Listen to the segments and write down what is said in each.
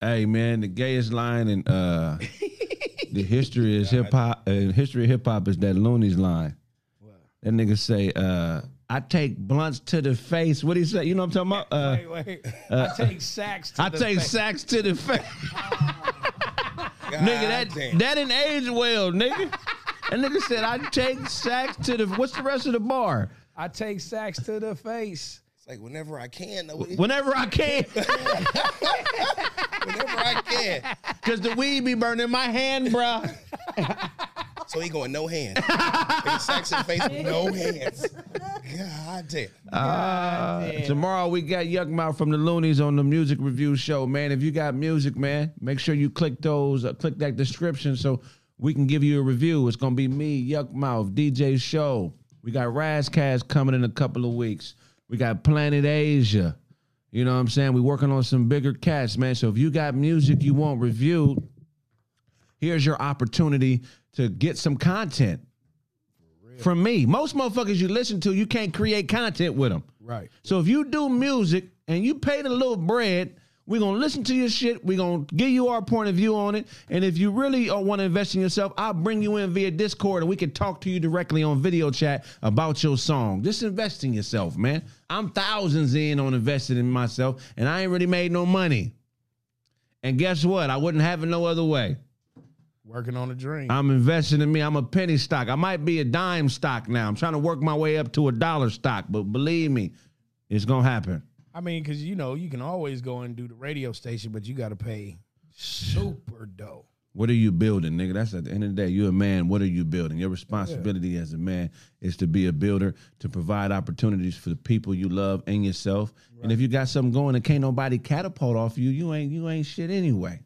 Hey man, the gayest line in uh the history is hip hop and history of hip hop is that Looney's line. That nigga say, uh, I take blunts to the face. What do you say? You know what I'm talking about? Uh, Wait, wait. I take sacks. To I the take face. sacks to the face. God nigga, that damn. that didn't age well, nigga. That nigga said, I take sacks to the what's the rest of the bar? I take sacks to the face. It's like whenever I can, though, it- Whenever I can, whenever I can. cause the weed be burning my hand, bruh. So he going no hands. Big sacks in face with no hands. God damn. Uh, tomorrow we got Yuck Mouth from the Loonies on the music review show, man. If you got music, man, make sure you click those, uh, click that description so we can give you a review. It's gonna be me, Yuck Mouth, DJ Show. We got Razzcast coming in a couple of weeks. We got Planet Asia. You know what I'm saying? we working on some bigger cats, man. So if you got music you want reviewed, here's your opportunity to get some content from me. Most motherfuckers you listen to, you can't create content with them. Right. So if you do music and you pay the little bread, we're gonna listen to your shit. We're gonna give you our point of view on it. And if you really want to invest in yourself, I'll bring you in via Discord and we can talk to you directly on video chat about your song. Just invest in yourself, man. I'm thousands in on investing in myself, and I ain't really made no money. And guess what? I wouldn't have it no other way. Working on a dream. I'm investing in me. I'm a penny stock. I might be a dime stock now. I'm trying to work my way up to a dollar stock, but believe me, it's gonna happen. I mean, because you know, you can always go and do the radio station, but you got to pay super dough. What are you building, nigga? That's at the end of the day. You're a man. What are you building? Your responsibility as a man is to be a builder, to provide opportunities for the people you love and yourself. And if you got something going and can't nobody catapult off you, you ain't you ain't shit anyway.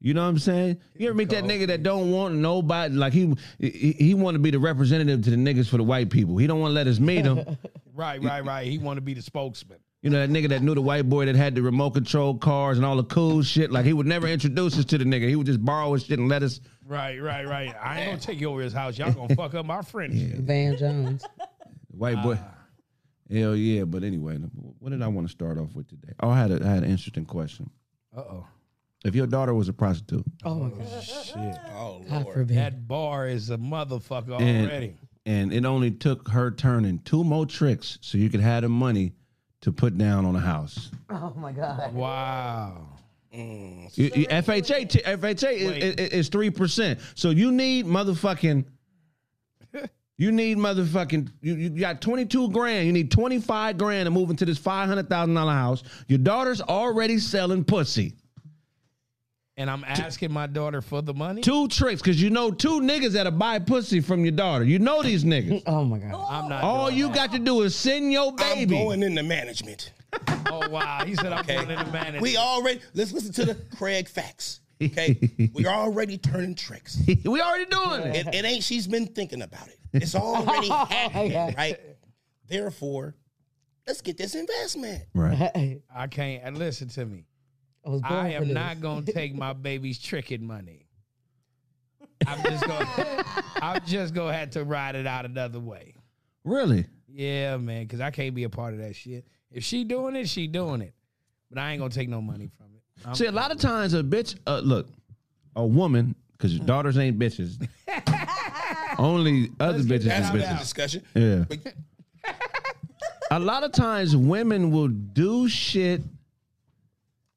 You know what I'm saying? You ever meet that nigga that don't want nobody like he he, he want to be the representative to the niggas for the white people. He don't want to let us meet him. Right, right, right. He want to be the spokesman. You know that nigga that knew the white boy that had the remote control cars and all the cool shit. Like he would never introduce us to the nigga. He would just borrow his shit and let us. Right, right, right. I ain't gonna take you over his house. Y'all gonna fuck up my friendship. Van Jones. White boy. Hell yeah. But anyway, what did I want to start off with today? Oh, I had a, I had an interesting question. Uh oh. If your daughter was a prostitute Oh my God. Shit. Oh God Lord. forbid. That bar is a motherfucker and, already. and it only took her turning two more tricks so you could have the money to put down on a house. Oh my God. Wow. You- you- FHA t- FHA is, Wait. is, is 3%. So you need motherfucking you need motherfucking you, you got 22 grand, you need 25 grand to move into this $500,000 house. Your daughter's already selling pussy. And I'm asking my daughter for the money. Two tricks, cause you know two niggas that'll buy pussy from your daughter. You know these niggas. Oh my God. I'm not. All doing you that. got to do is send your I'm baby. going into management. Oh wow. He said I'm going in the manager. We already let's listen to the Craig facts. Okay, we're already turning tricks. we already doing it. Oh, It, it ain't. She's been thinking about it. It's already happening, right? Therefore, let's get this investment. Right. I I can't. and Listen to me. was born I for am this. not gonna take my baby's tricking money. I'm just gonna. I'm just gonna have to ride it out another way. Really? Yeah, man. Because I can't be a part of that shit. If she doing it, she doing it. But I ain't gonna take no money from it. I'm- See, a lot of times a bitch, uh, look, a woman, because daughters ain't bitches. Only other bitches is That's been the bitches. discussion. Yeah. But A lot of times women will do shit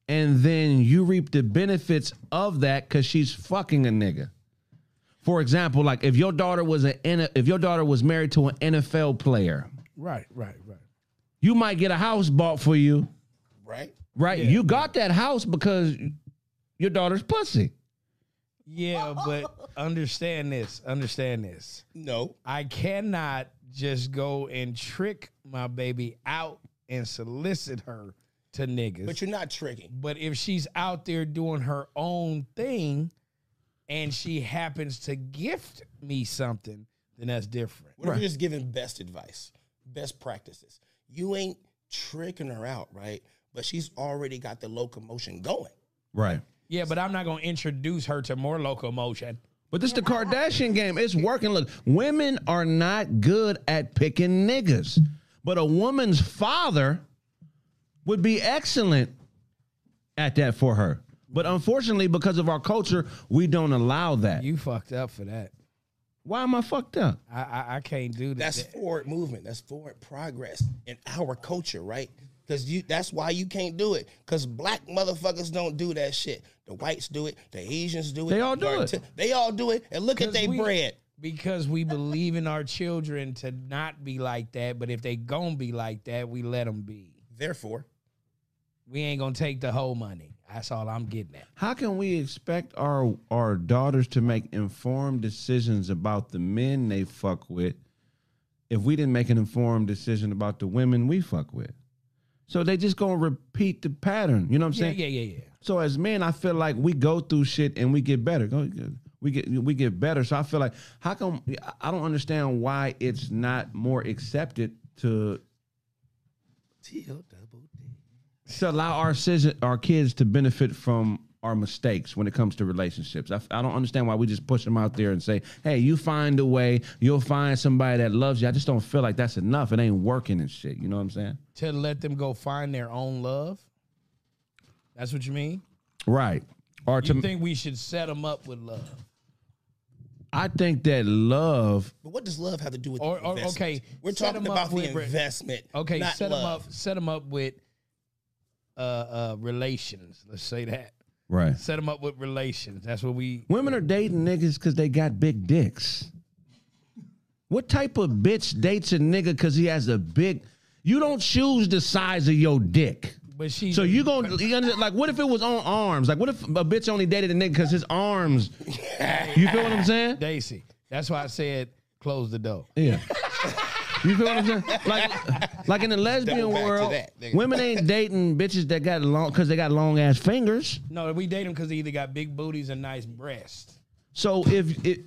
and then you reap the benefits of that because she's fucking a nigga. For example, like if your daughter was a N- if your daughter was married to an NFL player, right, right, right. you might get a house bought for you, right. right? you got that house because your daughter's pussy. Yeah, but understand this. Understand this. No. I cannot just go and trick my baby out and solicit her to niggas. But you're not tricking. But if she's out there doing her own thing and she happens to gift me something, then that's different. What if you're just giving best advice, best practices? You ain't tricking her out, right? But she's already got the locomotion going. Right. Yeah, but I'm not going to introduce her to more locomotion. But this is the Kardashian game. It's working. Look, women are not good at picking niggas. But a woman's father would be excellent at that for her. But unfortunately, because of our culture, we don't allow that. You fucked up for that. Why am I fucked up? I I, I can't do that. That's forward movement. That's forward progress in our culture, right? Because you that's why you can't do it. Because black motherfuckers don't do that shit. The whites do it. The Asians do it. They all do Mar- it. They all do it. And look at 'Cause they we- bread. because we believe in our children to not be like that. But if they gon' be like that, we let them be. Therefore, We ain't gonna take the whole money. That's all I'm getting at. How can we expect our our daughters to make informed decisions about the men they fuck with if we didn't make an informed decision about the women we fuck with? So they just gonna repeat the pattern. You know what I'm Yeah, saying? yeah, yeah, yeah. So as men, I feel like we go through shit and we get better. Go- We get we get better. So I feel like how come I don't understand why it's not more accepted to to allow our sis- our kids to benefit from our mistakes when it comes to relationships. I, f- I don't understand why we just push them out there and say, "Hey, you find a way. You'll find somebody that loves you." I just don't feel like that's enough. It ain't working and shit. You know what I'm saying? To let them go find their own love. That's what you mean. Right. Or to You think we should set them up with love, I think that love but what does love have to do with Or- the or- investment? okay, We're set talking 'em up about the with bread. investment. okay? not set love. them up. Set them up with uh, uh, relations. Let's say that. right. Set them up with relations. That's what we. Women are dating niggas because they got big dicks. What type of bitch dates a nigga because he has a big? You don't choose the size of your dick. But she. So you gonna you under, like what if it was on arms? Like what if a bitch only dated a nigga because his arms? You feel what I'm saying? Daisy. That's why I said close the door. Yeah. You feel what I'm saying? Like, like in the lesbian Double back to world, that, nigga. women ain't dating bitches that got long because they got long ass fingers. No, we date them because they either got big booties or nice breasts. So if it,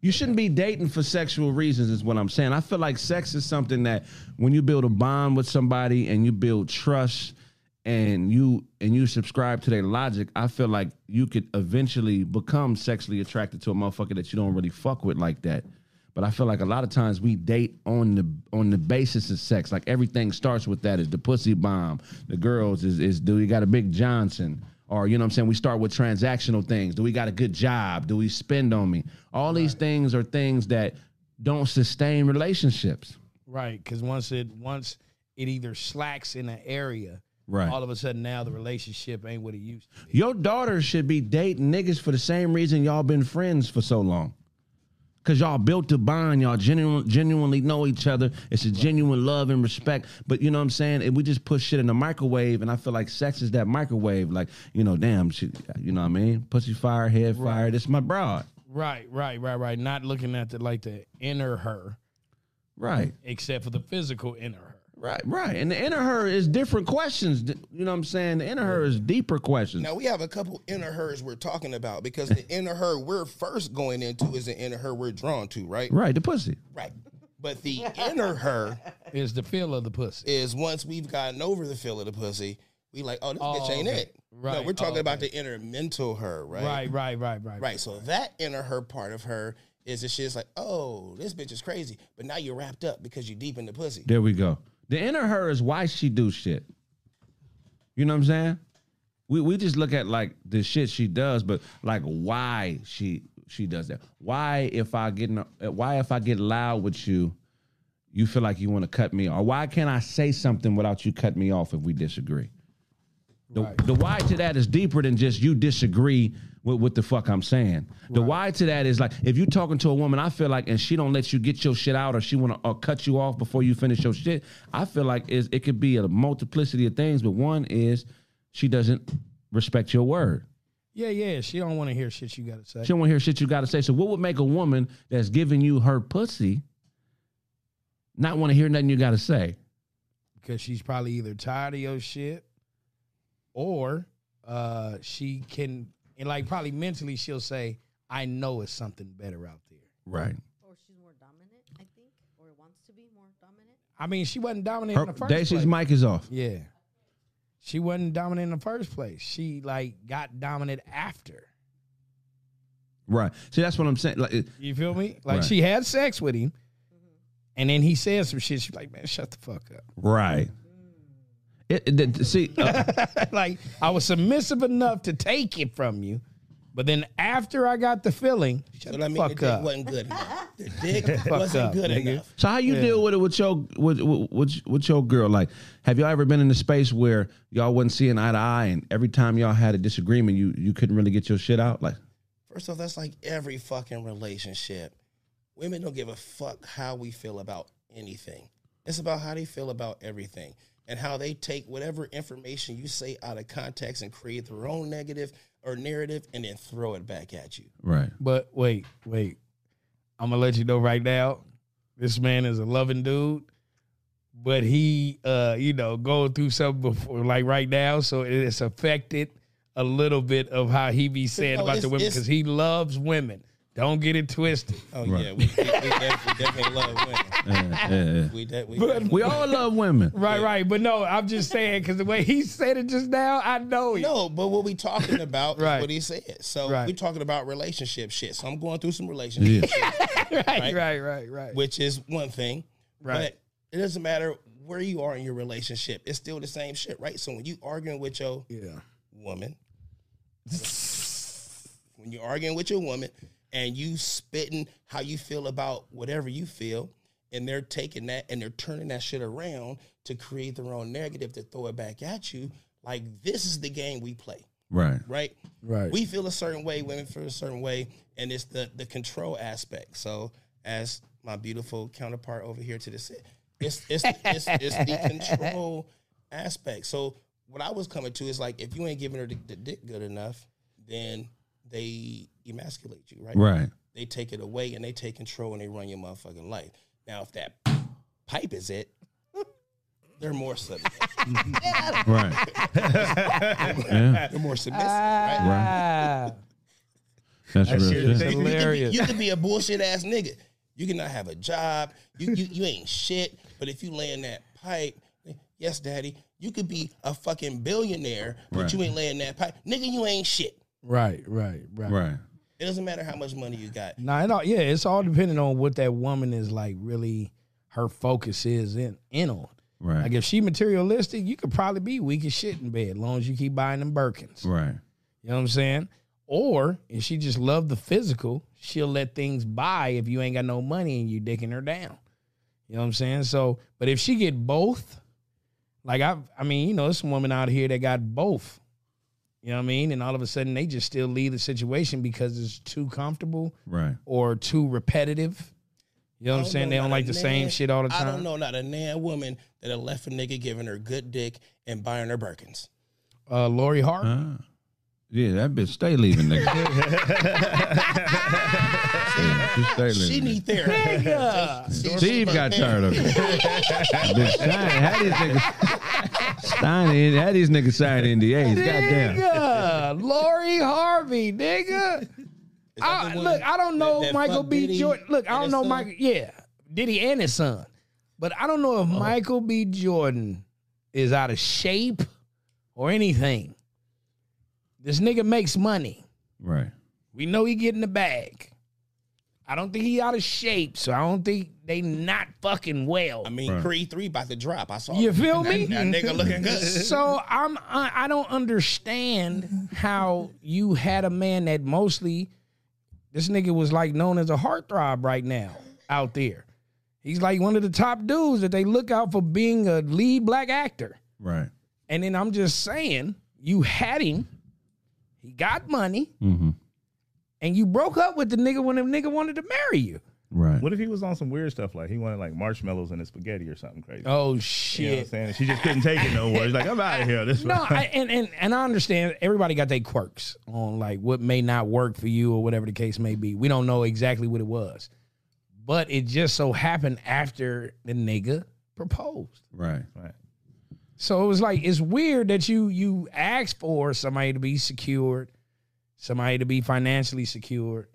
you shouldn't be dating for sexual reasons, is what I'm saying. I feel like sex is something that when you build a bond with somebody and you build trust and you and you subscribe to their logic, I feel like you could eventually become sexually attracted to a motherfucker that you don't really fuck with like that. But I feel like a lot of times we date on the on the basis of sex. Like everything starts with that is the pussy bomb. The girls is is do you got a big Johnson? Or you know what I'm saying? We start with transactional things. Do we got a good job? Do we spend on me? All these things are things that don't sustain relationships. Right, because once it once it either slacks in an area, Right. All of a sudden now the relationship ain't what it used to be. Your daughter should be dating niggas for the same reason y'all been friends for so long. Cause y'all built a bond, y'all genuine, genuinely know each other. It's a genuine love and respect. But you know what I'm saying? And we just put shit in the microwave, and I feel like sex is that microwave. Like you know, damn, she, you know what I mean? Pussy fire, head fire. This my broad, Right, right, right, right. Not looking at the like the inner her, right? except for the physical inner her. Right, right. And the inner her is different questions. th- You know what I'm saying? The inner her is deeper questions. Now we have a couple inner hers we're talking about because the inner her we're first going into is the inner her we're drawn to, right? Right, the pussy. Right. But the inner her Is the feel of the pussy. is once we've gotten over the feel of the pussy, we like, oh, this bitch ain't okay. it. No, Right. we're talking Oh, about the inner mental her, right? Right, right, right, right. Right. So that inner her part of her is that she's like, oh, this bitch is crazy. But now you're wrapped up because you deep in the pussy. There we go. The inner her is why she do shit. You know what I'm saying? We we just look at like the shit she does, but like why she she does that. Why if I get in a- why if I get loud with you, you feel like you want to cut me off? Why can't I say something without you cutting me off if we disagree? The, the why to that is deeper than just you disagree with what the fuck I'm saying. The why to that is like if you talking to a woman, I feel like, and she don't let you get your shit out, or she want to cut you off before you finish your shit. I feel like is it could be a multiplicity of things, but one is she doesn't respect your word. Yeah, yeah. She don't want to hear shit you gotta say. She don't want to hear shit you got to say. So what would make a woman that's giving you her pussy not want to hear nothing you got to say? because she's probably either tired of your shit or uh she can and like probably mentally she'll say i know it's something better out there Right. Or she's more dominant, I think, or wants to be more dominant. i mean she wasn't dominant Her, in the first Daisy's place mic is off. yeah she wasn't dominant in the first place she like got dominant after Right. See, that's what I'm saying. Like. it- you feel me like Right. she had sex with him and then he said some shit she's like man shut the fuck up Right. It, it- it- see, uh, like I was submissive enough to take it from you, but then after I got the feeling, shut So the that means the fuck dick up. wasn't good enough. The dick Fuck wasn't up, good nigga. enough. so how you deal with it with your with, with with with your girl? Like, have y'all ever been in a space where y'all wasn't seeing eye to eye, and every time y'all had a disagreement, you you couldn't really get your shit out? Like, First off, that's like every fucking relationship. Women don't give a fuck how we feel about anything. It's about how they feel about everything and how they take whatever information you say out of context and create their own negative or narrative and then throw it back at you. right? But wait, wait. I'm gonna let you know right now. This man is a loving dude, but he, uh, you know, going through something before, like right now, so it has affected a little bit of how he be saying No, about the it's- women it's- because he loves women. Don't get it twisted. Oh Right. yeah, we, we, we definitely, we definitely love women. Yeah, yeah, yeah. We, de- we, We all love women. Right, right. But no, I'm just saying because the way he said it just now, I know it. No, but what we talking about Right. is what he said. So Right. we talking about relationship shit. So I'm going through some relationships. right, right, right, right. which is one thing. Right. But it doesn't matter where you are in your relationship. It's still the same shit, right? So when you arguing with your yeah. woman, when you're arguing with your woman and you spitting how you feel about whatever you feel, and they're taking that and they're turning that shit around to create their own negative to throw it back at you, like this is the game we play Right. right? Right. We feel a certain way, women feel a certain way, and it's the the control aspect. So, as my beautiful counterpart over here to the side, it's it's it's, it's the control aspect. So, what I was coming to is like, if you ain't giving her the, the dick good enough, then they emasculate you, right? Right. They take it away and they take control and they run your motherfucking life. Now, if that pipe is it, they're more submissive. Right. yeah. They're more submissive, right? Right. That's That shit real is shit. hilarious. You could be a bullshit ass nigga. You cannot have a job. You, you you ain't shit. But if you laying that pipe, yes, daddy, you could be a fucking billionaire, but Right. you ain't laying that pipe. Nigga, you ain't shit. Right, right, right. Right. It doesn't matter how much money you got. Nah, it all, yeah, it's all depending on what that woman is like. Really, her focus is in in on. Right. Like if she materialistic, you could probably be weak as shit in bed, as long as you keep buying them Birkins. Right. You know what I'm saying? Or if she just love the physical, she'll let things by if you ain't got no money and you dicking her down. You know what I'm saying? So, but if she get both, like I, I mean, you know, there's some women out here that got both. You know what I mean? And all of a sudden, they just still leave the situation because it's too comfortable Right. or too repetitive. You know what I'm saying? They know don't Oh, not like a the same nan- shit all the time. I don't know not a nan woman that have left a nigga giving her good dick and buying her Birkins. Uh, Lori Hart. Ah. Yeah, that bitch stay leaving nigga. Yeah, she stay leaving. She need therapy. She- Steve she- got tired of it. bitch, Stein had these niggas. Stein had these niggas sign NDAs. Goddamn. Nigga, Lori Harvey, nigga. Is that the I, one look, I that- don't know that Michael fuck B. Diddy Jordan. Look, I and don't his know son? Michael. Yeah, Diddy and his son, but I don't know Oh. if Michael B. Jordan is out of shape or anything. This nigga makes money. Right. We know he getting the bag. I don't think he out of shape, so I don't think they not fucking well. I mean, Right. Creed three about to drop. I saw. You it. feel That- me? That, nigga looking good. so I'm I, I don't understand how you had a man that mostly this nigga was like known as a heartthrob right now out there. He's like one of the top dudes that they look out for being a lead black actor. Right. And then I'm just saying, you had him, he got money, Mm-hmm. and you broke up with the nigga when the nigga wanted to marry you. Right. What if he was on some weird stuff like he wanted like marshmallows in his spaghetti or something crazy? Oh you know what I'm shit. saying? And she just couldn't take it no more. She's like, I'm out of here. This No, I, and, and and I understand everybody got their quirks on like what may not work for you or whatever the case may be. We don't know exactly what it was, but it just so happened after the nigga proposed. Right. right. So it was like it's weird that you you asked for somebody to be secured, somebody to be financially secured,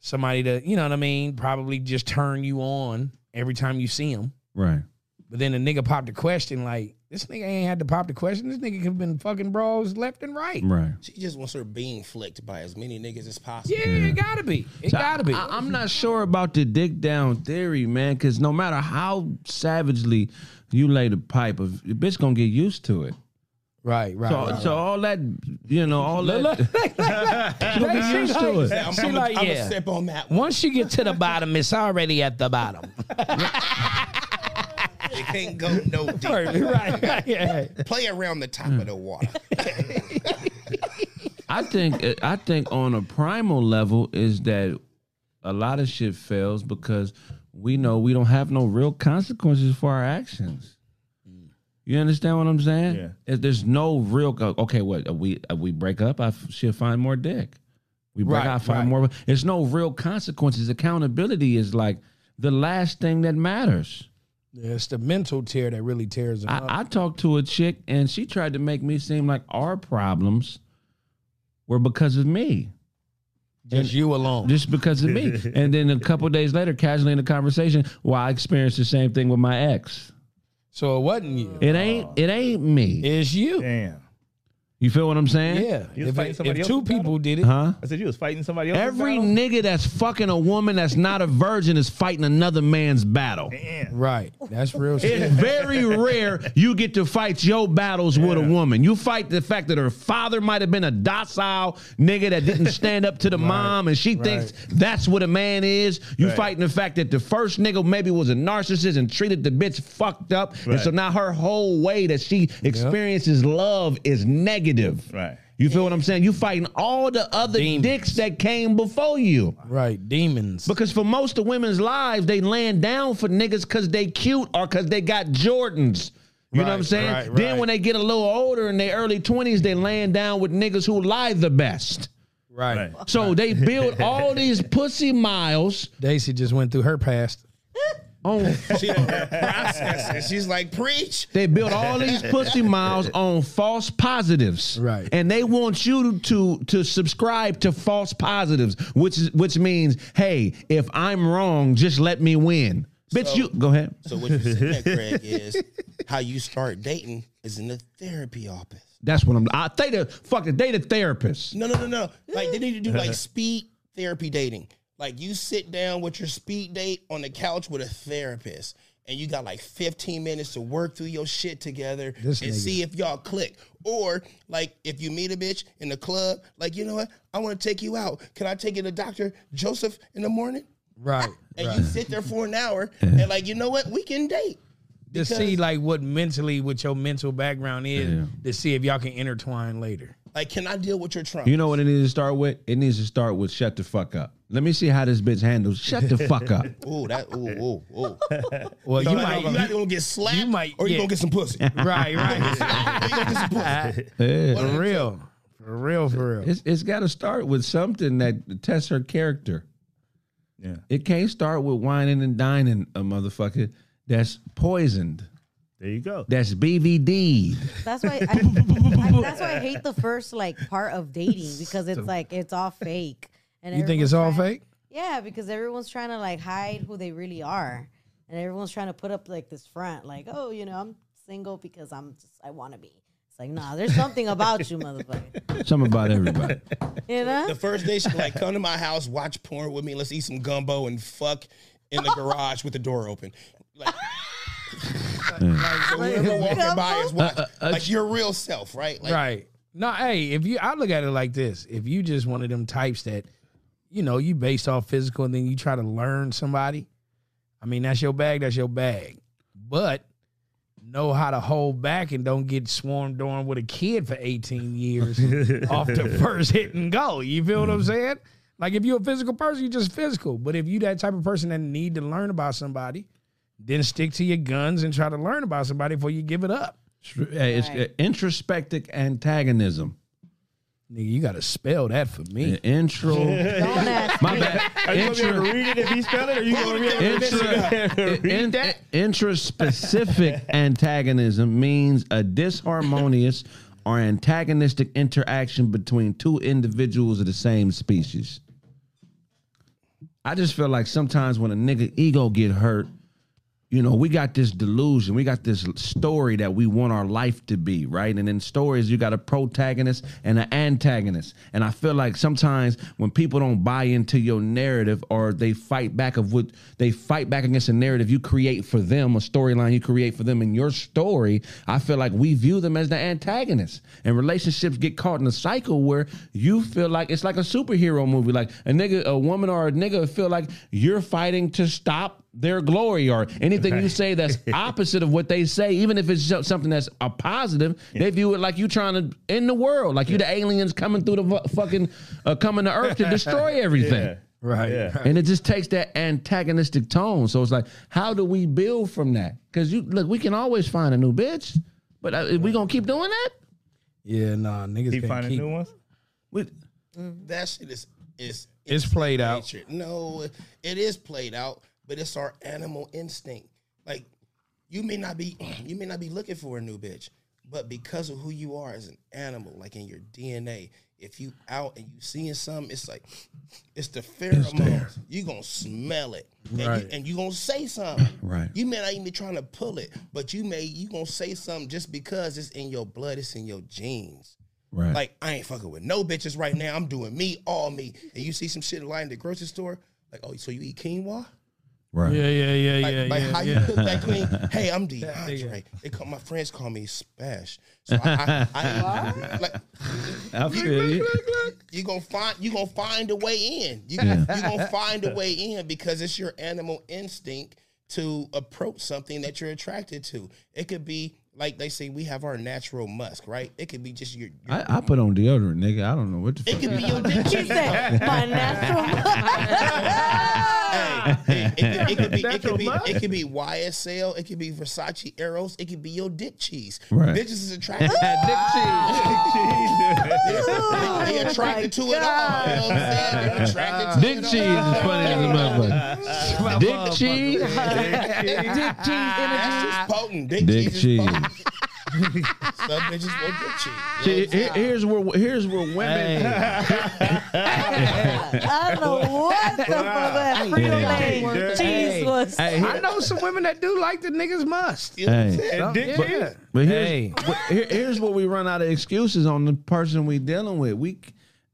somebody to you know what I mean, probably just turn you on every time you see him. Right. But then the nigga popped a question like, This nigga ain't had to pop the question. This nigga could have been fucking bros left and right. Right. She just wants her being flicked by as many niggas as possible. Yeah, it gotta be. It So gotta be. I, I- I'm not sure about the dick down theory, man, because no matter how savagely you lay the pipe, a v- a bitch gonna get used to it. right, right. So, right. so all that, you know, all that, Look, look, look, she'll Like, get she used to like- it. I'm, She I'm, like, I'm yeah. a sip on that one. Once you get to the bottom, it's already at the bottom. It can't go no deeper. right, right, yeah. Play around the top of the water. I think, I think on a primal level is that a lot of shit fails because we know we don't have no real consequences for our actions. You understand what I'm saying? Yeah. If there's no real, co- okay, what uh, we uh, we break up, I f- she'll find more dick. We break Right, up, I find right. more. There's no real consequences. Accountability is like the last thing that matters. Yeah, It's the mental tear that really tears them up. I, I talked to a chick and she tried to make me seem like our problems were because of me, Just you alone. just because of me. and then a couple days later, casually in a conversation, well, I experienced the same thing with my ex. so it wasn't you. It ain't it ain't me. It's you. Damn. You feel what I'm saying? Yeah. You was If, fighting it- somebody if two else's battle? people did it, Huh? I said you was fighting somebody else. Every nigga that's fucking a woman that's not a virgin is fighting another man's battle. Damn. right? That's real shit. It's very rare you get to fight your battles with a woman. You fight the fact that her father might have been a docile nigga that didn't stand up to the mom and she thinks that's what a man is. You Right. fighting the fact that the first nigga maybe was a narcissist and treated the bitch fucked up. And so Right. now her whole way that she experiences love is negative. Right. You feel what I'm saying? You fighting all the other Demons. dicks that came before you. Right, demons. Because for most of women's lives, they laying down for niggas because they cute or because they got Jordans. You know what I'm Right, saying? right, Then right. when they get a little older in their early 20s, they laying down with niggas who lie the best. right. Right. So they build all these pussy miles Daisy just went through her past. on She don't process it. She's like, preach. they build all these pussy miles on false positives. Right. And they want you to to subscribe to false positives, which is which means, hey, if I'm wrong, just let me win. Bitch, So- you go ahead. So what you said, Craig, is how you start dating is in the therapy office. That's what I'm. I they the fuck it. They the therapist. No, no, no, no. Like they need to do like speed therapy dating. Like you sit down with your speed date on the couch with a therapist, and you got like 15 minutes to work through your shit together This and nigga. see if y'all click. Or like if you meet a bitch in the club, like you know what, I want to take you out. Can I take you to Doctor Joseph in the morning? Right. And you sit there for an hour, and like you know what, we can date. To see like what mentally, what your mental background is, to see if y'all can intertwine later. Like, can I deal with your trauma? You know what it needs to start with? It needs to start with shut the fuck up. Let me see how this bitch handles. Shut the fuck up. ooh, that ooh, ooh, ooh. Well, you you might, you might. either gonna get slapped, you might- or you yeah. gonna get some pussy. Right. Right. Or you gonna get some pussy. Yeah. for real. For real. For real. It's it's got to start with something that tests her character. Yeah. It can't start with whining and dining a motherfucker that's poisoned. There you go. That's BVD. That's why I, I, that's why I hate the first like part of dating because it's like it's all fake. And You think it's everyone's all trying- fake? Yeah, because everyone's trying to like hide who they really are, and everyone's trying to put up like this front, like, oh, you know, I'm single because I'm just I want to be. It's like, nah, there's something about you, motherfucker. Something about everybody. You know? The first day she like come to my house, watch porn with me, let's eat some gumbo and fuck in the garage with the door open. Like, so whoever walking by is watch, like your real self, right? Like, Uh, right. No, hey, if you, I look at it like this: if you just one of them types that, you know, you based off physical, and then you try to learn somebody. I mean, that's your bag. That's your bag. But know how to hold back and don't get swarmed on with a kid for eighteen years off the first hit and go. You feel what Mm-hmm. I'm saying? Like if you're a physical person, you're just physical. But if you that type of person that need to learn about somebody, then stick to your guns and try to learn about somebody before you give it up. Hey, It's uh, introspective antagonism. Nigga, you gotta spell that for me. Intro. Don't ask My me. bad. Are you gonna be Intro. able to read it if he spell it, or you gonna be able to Intra, read in, that? intraspecific antagonism means a disharmonious or antagonistic interaction between two individuals of the same species. I just feel like sometimes when a nigga ego get hurt, you know, we got this delusion. We got this story that we want our life to be, right? And in stories, you got a protagonist and an antagonist. And I feel like sometimes when people don't buy into your narrative or they fight back of what they fight back against a narrative you create for them, a storyline you create for them in your story, I feel like we view them as the antagonist. And relationships get caught in a cycle where you feel like it's like a superhero movie. Like a nigga, a woman or a nigga feel like you're fighting to stop their glory or anything you say that's opposite of what they say, even if it's so- something that's a positive, they view it like you trying to end the world, like you the aliens coming through the fu- fucking uh, coming to Earth to destroy everything. Yeah. Right. Yeah. And it just takes that antagonistic tone. So it's like, how do we build from that? Because you look, we can always find a new bitch, but uh, we gonna keep doing that. Yeah, nah, niggas Keep can't finding keep. new ones. We, That shit is is It's played out. nature. No, it is played out, but it's our animal instinct. Like you may not be you may not be looking for a new bitch, but because of who you are as an animal, like in your DNA, if you out and you seeing something, it's like it's the pheromones. You gonna smell it, and, you, Right. and you gonna say something. Right. You may not even be trying to pull it, but you may you gonna say something just because it's in your blood, it's in your genes. right. Like I ain't fucking with no bitches right now. I'm doing me, all me. And you see some shit lying in the grocery store, like, oh, so you eat quinoa? right. Yeah, yeah, yeah, Like, yeah, like yeah. how yeah. you cook that queen? hey, I'm DeAndre. They call my friends call me Spash. So I, I, I like I feel you. you gonna find you gonna find a way in. You you gonna find a way in because it's your animal instinct to approach something that you're attracted to. It could be like they say we have our natural musk, right? It could be just your, your I, I put on deodorant, nigga. I don't know what the it fuck. could be your dick. She said, my natural. Hey, it, it, it could be it could be it could be YSL, it could be Versace arrows, it could be your dick cheese. Right. Bitches is attracted. they Oh my attracted to it all. You know what I'm saying? They're attracted to Dick it cheese all. is funny as a motherfucker. Oh, Dick cheese. Dick cheese energy. That's just potent. Dick, Dick cheese. cheese. Is potent. Some bitches want dick cheese. See, here- here's where here's where women. I don't know what the fuck that Frito Lay Hey. cheese was. Hey, here- I know some women that do like the niggas must. You know what I'm Hey. saying? Some- dick yeah. cheese. But here's, Hey. but here- here's where we run out of excuses on the person we dealing with. We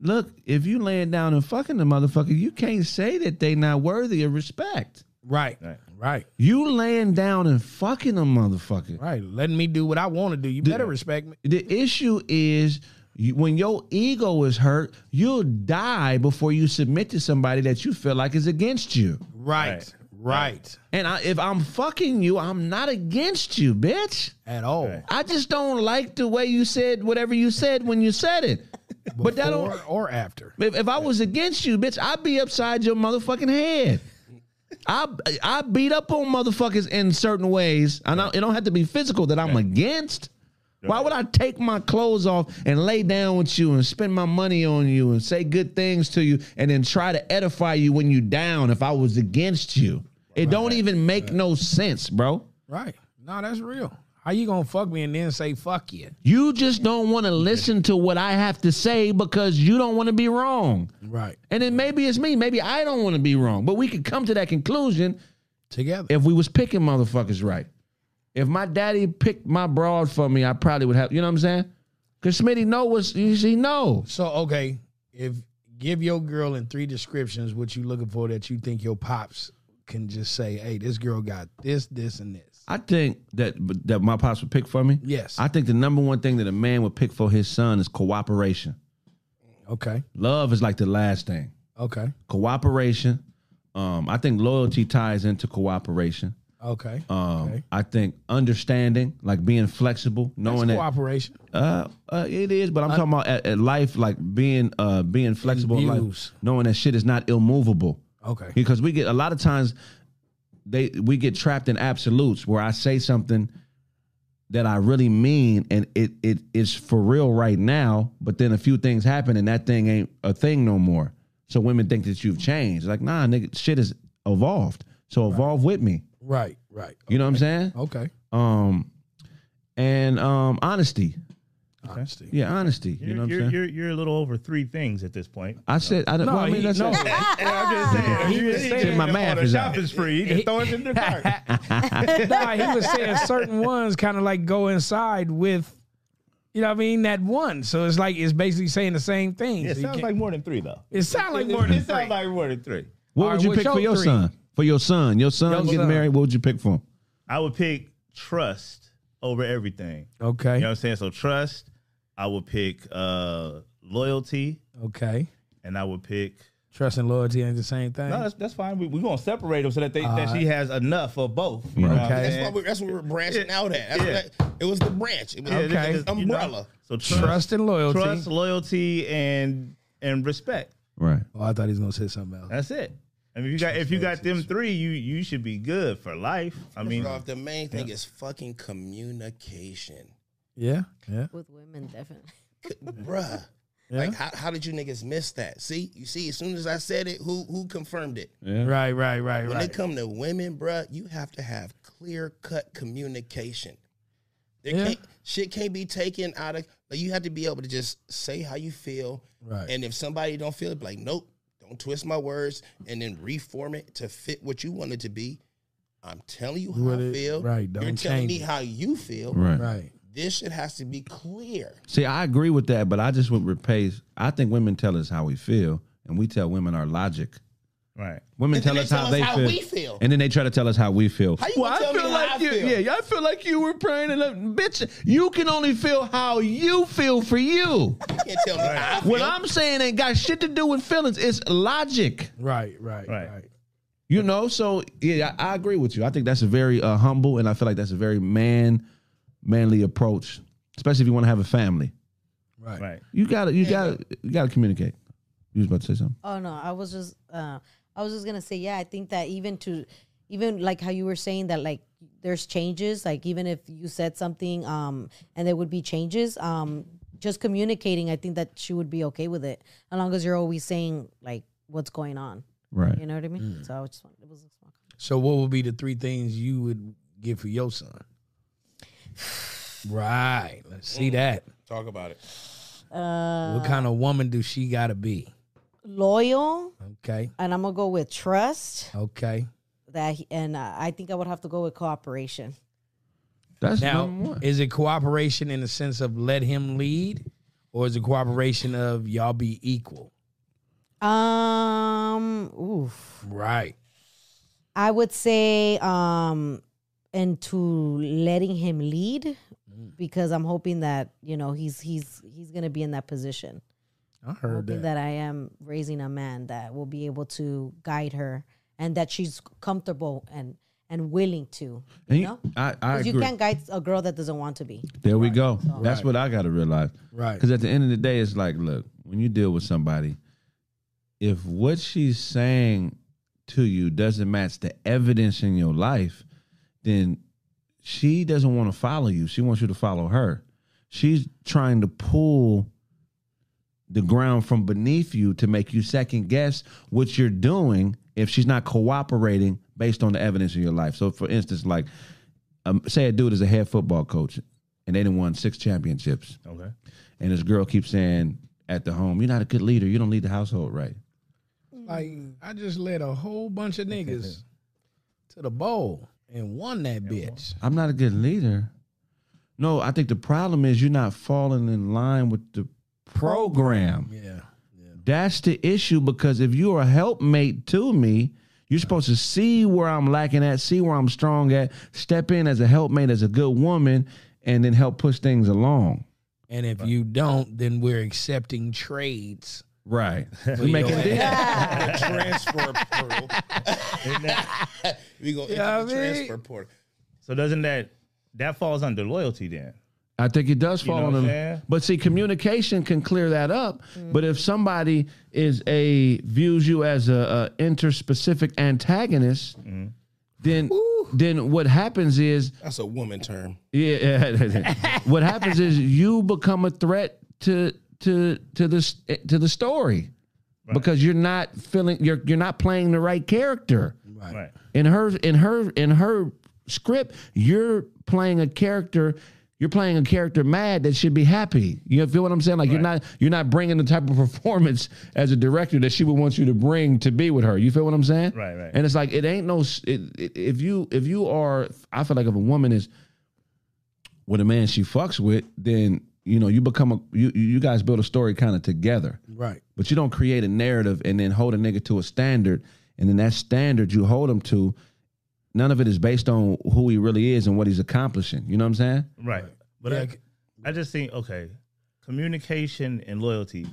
look if you laying down and fucking the motherfucker, you can't say that they not worthy of respect. Right. Right. Right. You laying down and fucking a motherfucker. Right. Letting me do what I want to do. You better respect me. The issue is you, when your ego is hurt, you'll die before you submit to somebody that you feel like is against you. Right. Right. And I, if I'm fucking you, I'm not against you, bitch. At all. Right. I just don't like the way you said whatever you said when you said it. But that don't Or, or after. If, if I was against you, bitch, I'd be upside your motherfucking head. I I beat up on motherfuckers in certain ways. I know it don't have to be physical that I'm against. Why would I take my clothes off and lay down with you and spend my money on you and say good things to you and then try to edify you when you down if I was against you? It don't even make no sense, bro. Right. No, that's real. How you gonna fuck me and then say fuck you? You just don't want to listen to what I have to say because you don't want to be wrong. Right. And then maybe it's me. Maybe I don't want to be wrong. But we could come to that conclusion Together. if we was picking motherfuckers right. If my daddy picked my broad for me, I probably would have. You know what I'm saying? Because Smitty know what's he knows. So okay, if give your girl in three descriptions what you looking for that you think your pops can just say, hey, this girl got this, this, and this. I think that that my pops would pick for me. Yes. I think the number one thing that a man would pick for his son is cooperation. Okay. Love is like the last thing. Okay. Cooperation. Um, I think loyalty ties into cooperation. Okay. Um, Okay. I think understanding, like being flexible, knowing That's that cooperation. Uh, uh, it is, but I'm talking about at, at life, like being uh being flexible, in life, Views. knowing that shit is not immovable. Okay. Because we get a lot of times, they we get trapped in absolutes where I say something that I really mean, and it it is for real right now, but then a few things happen, and that thing ain't a thing no more. So women think that you've changed. Like nah, nigga, shit has evolved. So evolve with me. Right. Right. You know what I'm saying? Okay. Um, and um, honesty. Honesty. Yeah, honesty. You're, you know what you're, I'm saying? you're, you're a little over three things at this point. I said, I don't. No, well, I mean, he- that's no. I'm just saying. He you was just- saying- My oh, math the is shop out. is free. You just throw it in the cart. nah, he was saying certain ones kind of like go inside with, you know what I mean, that one. So it's like it's basically saying the same thing. It So you sounds can't- like more than three, though. it sounds like more than It sounds three. like more than three. what All would right, you what's pick for your your three? son? For your son, your son Your getting son. married. What would you pick for him? I would pick trust over everything. Okay. You know what I'm saying? So trust, I would pick uh, loyalty, Okay. and I would pick. Trust and loyalty ain't the same thing. No, that's, that's fine. We're we are going to separate them so that, they, that she has enough of both. You know Right. what I'm Okay. That's saying? why we, that's what we were branching out at. That's Yeah. what that- it was the branch. It was Yeah, Okay. this is- you know, umbrella. so trust, Trust and loyalty. trust, loyalty, and and respect. Right. Oh, I thought he was gonna say something else. That's it. I mean, if you got if you got them three, you you should be good for life. I mean, First off, the main thing is fucking communication, Yeah. Yeah. with women, definitely. C- bruh. Like, how, how did you niggas miss that? See, you see, as soon as I said it, who who confirmed it? Right. Right. Right. When it Right. come to women, bruh, you have to have clear cut communication. There Yeah. can't, shit can't be taken out of. Like you have to be able to just say how you feel, Right. and if somebody don't feel it, be like nope, don't twist my words, and then reform it to fit what you want it to be. I'm telling you how What I it- feel. right, You're don't telling change me it. how you feel. Right. Right. This shit has to be clear. See, I agree with that, but I just would replace. I think women tell us how we feel, and we tell women our logic. right. Women And tell then us they how tell us they how feel, we feel. and then they try to tell us how we feel. How you gonna tell me how I you, feel? yeah, I feel like you were praying, and uh, bitch, you can only feel how you feel for you. You can't tell me how I feel. What I'm saying ain't got shit to do with feelings. It's logic, Right. Right. Right. Right. you know. So yeah, I, I agree with you. I think that's a very uh, humble, and I feel like that's a very man, manly approach, especially if you want to have a family. Right. Right. You gotta, you gotta, you gotta communicate. You was about to say something. Oh no, I was just uh, I was just gonna say yeah. I think that even to even like how you were saying that like there's changes. Like even if you said something um and there would be changes um just communicating. I think that she would be okay with it as long as you're always saying like what's going on. Right. You know what I mean? Mm. So I just want it was a small So what would be the three things you would give for your son? Right. Let's see that. Mm. Talk about it. uh, what kind of woman do she gotta be? loyal, Okay. and I'm gonna go with trust. Okay. That he, and uh, I think I would have to go with cooperation. That's number Now, one. is it cooperation in the sense of let him lead, or is it cooperation of y'all be equal? Um, oof. Right. I would say um into letting him lead because I'm hoping that, you know, he's he's he's gonna be in that position. I I'm heard hoping that that. I am raising a man that will be able to guide her and that she's comfortable and and willing to. And You you- know? I, I 'Cause agree. you can't guide a girl that doesn't want to be. There we go. That's what I got to realize. Right. Because at the end of the day, it's like, look, when you deal with somebody, if what she's saying to you doesn't match the evidence in your life, then she doesn't want to follow you. She wants you to follow her. She's trying to pull the ground from beneath you to make you second guess what you're doing if she's not cooperating based on the evidence in your life. So, for instance, like, um, say a dude is a head football coach and they done won six championships Okay. and this girl keeps saying at the home, "You're not a good leader. You don't lead the household right." Like I just led a whole bunch of niggas to the bowl and won that bitch. I'm not a good leader. No, I think the problem is you're not falling in line with the program. Yeah. That's the issue because if you're a helpmate to me, you're supposed to see where I'm lacking at, see where I'm strong at, step in as a helpmate, as a good woman, and then help push things along. And if you don't, then we're accepting trades. Right. for We your making ass. deals. transfer portal. we gonna Yeah, enter the I mean- transfer portal. So doesn't that that falls under loyalty then? I think it does You fall know on what I'm them. saying? Mm. But see, communication can clear that up. But if somebody is a views you as a, a interspecific antagonist, Mm. then then what happens is That's a woman term. yeah, what happens is you become a threat to to to this eh, to the story because you're not feeling you're you're not playing the right character Right. Right. in her in her in her script you're playing a character You're playing a character mad that should be happy. You feel what I'm saying? Like you're not you're not bringing the type of performance as a director that she would want you to bring to be with her. You feel what I'm saying? Right, right. And it's like it ain't no s- it, it, if you if you are I feel like if a woman is with a man she fucks with, then you know you become a you you guys build a story kind of together. Right. But you don't create a narrative and then hold a nigga to a standard, and then that standard you hold him to, none of it is based on who he really is and what he's accomplishing. You know what I'm saying? Right. But Yeah, I- c- I, just think okay, communication and loyalty.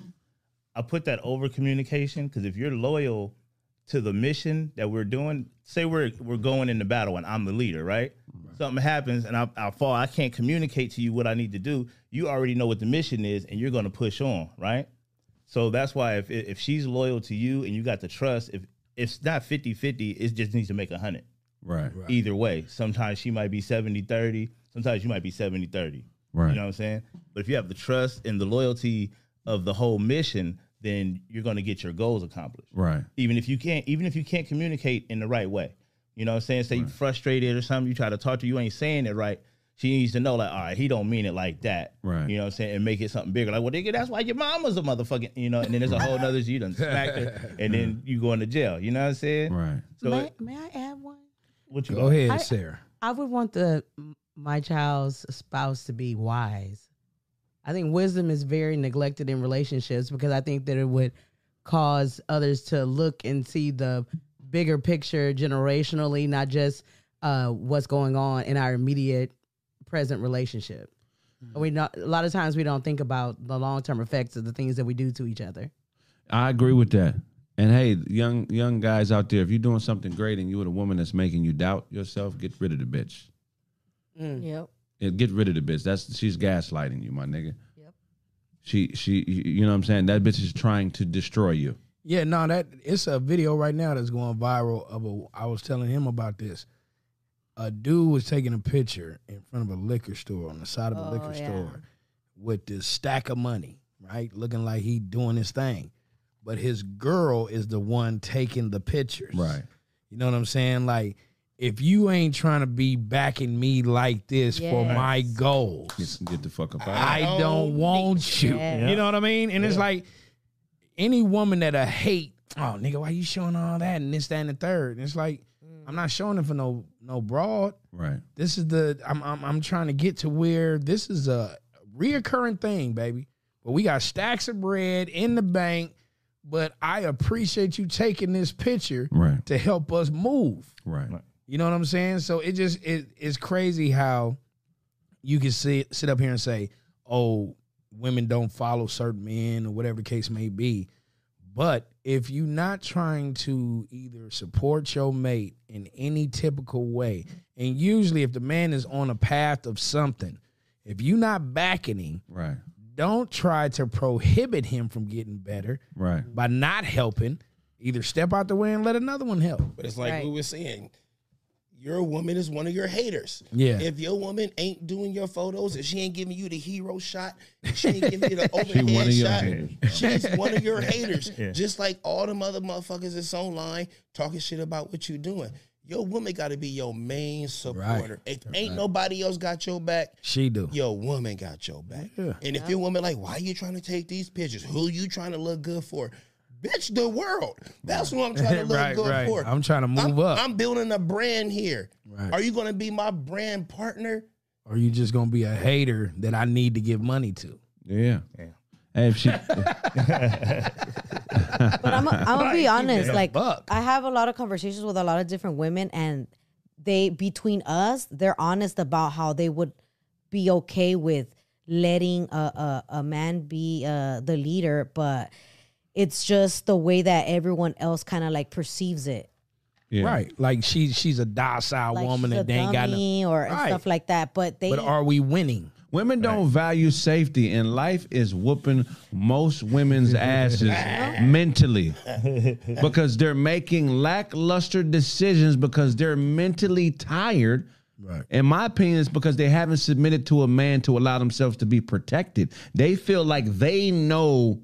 I put that over communication because if you're loyal to the mission that we're doing, say we're we're going into battle and I'm the leader, right? Something happens and I, I fall. I can't communicate to you what I need to do. You already know what the mission is, and you're going to push on, right? So that's why if if she's loyal to you and you got the trust, if if it's not 50-50, it just needs to make a hundred Right. either way. Sometimes she might be 70 30, sometimes you might be 70 30. Right. You know what I'm saying? But if you have the trust and the loyalty of the whole mission, then you're going to get your goals accomplished. Right. Even if you can't even if you can't communicate in the right way. You know what I'm saying? Say you're frustrated or something, you try to talk to her, you ain't saying it right. She needs to know like, all right, he don't mean it like that. Right. You know what I'm saying? And make it something bigger. Like, well, nigga, that's why your mama's a motherfucking, you know, and then there's a whole nother you done smacked her and then you going to jail. You know what I'm saying? Right. So may, it- may I add one? what you Go got? ahead, I- Sarah. I would want the my child's spouse to be wise. I think wisdom is very neglected in relationships because I think that it would cause others to look and see the bigger picture generationally, not just uh, what's going on in our immediate present relationship. Hmm. We not, a lot of times we don't think about the long term effects of the things that we do to each other. I agree with that. And hey, young young guys out there, if you're doing something great and you with a woman that's making you doubt yourself, get rid of the bitch. Mm. Yep. Yeah, get rid of the bitch. That's she's gaslighting you, my nigga. Yep. She she you you know what I'm saying? That bitch is trying to destroy you. Yeah, no, that it's a video right now that's going viral of a I was telling him about this. A dude was taking a picture in front of a liquor store on the side of a Oh, liquor yeah. store with this stack of money, right? Looking like he doing his thing. But his girl is the one taking the pictures. You know what I'm saying? Like if you ain't trying to be backing me like this for Yes. my goals. Get, get the fuck up out. I don't want you. Yeah. You know what I mean? And it's like any woman that I hate, oh nigga, why you showing all that and this, that, and the third? And it's like, I'm not showing it for no no broad. Right. This is the I'm I'm I'm trying to get to where this is a reoccurring thing, baby. But we got stacks of bread in the bank, but I appreciate you taking this picture Right. to help us move. Right. You know what I'm saying? So it just it it's crazy how you can sit sit up here and say, "Oh, women don't follow certain men or whatever the case may be." But if you're not trying to either support your mate in any typical way, and usually if the man is on a path of something, if you're not backing him, Right. don't try to prohibit him from getting better Right. by not helping. Either step out the way and let another one help. But it's like Right. we were saying, your woman is one of your haters. Yeah. If your woman ain't doing your photos, if she ain't giving you the hero shot, if she ain't giving you the overhead one of your shot, haters. she's one of your haters. Yeah. Just like all them other motherfuckers that's online talking shit about what you doing. Your woman got to be your main supporter. If ain't nobody else got your back, She do. your woman got your back. Yeah. And if your woman like, why you trying to take these pictures? Who you trying to look good for? Bitch, the world. That's what I'm trying to look Right, good right. for. I'm trying to move I'm- up. I'm building a brand here. Right. Are you going to be my brand partner? Or you just gonna be a hater that I need to give money to? Yeah. Yeah. Hey, if she, But I'm I'm gonna be honest. Like buck. I have a lot of conversations with a lot of different women, and they between us, they're honest about how they would be okay with letting a a, a man be uh, the leader, but it's just the way that everyone else kind of like perceives it. yeah. Right? Like she she's a docile Like woman she's a that they ain't got no. dummy or Right. stuff like that. But they But are we winning? Women don't value safety, and life is whooping most women's asses mentally because they're making lackluster decisions because they're mentally tired. Right. In my opinion, it's because they haven't submitted to a man to allow themselves to be protected. They feel like they know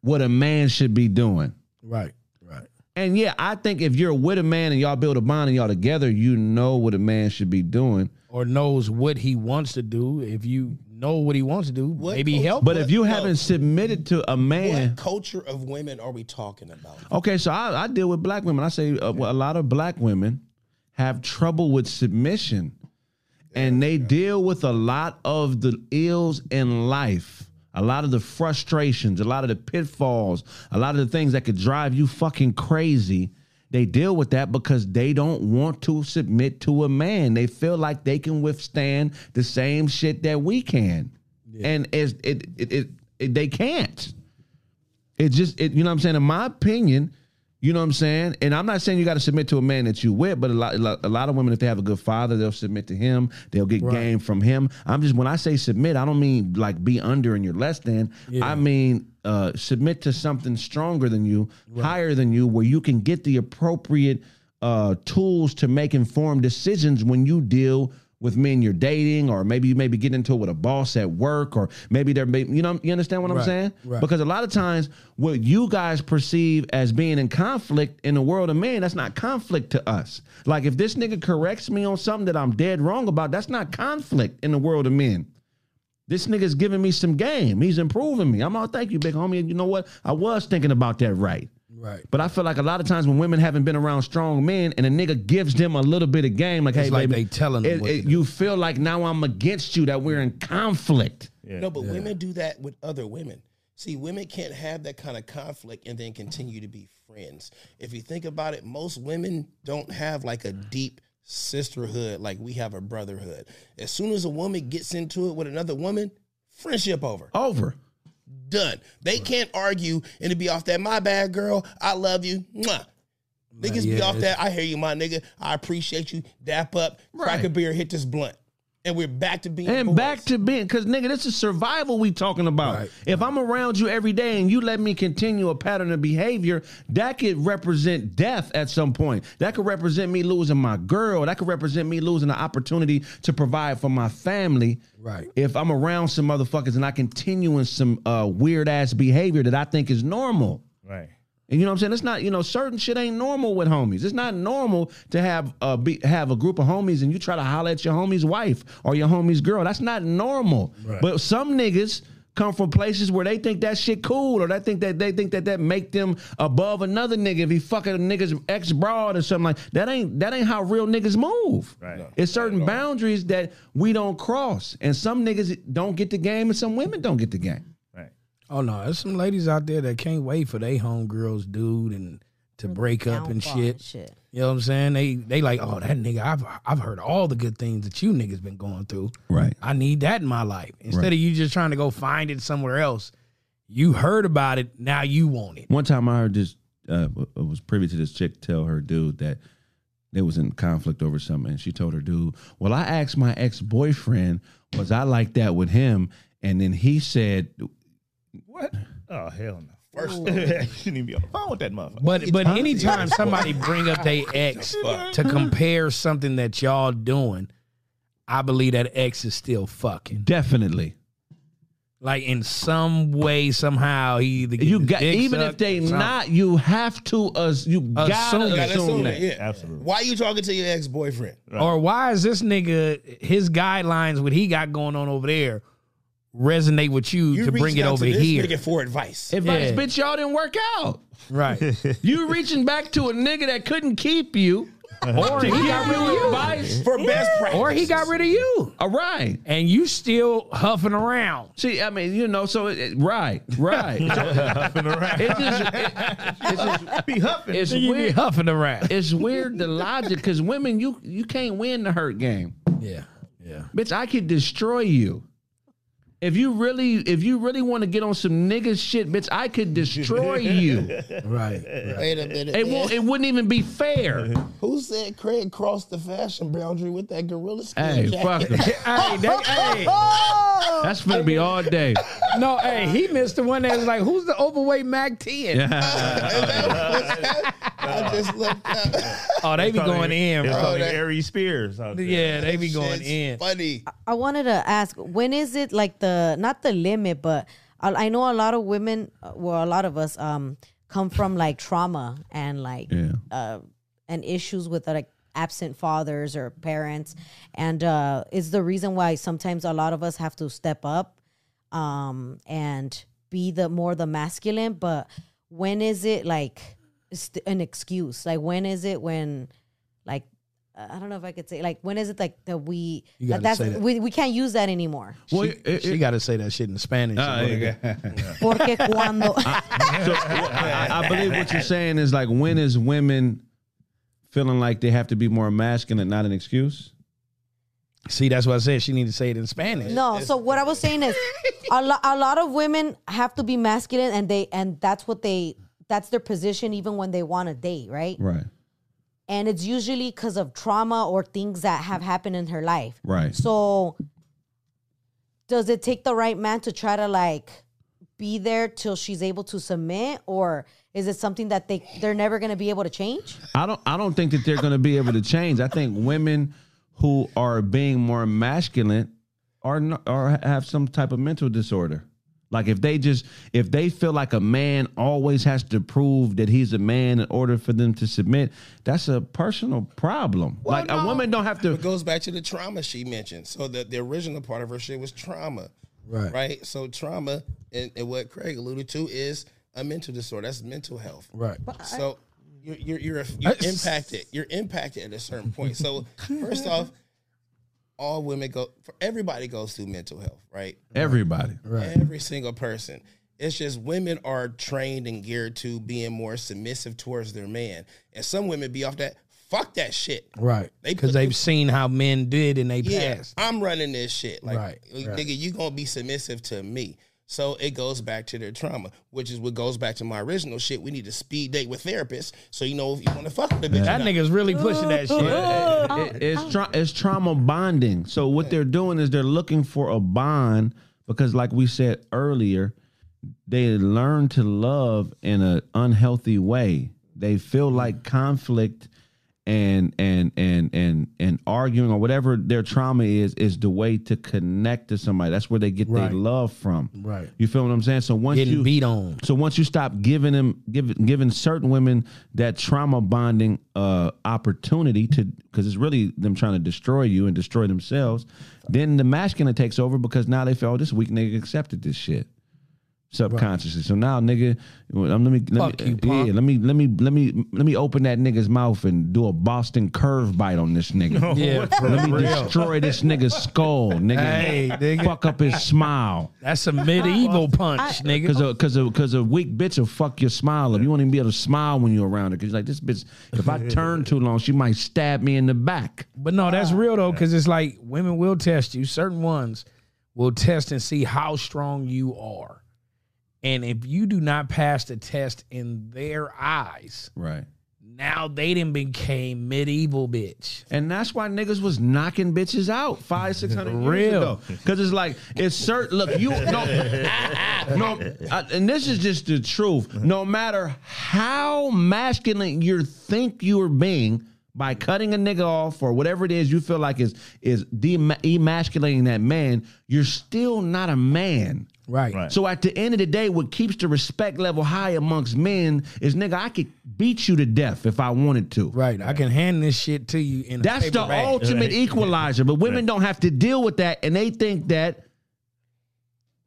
what a man should be doing. Right. Right. And yeah, I think if you're with a man and y'all build a bond and y'all together, you know what a man should be doing. or knows what he wants to do, if you know what he wants to do, What maybe coach- help. But him. if you No. haven't submitted to a man, What culture of women are we talking about? okay. So I, I deal with black women. I say uh, well, a lot of black women have trouble with submission, and they deal with a lot of the ills in life. A lot of the frustrations, a lot of the pitfalls, a lot of the things that could drive you fucking crazy. They deal with that because they don't want to submit to a man. They feel like they can withstand the same shit that we can. And it's, it, it, it, it, they can't. It just, it, you know what I'm saying? In my opinion, you know what I'm saying? And I'm not saying you got to submit to a man that you with, but a lot, a lot- a lot of women, if they have a good father, they'll submit to him. They'll get game from him. I'm just, when I say submit, I don't mean like be under and you're less than. I mean, uh, submit to something stronger than you, higher than you, where you can get the appropriate uh, tools to make informed decisions when you deal with men you're dating, or maybe you maybe get into it with a boss at work, or maybe they're, may- you know, you understand what I'm saying? right. Because a lot of times, what you guys perceive as being in conflict in the world of men, that's not conflict to us. Like if this nigga corrects me on something that I'm dead wrong about, that's not conflict in the world of men. This nigga's giving me some game. He's improving me. I'm all thank you, big homie. And you know what? I was thinking about that right. right, But I feel like a lot of times when women haven't been around strong men and a nigga gives them a little bit of game, like, hey, like baby, they telling them it- what to it- do. you feel like now I'm against you, that we're in conflict. No, but women do that with other women. See, women can't have that kind of conflict and then continue to be friends. If you think about it, most women don't have like a deep sisterhood like we have a brotherhood. As soon as a woman gets into it with another woman, friendship over. Over. Done. They can't argue and to be off that my bad girl, I love you. Mwah. Niggas be yeah, off that. I hear you, my nigga. I appreciate you. Dap up, crack a Right. beer, hit this blunt. And we're back to being And boys. back to being, because nigga, this is survival we talking about. Right. If I'm around you every day and you let me continue a pattern of behavior, that could represent death at some point. That could represent me losing my girl. That could represent me losing the opportunity to provide for my family. Right. If I'm around some motherfuckers and I continue in some uh, weird ass behavior that I think is normal. Right. And you know what I'm saying? It's not, you know, certain shit ain't normal with homies. It's not normal to have a be, have a group of homies and you try to holler at your homie's wife or your homie's girl. That's not normal. But some niggas come from places where they think that shit cool or they think that they think that that make them above another nigga if he fucking a nigga's ex broad or something like that ain't that ain't how real niggas move. Right. No, It's certain boundaries that we don't cross. And some niggas don't get the game and some women don't get the game. Right. Oh no, there's some ladies out there that can't wait for they homegirls dude and Mm, to break up and Downfall shit. You know what I'm saying? They they like, oh that nigga, I've I've heard all the good things that you niggas been going through. Right. I need that in my life. Instead of you just trying to go find it somewhere else, you heard about it, now you want it. One time I heard this, uh, w- was privy to this chick tell her dude that they was in conflict over something. And she told her dude, Well, I asked my ex boyfriend, was I like that with him? And then he said, What? Oh hell no. First shouldn't even be on the phone with that motherfucker. But but anytime somebody bring up their ex to compare something that y'all doing, I believe that ex is still fucking. Definitely. Like in some way, somehow he either get You his got dick even if sucked they or something. not, you have to us you gotta Uh, Assume assume, that. that. Yeah. Absolutely. Why you talking to your ex boyfriend? Or why is this nigga his guidelines what he got going on over there resonate with you, You to bring reached it out over to this here? nigga for advice. Advice, Yeah. bitch, y'all didn't work out. Right. You reaching back to a nigga that couldn't keep you. Or he got real advice. for best practice. or he got rid of you. All right. And you still huffing around. See, I mean, you know, so it, it- right, right. It's just, it- it's just- be huffing. it's You be weird. huffing around. It's weird the logic because women, you you can't win the hurt game, Yeah. Yeah. bitch. I could destroy you. If you really, if you really want to get on some nigga shit, bitch, I could destroy you. Right. Wait a minute. It won't. It wouldn't even be fair. Who said Craig crossed the fashion boundary with that gorilla Hey, skin fuck jacket? it. hey, that, hey, That's gonna be all day. no, hey, he missed the one that was like, who's the overweight Mac 10? I just looked up. Oh, they be going in, It's bro. probably Aries Spears. out there. Yeah, they be going Shit's in. Funny. I wanted to ask when is it like the not the limit, but I, I know a lot of women, uh, well, a lot of us um come from like trauma and like Yeah. uh and issues with like absent fathers or parents, and uh, it's the reason why sometimes a lot of us have to step up um, and be the more the masculine. But when is it like st- an excuse? Like when is it when like uh, I I don't know if I could say like when is it like that we You gotta that's say that. we we can't use that anymore. Well, she, it- it- got to say that shit in Spanish. Ah, in order yeah. to- Porque cuando Ah, So, I, I believe what you're saying is like, when is women feeling like they have to be more masculine, not an excuse? See, that's what I said. She need to say it in Spanish. No, so what I was saying is a, lo- a lot of women have to be masculine and they and that's what they that's their position even when they want to date, right? Right. And it's usually cuz of trauma or things that have happened in her life. Right. So does it take the right man to try to like be there till she's able to submit or is it something that they they're never going to be able to change? I don't. I don't think that they're going to be able to change. I think women who are being more masculine are not, are have some type of mental disorder. Like if they just if they feel like a man always has to prove that he's a man in order for them to submit, that's a personal problem. like a woman don't have to. It goes back to the trauma she mentioned. So the, the original part of her shit was trauma. Right. Right. So trauma and, and what Craig alluded to is a mental disorder. That's mental health. Right. So you're you're you're, you're I- impacted. You're impacted at a certain point. So first off, all women go. For everybody goes through mental health, right? Everybody. Every single person. It's just women are trained and geared to being more submissive towards their man, and some women be off that. Fuck that shit. Right. They Because put they've seen how men did and they Yeah, passed. I'm running this shit. Like, uh, Right, right. nigga, you gonna be submissive to me. So it goes back to their trauma, which is what goes back to my original shit. We need to speed date with therapists, so you know if you want to fuck with a bitch. That or not. nigga's really pushing that shit. It- it's tra- it's trauma bonding. So what they're doing is they're looking for a bond because, like we said earlier, they learn to love in an unhealthy way. They Mm. feel like conflict and and and and and arguing or whatever their trauma is is the way to connect to somebody. That's where they get their Right. love from. Right. You feel what I'm saying? So once Getting you beat on. so once you stop giving them giving giving certain women that trauma bonding uh opportunity to because it's really them trying to destroy you and destroy themselves, then the masculine takes over because now they feel oh, this weak nigga accepted this shit subconsciously. So now nigga, well, um, let me let Fuck me you, punk. yeah, let me let me let me let me open that nigga's mouth and do a Boston curve bite on this nigga. Yeah, for Let me real. destroy this nigga's skull, nigga. Hey, nigga. Fuck up his smile. That's a medieval punch, nigga. Cause a, cause a, cause a weak bitch will fuck your smile up. You won't even be able to smile when you're around her. Cause like this bitch, if I turn too long, she might stab me in the back. But no, Ah. that's real though, because it's like women will test you. Certain ones will test and see how strong you are. And if you do not pass the test in their eyes, Right. now they done became medieval bitch. And that's why niggas was knocking bitches out five, six hundred years Real. ago. Cause it's like it's certain. Look, you no, no, I- and this is just the truth. No matter how masculine you think you're being. By cutting a nigga off or whatever it is you feel like is is dem- emasculating that man, you're still not a man. Right. Right. So at the end of the day, what keeps the respect level high amongst men is nigga, I could beat you to death if I wanted to. Right. I can hand this shit to you in That's a the paper bag. ultimate Right. equalizer. But women don't have to deal with that, and they think that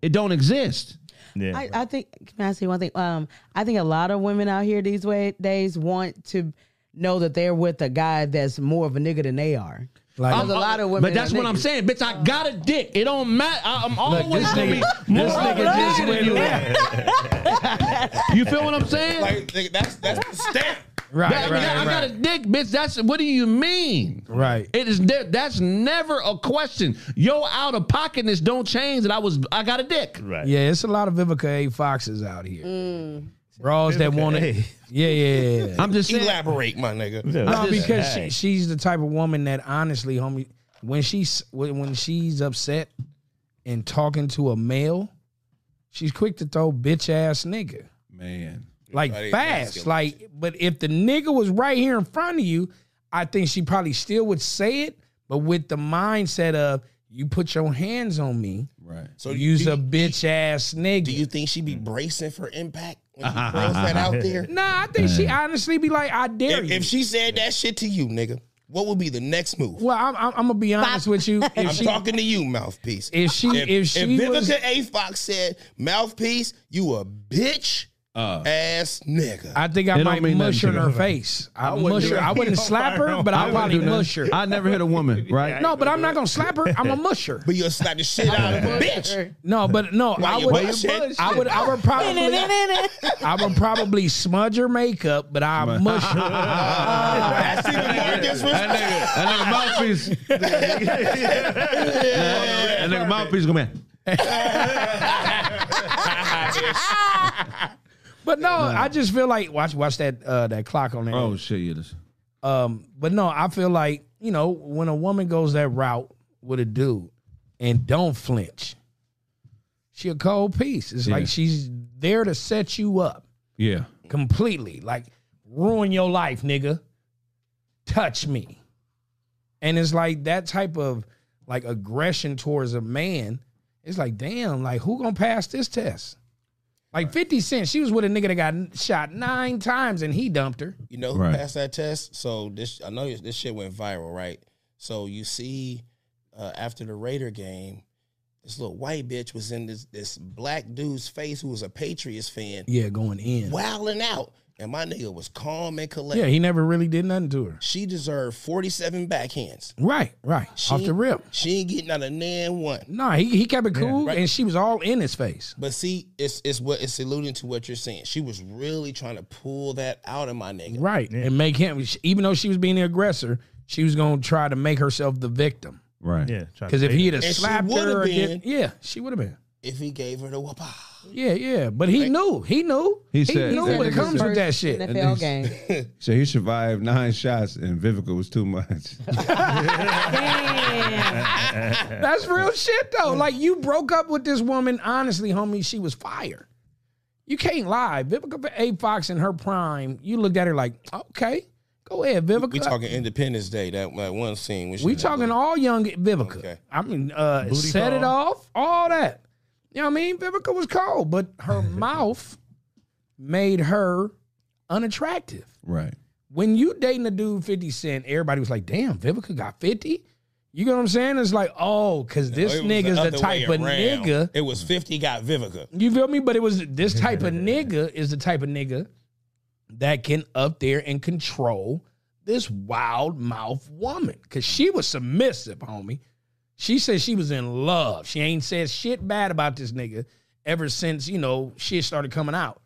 it don't exist. Yeah. I, I think can I say one thing? Um, I think a lot of women out here these way, days want to know that they're with a guy that's more of a nigga than they are. Like- There's a lot of women. But that's are what I'm niggas. saying, bitch. I got a dick. It don't matter. I- I'm Look, always this gonna be nigga, more this of a nigga just man went than left. you. You feel what I'm saying? Like, nigga, that's that's the stamp. Right, That- I, right, got, I right. got a dick, bitch. That's what do you mean? Right. It is there. That's never a question. Yo, out of pocketness don't change. That I was. I got a dick. right. Yeah, it's a lot of Vivica A. Foxes out here. Bras that want to. A. Yeah, yeah, yeah. I'm just saying. Elaborate, my nigga. No, just- because she, she's the type of woman that honestly, homie, when she's when when she's upset and talking to a male, she's quick to throw bitch ass nigga Man, like Right, fast. masculine Like, but if the nigga was right here in front of you, I think she probably still would say it, but with the mindset of you put your hands on me, right? So use do a you- bitch ass nigga. Do you think she be bracing for impact when she throws that out there? nah, I think she honestly be like, I dare If, you. if she said that shit to you, nigga, What would be the next move? Well, I'm, I'm, I'm gonna be honest with you. If I'm she, talking to you, mouthpiece. if she, If, if, she if Vivica was, A. Fox said, "Mouthpiece, you a bitch Uh, ass nigga," I think I It don't might mean nothing mush to her in her them. face. I, wouldn't mush do her. that. I wouldn't Don't slap fire her, on but I her. probably do nothing. mush her. I never hit a woman, right? No, but I'm not gonna slap her. I'm gonna mush her. but you'll slap the shit out of a bitch. No, but no, Why I you would. bush it? I would. I would probably. I would probably smudge her makeup, but I mush her. I see the more disrespect. That nigga mouthpiece. That nigga mouthpiece gonna be. But no, I just feel like watch watch that uh, that clock on there. Oh shit, yeah. This. Um, but no, I feel like you know when a woman goes that route with a dude and don't flinch, she a cold piece. It's Yeah. like she's there to set you up Yeah. Mm. completely, like ruin your life, nigga. Touch me, and it's like that type of like aggression towards a man. It's like damn, like who gonna pass this test? Like Fifty Cent, she was with a nigga that got shot nine times and he dumped her. You know who Right. passed that test? So this, I know this shit went viral, right? So you see, uh, after the Raider game, this little white bitch was in this this black dude's face who was a Patriots fan, Yeah, going in. wilding out, and my nigga was calm and collected. Yeah, he never really did nothing to her. She deserved forty seven backhands. Right, right. Off the rip. She ain't getting out of nan one. No, he, he kept it cool, Right. and she was all in his face. But see, it's it's what it's alluding to what you're saying. She was really trying to pull that out of my nigga. Right. And make him, even though she was being the aggressor, she was going to try to make herself the victim. Right. Yeah, try to Because if fake he it. had And she slapped would've her, or been. did- yeah, she would have been. If he gave her the whoop, Yeah, yeah. But he knew. He knew. He said- knew He said what it comes was with that shit. And NFL game. So he survived nine shots, and Vivica was too much. That's real shit, though. Like, you broke up with this woman. Honestly, homie, she was fire. You can't lie. Vivica A. Fox in her prime, you looked at her like, okay, go ahead, Vivica. we talking Independence Day that, that one scene. When she We had talking the- all young Vivica. Okay. I mean, uh, Booty set call. it off, all that. You know what I mean? Vivica was cold, but her mouth made her unattractive. right. When you dating a dude 50 Cent, everybody was like, damn, Vivica got 50? You know what I'm saying? It's like, oh, because this No, it was nigga's the other type way of around. nigga. It was 50 got Vivica. You feel me? But it was this type of nigga is the type of nigga that can up there and control this wild mouth woman. Cause she was submissive, homie. She said she was in love. She ain't said shit bad about this nigga ever since, you know, shit started coming out.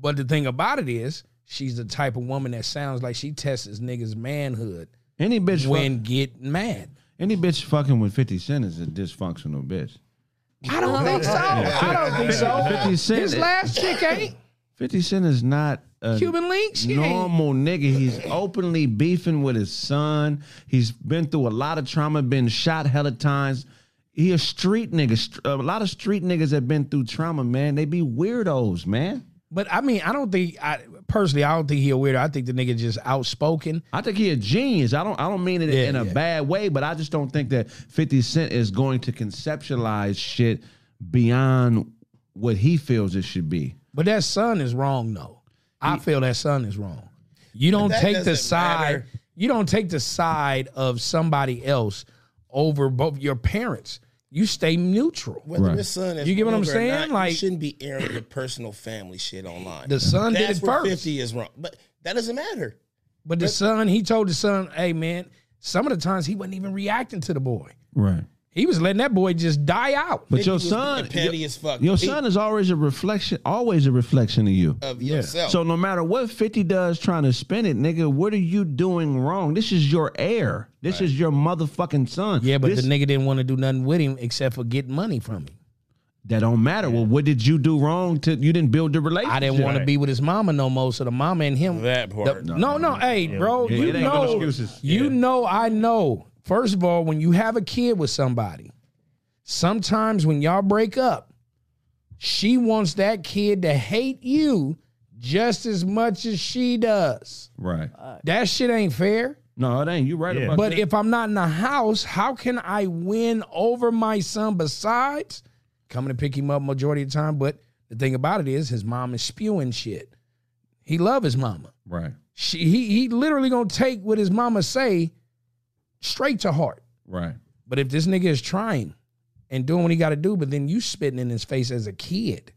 But the thing about it is, she's the type of woman that sounds like she tests this nigga's manhood Any bitch fuck, when get mad. any bitch fucking with Fifty Cent is a dysfunctional bitch. I don't think so. Oh, I don't think so. 50 Cent, This last chick ain't Fifty Cent is not a Cuban Link. She ain't normal nigga. He's openly beefing with his son. He's been through a lot of trauma, been shot hella times. He a street nigga. Str- A lot of street niggas have been through trauma, man. They be weirdos, man. But I mean, I don't think I personally. I don't think he a weirdo. I think the nigga just outspoken. I think he a genius. I don't I don't mean it Yeah, in a yeah. bad way, but I just don't think that 50 Cent is going to conceptualize shit beyond what he feels it should be. But that son is wrong, though. I feel that son is wrong. You don't that take the doesn't side. matter. You don't take the side of somebody else over both your parents. You stay neutral. Whether Right. his son is You get what I'm older or saying? not, Like- you shouldn't be airing your personal family shit online. The son did That's it where first, 50 is wrong. But that doesn't matter. but the son he told the son, "Hey man, some of the times he wasn't even reacting to the boy. Right. He was letting that boy just die out." But your was son petty your, as fuck. your He- son is always a reflection, always a reflection of you. Of yourself. So no matter what 50 does trying to spin it, nigga, what are you doing wrong? This is your heir. This is your motherfucking son. yeah, but This- the nigga didn't want to do nothing with him except for get money from him. that don't matter. Well, what did you do wrong to you didn't build the relationship? I didn't want to Right. be with his mama no more. So the mama and him. That part. the- no, no, hey, bro, yeah, you it ain't no know, excuses. you know, I know. First of all, when you have a kid with somebody, sometimes when y'all break up, she wants that kid to hate you just as much as she does. Right. That shit ain't fair. No, it ain't. You right Yeah. about But that. if I'm not in the house, how can I win over my son besides coming to pick him up majority of the time? But the thing about it is his mom is spewing shit. He love his mama. right. She he he literally gonna take what his mama say straight to heart. Right. But if this nigga is trying and doing what he got to do, but then you spitting in his face as a kid,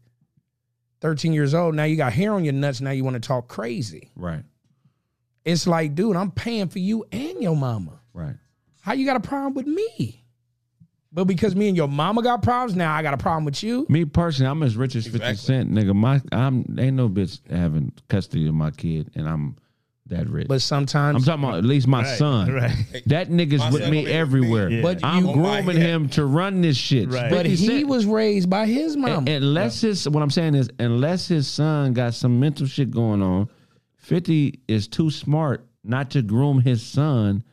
13 years old, now you got hair on your nuts, now you want to talk crazy. Right. It's like, dude, I'm paying for you and your mama. Right. How you got a problem with me? But because me and your mama got problems, now I got a problem with you. Me personally, I'm as rich as Fifty Cent, nigga. My I'm ain't no bitch having custody of my kid, and I'm that rich. But sometimes I'm talking about at least my Right, son. Right. That nigga's My with son me gonna be with everywhere. me. Yeah. But I'm you- Oh, my grooming head. him to run this shit. Right. But 50 he Cent- was raised by his mom. unless his what I'm saying is unless his son got some mental shit going on, Fifty is too smart not to groom his son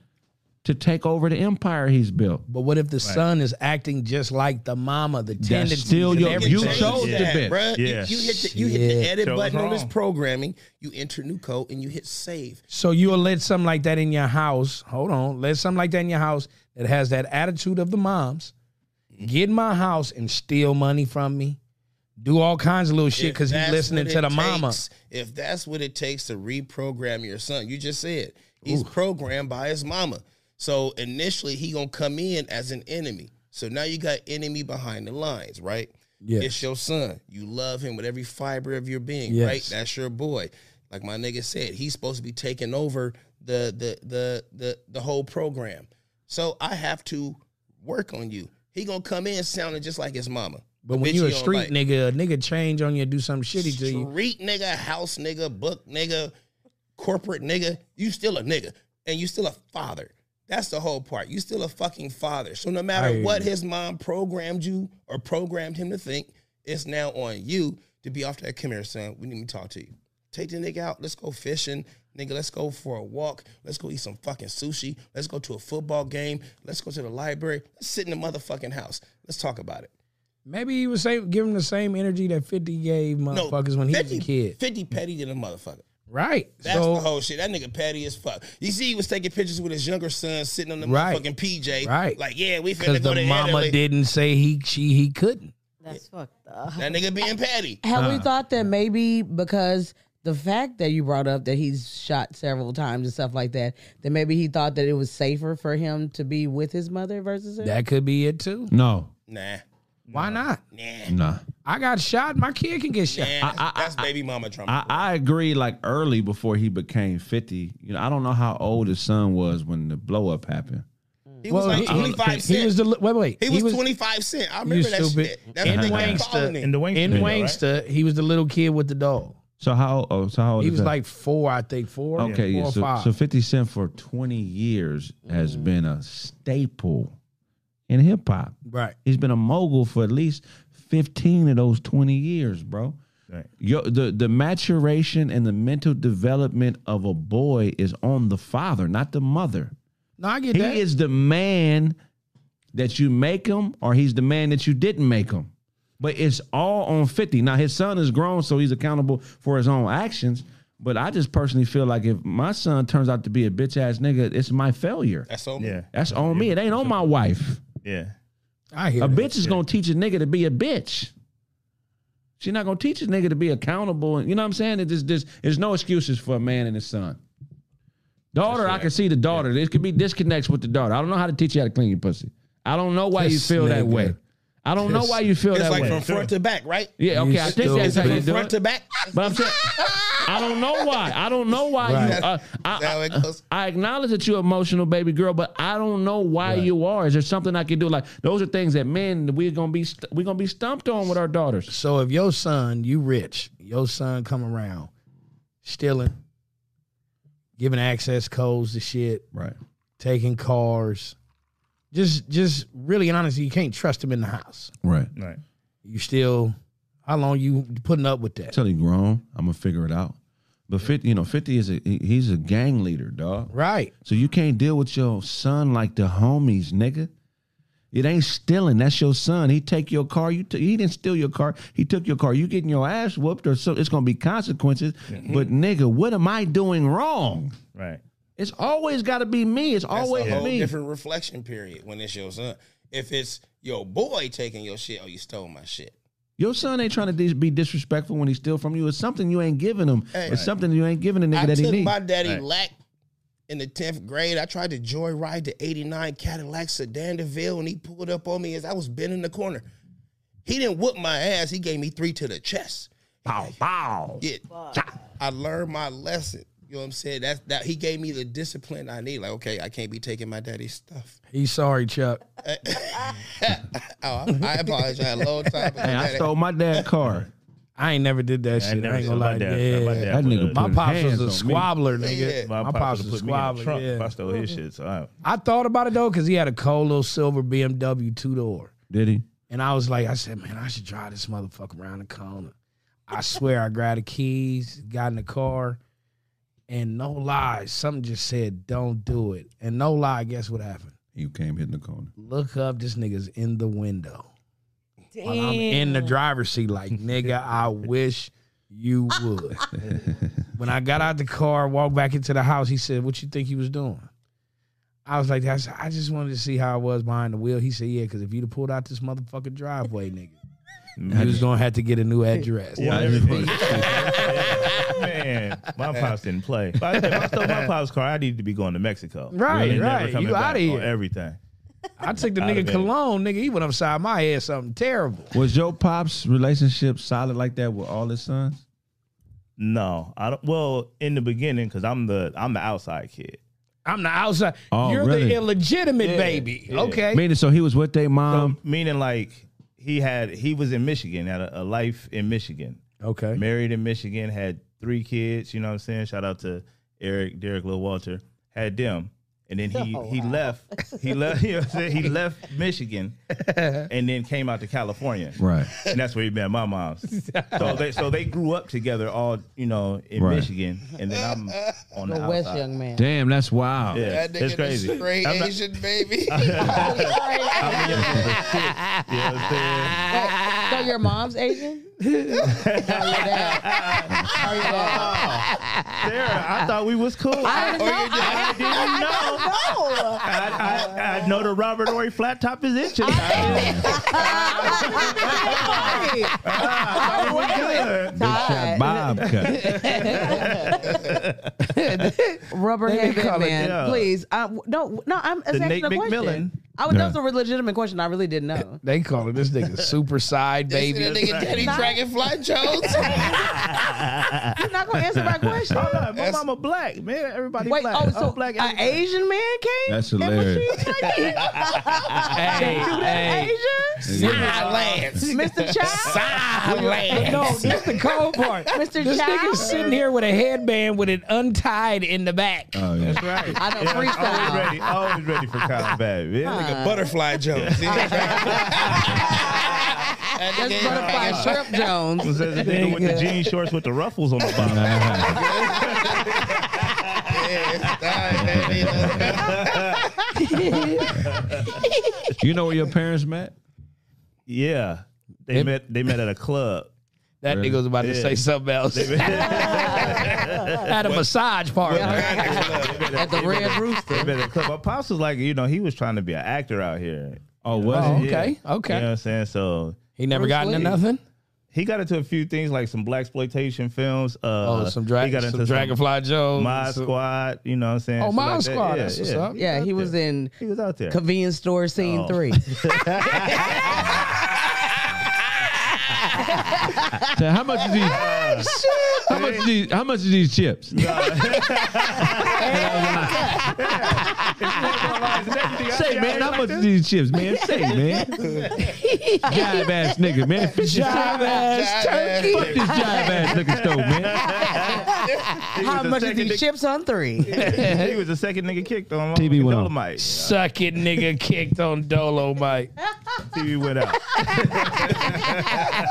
to take over the empire he's built. but what if the son is acting just like the mama, the tendencies? still and your- everything? you Change chose the that, bitch. bruh. You- Yeah. You, hit the, you hit the Shit. edit Chose button on this wrong. programming. You enter new code and you hit save. So you'll let something like that in your house. Hold on, let something like that in your house that has that attitude of the moms get in my house and steal money from me, do all kinds of little shit If because he's that's listening what to it the mama. takes- If that's what it takes to reprogram your son, you just said he's programmed by his mama. So initially he gonna come in as an enemy. So now you got enemy behind the lines, right? Yes. It's your son. You love him with every fiber of your being, Yes. right? That's your boy. Like my nigga said, he's supposed to be taking over the the the the the whole program. So I have to work on you. He gonna come in sounding just like his mama. But The when bitch you're a he don't street like. nigga, a nigga change on you, do something shitty to you. Street nigga, house nigga, book nigga, corporate nigga, you still a nigga. And you still a father. That's the whole part. You still a fucking father. So no matter I- what his mom programmed you or programmed him to think, it's now on you to be off that. Come here, son. We need to talk to you. Take the nigga out. Let's go fishing. Nigga, let's go for a walk. Let's go eat some fucking sushi. Let's go to a football game. Let's go to the library. Let's sit in the motherfucking house. Let's talk about it. Maybe he was say, give him the same energy that 50 gave motherfuckers when he was a kid. 50 petty than a motherfucker. Right. That's so, the whole shit. That nigga petty as fuck. You see, he was taking pictures with his younger son sitting on the Right. motherfucking PJ. Right. Like, yeah, we Because finna go the to mama Italy. didn't say he she he couldn't. That's fucked up. That nigga being petty. Have Uh, we thought that maybe because the fact that you brought up that he's shot several times and stuff like that, that maybe he thought that it was safer for him to be with his mother versus her? That could be it too. No, Nah. Why not? Nah. nah. I got shot. My kid can get shot. Nah. That's baby mama drama. I, I agree. Like early before he became fifty, you know, I don't know how old his son was when the blow up happened. he was like 25 he cent. was the wait wait. He was 25 cent. I you remember that stupid. shit. That's in the nigga Wangsta, calling In him. the Wingster in video, right? Wangsta, he was the little kid with the dog. So how? Oh, so how old He is was that? like four, I think four. okay, four yeah. or so, five. Mm. so Fifty Cent for twenty years has been a staple in hip hop. right. He's been a mogul for at least 15 of those 20 years, bro. Right. Yo, the, the maturation and the mental development of a boy is on the father, not the mother. No, I get He that. is the man that you make him, or he's the man that you didn't make him. But it's all on 50. Now, his son is grown, so he's accountable for his own actions. But I just personally feel like if my son turns out to be a bitch ass nigga, it's my failure. That's so Yeah. That's on me. It ain't on my wife. Yeah. I hear A that. bitch is gonna teach a nigga to be a bitch. She's not gonna teach a nigga to be accountable. And you know what I'm saying? It just, just, there's no excuses for a man and his son. Daughter, I can see the daughter. There could be disconnects with the daughter. I don't know how to teach you how to clean your pussy. I don't know why This you feel that nigga. way. I don't know This- why you feel It's that like way. from front to back, right? yeah, You okay, I think that's stupid. how you From do front it. to back. But I'm saying, I don't know why. I don't know why you. Right. Uh, I, That's how it goes. I acknowledge that you're emotional, baby girl, but I don't know why you are. Is there something I can do? Like those are things that men we're gonna be st- we're gonna be stumped on with our daughters. So if your son, you rich, your son come around, stealing, giving access codes to shit, Right. taking cars, just just really and honestly, you can't trust him in the house. Right. Right. You still, how long you putting up with that? Until he grown, I'm gonna figure it out. But fifty, you know, fifty is a he- he's a gang leader, dog. Right. So you can't deal with your son like the homies, nigga. It ain't stealing. That's your son. He take your car. You t- he didn't steal your car. He took your car. You getting your ass whooped, or so it's gonna be consequences. But nigga, what am I doing wrong? Right. It's always got to be me. It's That's always a whole me. different reflection period when it's your son. If it's your boy taking your shit, oh, you stole my shit. Your son ain't trying to dis- be disrespectful when he steal from you. It's something you ain't giving him. Hey. it's something you ain't giving a nigga I that he took needs. my daddy Right. lack in the tenth grade. I tried to joyride the '89 Cadillac sedan DeVille, and he pulled up on me as I was bending the corner. He didn't whoop my ass. He gave me three to the chest. Pow, pow. Yeah, I learned my lesson. You know what I'm saying? That's that he gave me the discipline I need. Like, okay, I can't be taking my daddy's stuff. He's sorry, Chuck. Oh, I, I apologize. Long time. ago, Hey, I daddy. stole my dad's car. I ain't never did that I shit. ain't never I ain't said gonna my lie. dad. Yeah. My dad That put nigga a- put My his pops hands was on a me. squabbler, nigga. Yeah. My, My pops pops would was put a me in the squabbler. trunk if I Yeah. stole his shit. So I, I thought about it though, because he had a cold little silver BMW two door. Did he? And I was like, I said, man, I should drive this motherfucker around the corner. I swear I grabbed the keys, got in the car, and no lie, something just said, don't do it. And no lie, guess what happened? You came hitting the corner. Look up, this nigga's in the window. While I'm in the driver's seat, like, nigga, I wish you Ah. would. when I got out the car, walked back into the house, he said, What you think he was doing? I was like, That's, I just wanted to see how I was behind the wheel. He said, Yeah, because if you'd have pulled out this motherfucking driveway, nigga, you was going to have to get a new address. Yeah, everything. Man, my pops didn't play. If I, if I stole my pops' car, I needed to be going to Mexico. Right, And never right. coming You back outta on here. Everything. I took the I'da nigga been- cologne, nigga. He went upside my head, something terrible. Was your pops' relationship solid like that with all his sons? No, I don't. Well, in the beginning, because I'm the I'm the outside kid. I'm the outside. Oh, You're really? the illegitimate Yeah, baby. yeah. Okay. Meaning, so he was with their So, mom. meaning like he had he was in Michigan had a, a life in Michigan, Okay. married in Michigan, had three kids. You know what I'm saying? Shout out to Eric, Derek, Lil Walter, had them, and then he Oh, he left. He left. You know what I'm saying? He left Michigan, and then came out to California. right. and that's where he met my mom's. So they so they grew up together, all you know, in Right. Michigan, and then I'm on the The West outside. young man. Damn, that's wild. Yeah, That it's nigga crazy. crazy. straight I'm not- Asian baby. Oh, I'm young as a kid, you know what I'm Wait, so your mom's Asian? Or your dad? Or your dad? saying? Sarah, I thought we was cool. Oh, I, or your dad. didn't know. I, I, I know the Robert Ory flat top is itching. Ah, we good. Shot Bob cut. Rubberhead They call it, Batman, yeah. please. I, no, no, I'm it's The asking Nate a question. McMillan. I was, Yeah. That was a legitimate question. I really didn't know. They calling this nigga super side They baby. said that nigga Daddy Dragonfly Jones. You're not gonna answer my question. Hold on, my mama black man. Everybody Wait, black. oh, I'm so black. an everybody- Asian man came? That's And was hilarious. she black? Hey, You hey. Asian? Silence. Mr. Child? Silence. No, this the cold part. Mr. This Child? nigga's sitting here with a headband with it untied in the back. Oh yeah. Right. I know Yeah, I'm freestyle. Always ready, always ready for combat, man. Nigga Butterfly Jones. That's butterfly shrimp Jones. Says the nigga with the jean shorts with the ruffles on the bottom. you know where your parents met? Yeah, they met. They met at a club. That nigga was about to Yeah. say something else. At a massage parlor. At the Red They Rooster. met at a club. My pops was like, you know, he was trying to be an actor out here. Oh, was Oh, he? okay, Yeah. okay. You know what I'm saying? So He never Bruce got into Lee. nothing. he got into a few things like some black exploitation films. Uh, Oh, some, dra- He got into some Dragonfly Joe. My Squad. You know what I'm saying? Oh, Shit Mod like that. Squad. Yeah, That's what's yeah. up. Yeah, he was in He was out there. convenience store scene Oh. three. So how much is these? Ah, How much is these? How much is these chips? Say man, how much is these chips, man? Say man, jive ass nigga, man. Fish is- Jive ass turkey. Fuck this jive ass liquor store, man. How much is these chips on three? He was the second nigga kicked on TV went on. Dolomite. Suck it, nigga kicked on Dolo Mike. TV went out.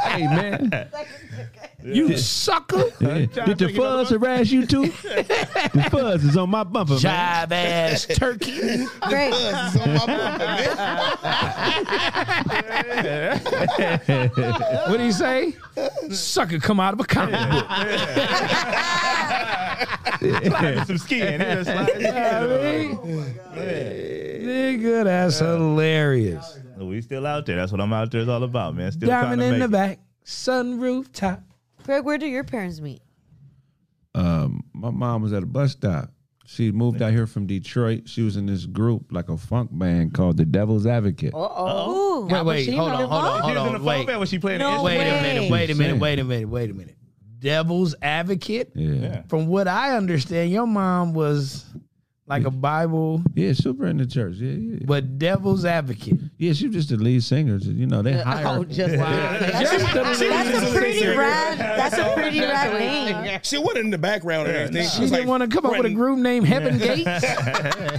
Hey man, You sucker. Yeah. did the fuzz harass you too? The fuzz is on my bumper, man. Jive ass turkey. Great. What do you say? Sucker come out of a comic book. some skiing. He was sliding skiing over. Nigga, that's hilarious. We still out there. That's what I'm out there is all about, man. Still Diamond trying to in the make back, sunroof top. Greg, where do your parents meet? Um, my mom was at a bus stop. She moved out here from Detroit. She was in this group, like a funk band called the Devil's Advocate. oh. Ooh. Wait, wait, Cappuccino hold on, hold on, involved? She was in hold the on. phone Wait, band when she played No an wait instrument. a minute, wait a minute, Same. wait a minute, wait a minute. Devil's advocate. Yeah. yeah. Yeah. From what I understand, your mom was like a Bible, super in the church. Yeah, yeah. but devil's advocate. Yeah, she was just the lead singer. You know, they hired Oh, just Just the That's a lead- pretty rad. That's a pretty rad name. She wasn't in the background or anything. She didn't want to come up with a group named Heaven Gates.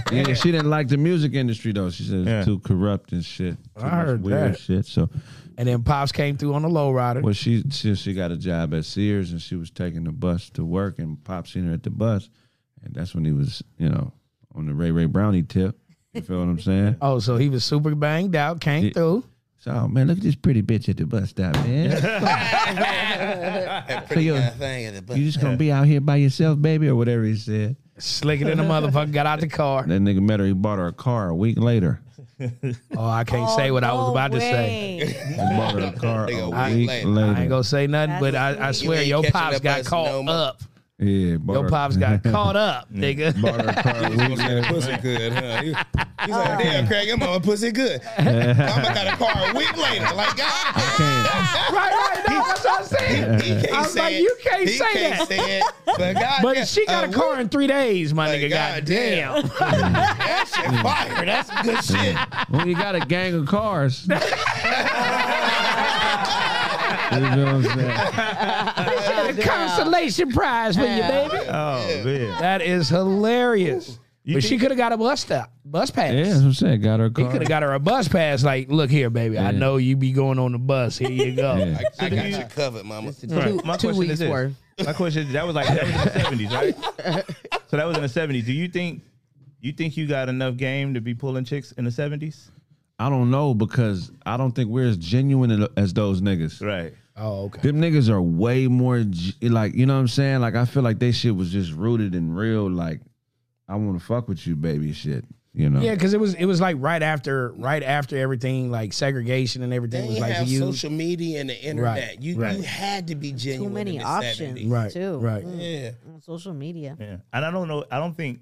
Yeah, she didn't like the music industry though. She said it's Yeah. too corrupt and shit. Too I much heard weird that. shit. So, And then Pops came through on the lowrider. well, she, she she got a job at Sears and she was taking the bus to work and Pop seen her at the bus, and that's when he was you know on the Ray Ray Brownie tip. You feel what I'm saying? Oh, so he was super banged out, came Yeah. through. So oh, man, look at this pretty bitch at the bus stop, man. pretty you're- bad thing at the bus. you just gonna be out here by yourself, baby, or whatever he said. Slicker than a motherfucker, got out the car. That nigga met her. He bought her a car a week later. Oh, I can't say what I was about to say. He bought her a car Nigga, a a week week later. later. I ain't gonna say nothing, That's but I, I sweet. swear You ain't your catching pops the got bus caught no more. up. yeah, bought Your her- pops got caught up, nigga. Bought her a car a week later. pussy good, huh? He- He's like, damn, Craig, your mama pussy good. Mama got a car a week later. Like, God, Can't- right, right. No, that's what I'm saying. he can't I was say like, it. you can't he say can't that. Say it. But, God, But damn, uh, she got a car in three days, my Like, nigga. God goddamn. damn. That shit fire. That's good shit. Well, you got a gang of cars. you know what I'm saying? the consolation prize for you, baby. Oh man. That is hilarious. but she could have got a bus stop, bus pass. Yeah, that's what I'm saying. Got her a He car. could have got her a bus pass. Like, look here, baby. I Yeah. know you be going on the bus. Here you go. Yeah. I got you covered, mama. Two, My two question weeks is this. worth. My question is that was like that was in the seventies, right? so that was in the seventies. Do you think you think you got enough game to be pulling chicks in the seventies? I don't know because I don't think we're as genuine as those niggas. Right. Oh, okay. Them niggas are way more g- like you know what I'm saying. Like I feel like they shit was just rooted in real. Like I want to fuck with you, baby. Shit, you know. Yeah, because it was it was like right after right after everything like segregation and everything They was didn't like have used. social media and the internet. Right, You right. you had to be Too genuine. in many the options, 70s. Right, Too. Mm. right. Yeah. On social media. Yeah. And I don't know. I don't think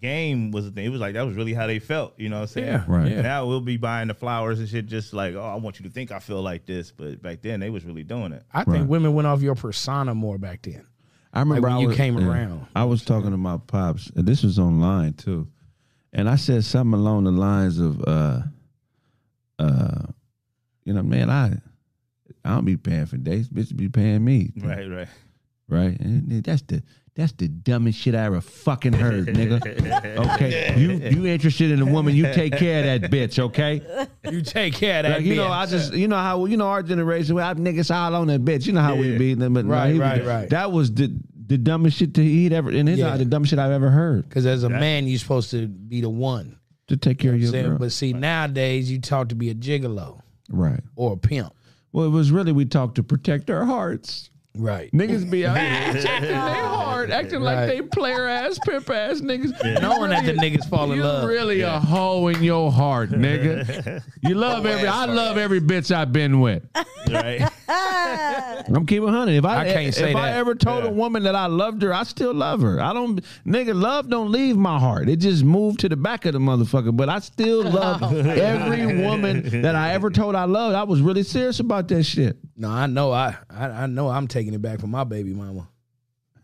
game was the thing. It was like that was really how they felt. You know what I'm saying? Yeah, Right. yeah. Now we'll be buying the flowers and shit, just like oh, I want you to think I feel like this. But back then they was really doing it. I think Right. women went off your persona more back then. I remember when I you was- came around. I was talking to my pops, and this was online too, and I said something along the lines of, uh, uh, you know, man, I, I don't be paying for dates, bitch, be paying me, Right. Right. right? And that's the that's the dumbest shit I ever fucking heard, nigga. Okay, you you interested in a woman, you take care of that bitch, okay? You take care of that. Like, you know, I just you know how you know our generation, we have niggas all on that bitch. You know how we Yeah. be, but no, Right, he was- right, right. That was the the dumbest shit that he'd ever in his Yeah. eye, the dumbest shit I've ever heard. because as a man, you're supposed to be the one. To take care of your Saying- girl, But see, nowadays you taught to be a gigolo right? or a pimp. Well, it was really we talked to protect our hearts. Right. Niggas be out here checking their heart, acting like Right. they player ass, pimp ass niggas. Knowing that the niggas fall in you love. really a hoe in your heart, nigga. You love every. I love every bitch I've been with. Right. I'm keeping hundred. If I, I can't if say I that. ever told a woman that I loved her, I still love her. I don't, nigga. Love don't leave my heart. It just moved to the back of the motherfucker. But I still love every woman that I ever told I loved. I was really serious about that shit. No, I know. I, I I know. I'm taking it back from my baby mama.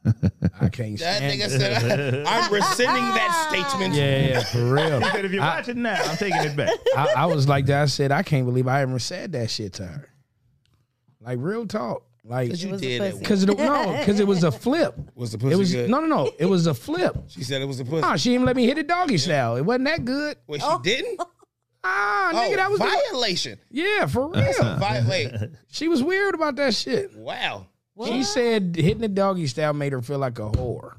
I can't That stand nigga it. said, I'm rescinding that statement. Yeah, yeah, for real. But if you're watching now, I'm taking it back. I, I was like that. I said, I can't believe I ever said that shit to her. Like real talk. Like You was a did pussy. it. because no, because it was a flip. Was the It pussy was good? no, no, no. It was a flip. She said it was a pussy. Oh, she didn't let me hit it doggy style. It wasn't that good. Wait, she Oh. didn't? Ah, Oh, nigga, that was the- violation. yeah, for real. Violate. She was weird about that shit. Wow. She said hitting the doggy style made her feel like a whore.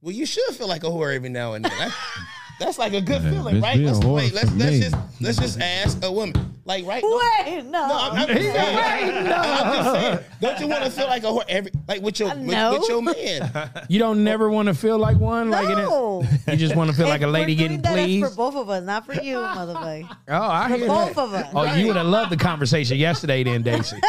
Well, you should feel like a whore every now and then. That- that's like a good Yeah, feeling, bitch, right? be a Let's, whore wait, let's, for let's me. just let's just ask a woman. Like right. no- Wait, no. No, I'm, I'm just saying. I'm just saying. Don't you want to feel like a whore every like with your with, No. with your man? You don't never want to feel like one. Like it ain't- no. you just want to feel like a If lady we're getting doing that, it's pleased. for both of us, not for you, motherfucker. Oh, I hear both that. of us. Oh, you would have loved the conversation yesterday, then, Daisy.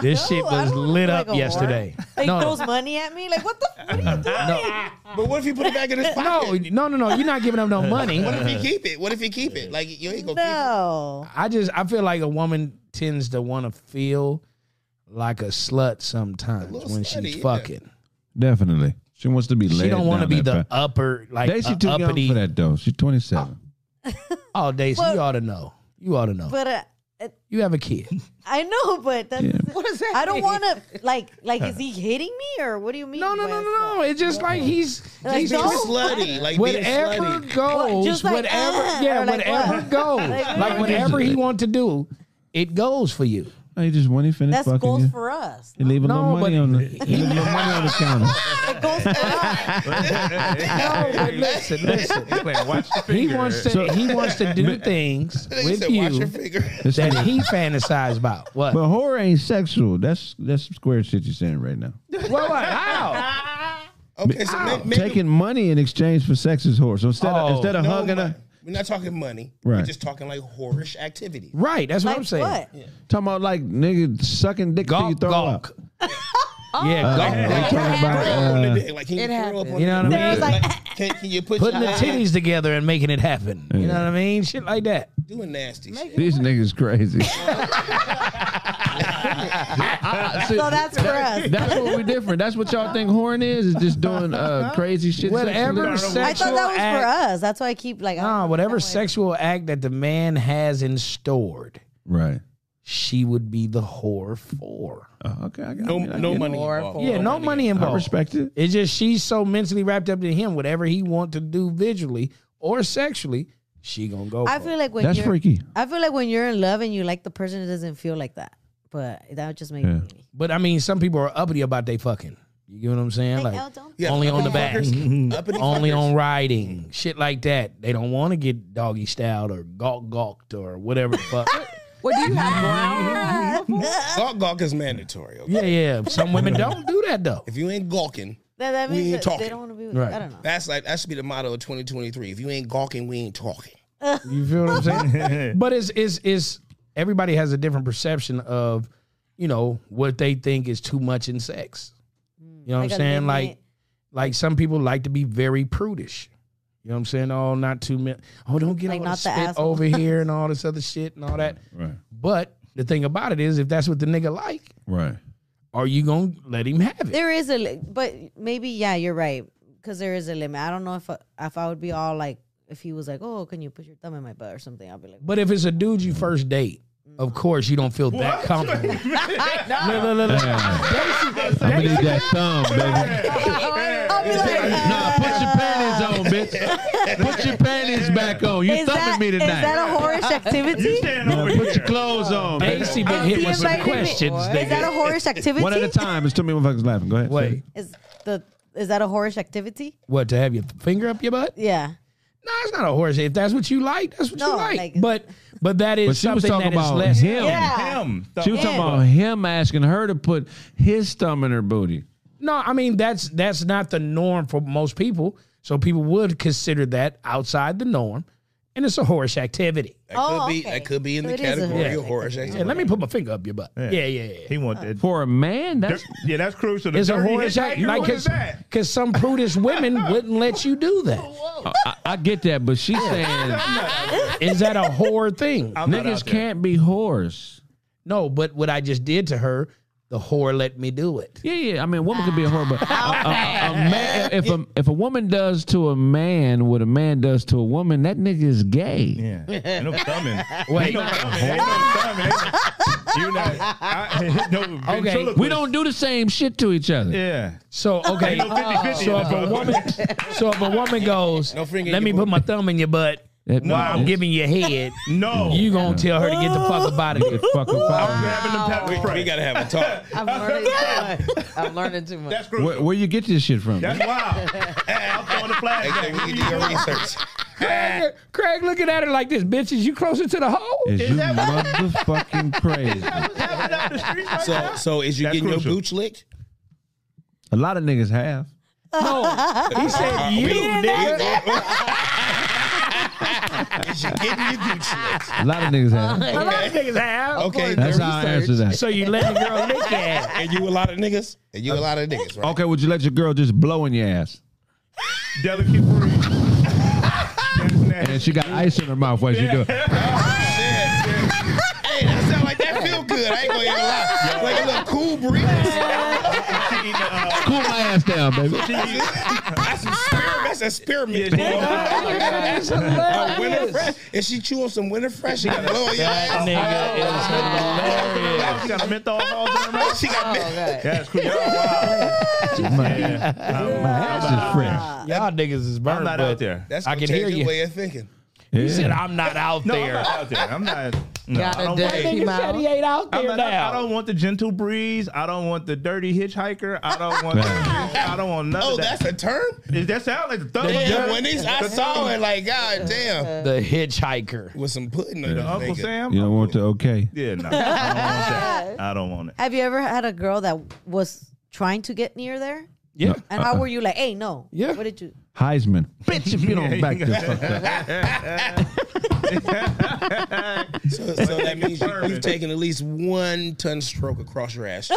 This shit I was don't wanna lit feel up like a whore. yesterday. Like no, throws money at me. Like what the? What are you doing? no, But what if he put it back in his no, pocket? no, no, no. You're not giving up no money. What if he keep it? What if he keep it? Like you ain't gonna No. I just I feel like a woman tends to want to feel like a slut sometimes little when slutty, she's yeah. fucking. Definitely. She wants to be led She don't want to down be that the path. upper like Daisy a too young uppity. for that though. She's 27. Oh, Daisy, Well- you ought to know. You ought to know. But uh, it- you have a kid. I know, but that's, Yeah. What is that? I don't mean? want to. Like, like, is he hitting me or what do you mean? Uh. No, no, by no, a no, no. slut? It's just like he's Like, he's keep it? don't- just- Slutty, like being whatever slutty. goes, Oh, What, just like, whatever, uh, yeah, or like whatever what? goes, Like, like, uh, whatever he want to do, it goes for you. No, you just want to finish That's fucking goals you. for us. You leave a No, little money but- on the you leave a little money on the counter. It goes for us. No, but listen, listen. watch the He finger. wants to, he wants to do things keep it. He with said, watch your you finger. This that nigga- he fantasized about. What? but horror ain't sexual. That's that's square shit you're saying right now. what? What? How? Okay, so may- maybe Taking money in exchange for sex is whore. So instead Oh. of instead of no hugging money. her, We're not talking money. We're Right. just talking like whorish activity. Right. That's what Like I'm saying. what? talking about like nigga sucking dick till you Gawk, throw gawk. up. yeah, They gawk, gawk. talking about On the uh, dick, like can you It throw up happens. on You know what I the mean? dick? can, can you put Putting the your hand titties together and making it happen. You know what I mean? Shit like that. doing nasty shit? these niggas crazy. So that's for us. Ah, That's what we different. That's what y'all think horn is, is just doing Uh-huh. uh, crazy shit. Whatever sexually. I sexual thought that was act- for us. That's why I keep like. I don't Nah, know whatever why- sexual act that the man has in stored, Right. she would be the whore for. Uh, okay, I got No, I mean, I no get it. money. involved. yeah, no money I involved. respect it. It's just she's so mentally wrapped up in him, whatever he want to do visually or sexually, she gonna go. I for feel like when That's you're, freaky. I feel like when you're in love and you like the person, it doesn't feel like that. But that would just make Yeah. me. it. But I mean, some people are uppity about they fucking. You get what I'm saying? Like, Like oh, don't- Yeah, only on the uppity back, fuckers. Uppity only fuckers. on riding, shit like that. They don't want to get doggy styled or gawk gawked or whatever. the fuck. What do you have brown? Gawk gawk is mandatory. Okay? yeah, yeah. Some women don't do that though. If you ain't gawking, That, that We means ain't that talking. they don't want to be. With Right. I don't know. that's like that should be the motto of 2023. If you ain't gawking, we ain't talking. You feel what I'm saying? but it's it's it's everybody has a different perception of, you know, what they think is too much in sex. You know what Like a I'm saying? Like limit. like some people like to be very prudish. You know what I'm saying? Oh, not too much. Oh, don't get Like, all not the the spit asshole. over here and all this other shit and all that. Right. But the thing about it is, if that's what the nigga like, Right. are you gonna let him have it? There is a, li- but maybe yeah, you're right because there is a limit. I don't know if I, if I would be all like if he was like, oh, can you put your thumb in my butt or something? I'd be like, But if it's a dude you first date, of course you don't feel that comfortable. Look, look, look, look. I'm gonna need that thumb, baby. I'll be like, Nah, uh, put your panties on, bitch. Put your panties back on. You is thumbing that me is tonight. that a whorish activity? Stand over Put your here. clothes on. baby. Macy Uh, been hit with some questions. Is that a whorish activity? One at a time. There's too many motherfuckers laughing. Go ahead. Wait, Is the is that a whorish activity? what to have your finger up your butt? Yeah. No, it's not a horse. If that's what you like, that's what you No, like. like- but but that is But she was something talking that is about less. him. Yeah. Him. She was talking about him asking her to put his thumb in her booty. No, I mean that's that's not the norm for most people. So people would consider that outside the norm, and it's a horse activity. That Oh, could be okay. that could be in So the it is a category whore of horror. Yeah, let me put my finger up your butt. Yeah, yeah, yeah. He want that. For a man, that's Yeah, that's crucial. The It's a dirty horse hit that, act, you like what is because that? Oh, some prudish women wouldn't let you do that. I, I get that, but she's saying Is that a whore thing? niggas can't be whores. No, but what I just did to her, the whore let me do it. Yeah, yeah. I mean, a woman could be a whore, but a, a- a man, if a if a woman does to a man what a man does to a woman, that nigga is gay. Yeah. Ain't no thumbing. Wait. Ain't no thumbing. Ain't no thumbing. Ain't no- You know. I, no, ventriloquist. We don't do the same shit to each other. Yeah. So okay, Uh, No 50-50 So if in a the woman, so if a woman goes, No finger in let your me put booty." my thumb in your butt That- while I'm giving you head. No. You gonna tell her to get the fuck about It it? fucking I'm fire. grabbing them Oh, pepper We spray. gotta have a talk. I'm learning too much. I'm learning too much. that's crucial. Where, where you get this shit from? that's wild. I'm throwing the Hey, flashback. so we can do your research. Craig, Craig looking at her like this, bitch, is you closer to the hole? Is you motherfucking crazy? So, so is you That's getting crucial. your gooch licked? A lot of niggas have. No. He said, you, nigga. Is you getting your gooch licked? A lot of niggas have. A lot of niggas have. Okay, That's there- how I answer that. So you let the girl lick your ass. and you a lot of niggas, and you a lot of niggas, right? Okay, would you let your girl just blow in your ass? Delicate breed. That's nasty. And she got ice in her mouth while she do it. Hey, that sound like that feel good. I ain't gonna even lie. Like a little cool breeze. She eating, uh, Cool my ass down, baby. That's some spearmint. That's that spearmint. Yeah, That's a winter fresh. And she chewing some winter fresh. She got blow your ass. Nigga is Oh, hilarious. she got a menthol balls in her mouth. She got That's cool. Y'all wild. My ass is fresh. Y'all niggas is burned. I'm not but out there. That's I gonna can change hear your you. way of thinking. He said, I'm not out No, I'm there. not out there. I'm not. No, Got I a don't dirty want- Nigga said he ain't out I'm there not- now. I don't want the gentle breeze. I don't want the dirty hitchhiker. I don't want. the, I don't want none Oh, of that. that's a term. Is that sound like the thug? Yeah, when these I saw it, like God damn, the hitchhiker. with some pudding on The yeah. Uncle this nigga. Sam. You don't want the okay. Yeah, no. I don't want that. I don't want it. Have you ever had a girl that was trying to get near there? Yeah. And uh-uh. how were you like, hey, no. Uh-uh. Yeah. What did you? Heisman. Bitch, if you don't back this fuck up. So, so that means you, Bourbon. you've taken at least one ton stroke across your ass.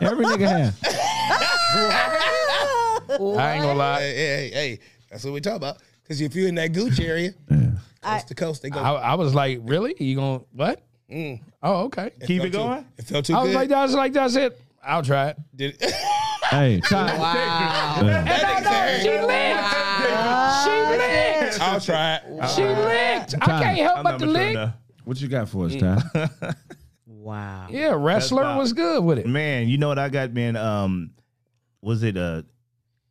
Every nigga have. I ain't hey, gonna lie. hey, hey, hey, that's what we talk about. Because if you're in that gooch area, coast to coast, they go. I, I was like, really? You gonna what? Oh, okay. Keep felt it too- going. It felt too I was good. like, that's like that's it. I'll try it. Did Hey, Ty, That nigga She said, licked. She licked. I'll try it. She licked. I can't help I'm but not to mature lick. enough. what you got for us, Ty? Wow. Yeah, wrestler not- was good with it. Man, you know what I got, man? Um, was it uh,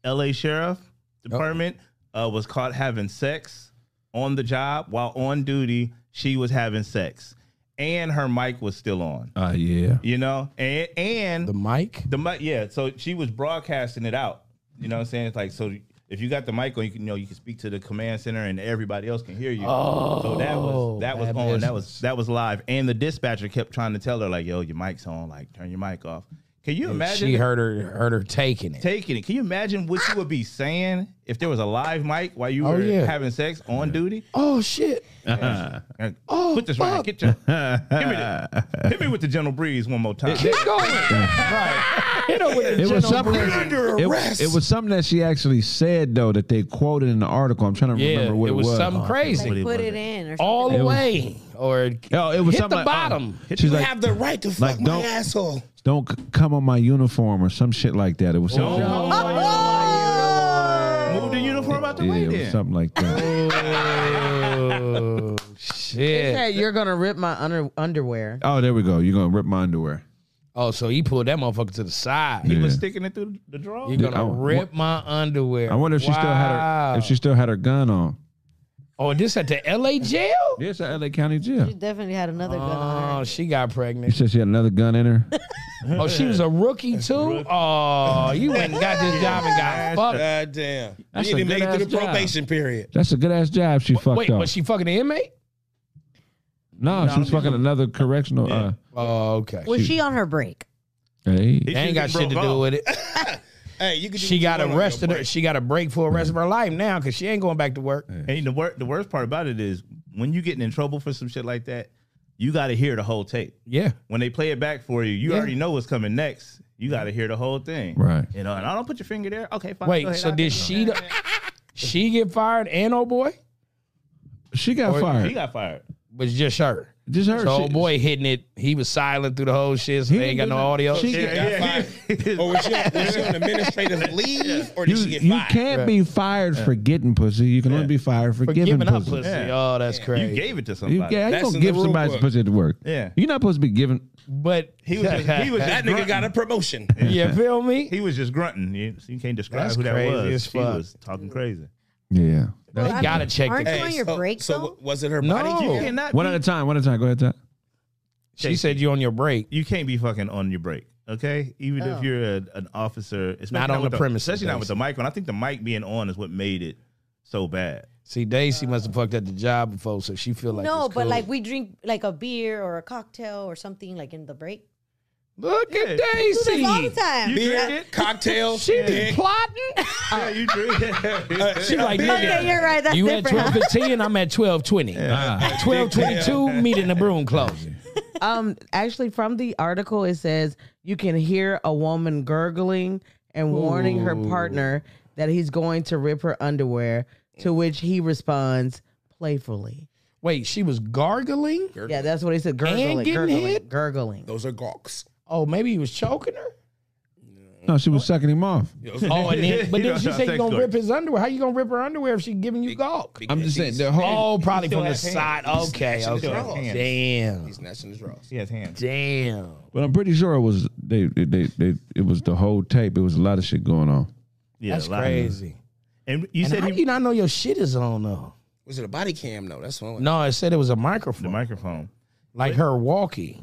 L.A. Sheriff Department Oh. uh, was caught having sex on the job while on duty. She was having sex, and her mic was still on. Oh, yeah. You know, and and Ah, The mic. the mic, yeah. So she was broadcasting it out. You know what I'm saying? It's like so. If you got the mic on, you can you know you can speak to the command center and everybody else can hear you. Oh, so that was that was bad on. That was business. that was live. And the dispatcher kept trying to tell her like, "Yo, your mic's on. Like, turn your mic off." Can you imagine She heard her heard her taking it. taking it? Can you imagine what you would be saying if there was a live mic while you Oh, were yeah. having sex on duty? Oh shit. Oh, Like, Put this right. Get your. Hit me, the, hit me with the gentle breeze one more time. Keep going. right. You know what the It was something. general- that- Under arrest. It, it was something that she actually said though that they quoted in the article. I'm trying to Yeah, remember what it was, something Like, crazy. put it in or something. All the It was- way, or Yo, it was hit something like, the bottom. uh, she's you like, have the right to fuck like, my don't- asshole. "Don't c- come on my uniform" or some shit like that. It was something. Oh, Don't Oh, move the uniform out the yeah, way. it was then. something like that. oh shit! Hey, you're gonna rip my under- underwear. oh, there we go. You're gonna rip my underwear. Oh, so he pulled that motherfucker to the side. He Yeah. was sticking it through the drawer. You're gonna I- rip my underwear. I wonder if she still had Wow. her if she still had her gun on. Oh, this at the LA jail? Yeah, it's at L.A. County Jail. She definitely had another gun on Oh, her. she got She pregnant. said she had another gun in her. Oh, she was a rookie too. Oh, you went and got this job and got fucked. God damn. That's you a didn't make it through good-ass the job. probation period. That's a good ass job. She fucked Wait, up. was she fucking an inmate? no, she was fucking another correctional. Uh, Oh, okay. Was she on her break? hey, They ain't got shit to do with it. Hey, you could do She what you got want on your arrested. break. She got a break for the rest of her life now because she ain't going back to work. And the wor- the worst part about it is when you getting in trouble for some shit like that, you got to hear the whole tape. Yeah. When they play it back for you, you already know what's coming next. You got to hear the whole thing, Right. You know, and I don't put your finger there. Okay, fine. go Wait. ahead, So I'll did take it. she? She get fired and old boy she got fired. He got fired. was just her. Just her. So She- old boy hitting it. He was silent through the whole shit. So He they ain't got didn't no do audio. She She got- got fired. Or was Oh, she, on- was she on administrative leave or did you, she get you fired? can't be fired for getting pussy. You can only be fired for, For giving, giving up pussy. pussy. Yeah. Oh, that's You crazy. gave it to You, somebody. yeah, you That's gonna in the give rule somebody book. pussy at work. Yeah. You're not supposed to be giving. but He was just, he was That just nigga grunting. got a promotion. You feel me? he was just grunting. You, you can't describe That's who that crazy was. as She fuck. was talking crazy. Yeah. They I gotta mean, check aren't the you on your so, break so though? w- was it her No. body? You cannot One be- at a time. One at a time. Go ahead, Ty. She said you on your break. you can't be fucking on your break. Okay, even if you're a, an officer, especially Oh. Not on with the premises, especially not with the mic on. I think the mic being on is what made it so bad. See, Daisy must have fucked at the job before, so she feel like no, it's but cool. like we drink like a beer or a cocktail or something like in the break. look at Yeah. Do Daisy. this all the time. Beer, cocktail, She be dick. Uh, plotting. Yeah, you drink. She like, Okay, nigga, you're right. That's you at different. twelve fifteen, I'm at twelve twenty. Uh, Ah. Twelve twenty two, meet in the broom closet. Um, actually, from the article, it says you can hear a woman gurgling and warning her partner that he's going to rip her underwear, to which he responds playfully. Wait, she was gargling. Yeah, that's what he said. Gurgling, getting gurgling, hit? gurgling. Those are gawks. Oh, maybe he was choking her. No, she was sucking him off. Oh, and then, but You then know, she no, said you're sex gonna work. rip his underwear. How you gonna rip her underwear if she giving you gawk? I'm just saying the whole. Oh, probably still from the has hands. side. He Okay, still has okay. hands. Damn, He's snatching his drawers. She has hands. damn. But I'm pretty sure it was they, they, they, they. It was the whole tape. It was a lot of shit going on. Yeah, That's a lot of- crazy. And you And said how he, do you not know your shit is on though? Was it a body cam? No, that's one. No, it said it was a the microphone, microphone. like her walkie.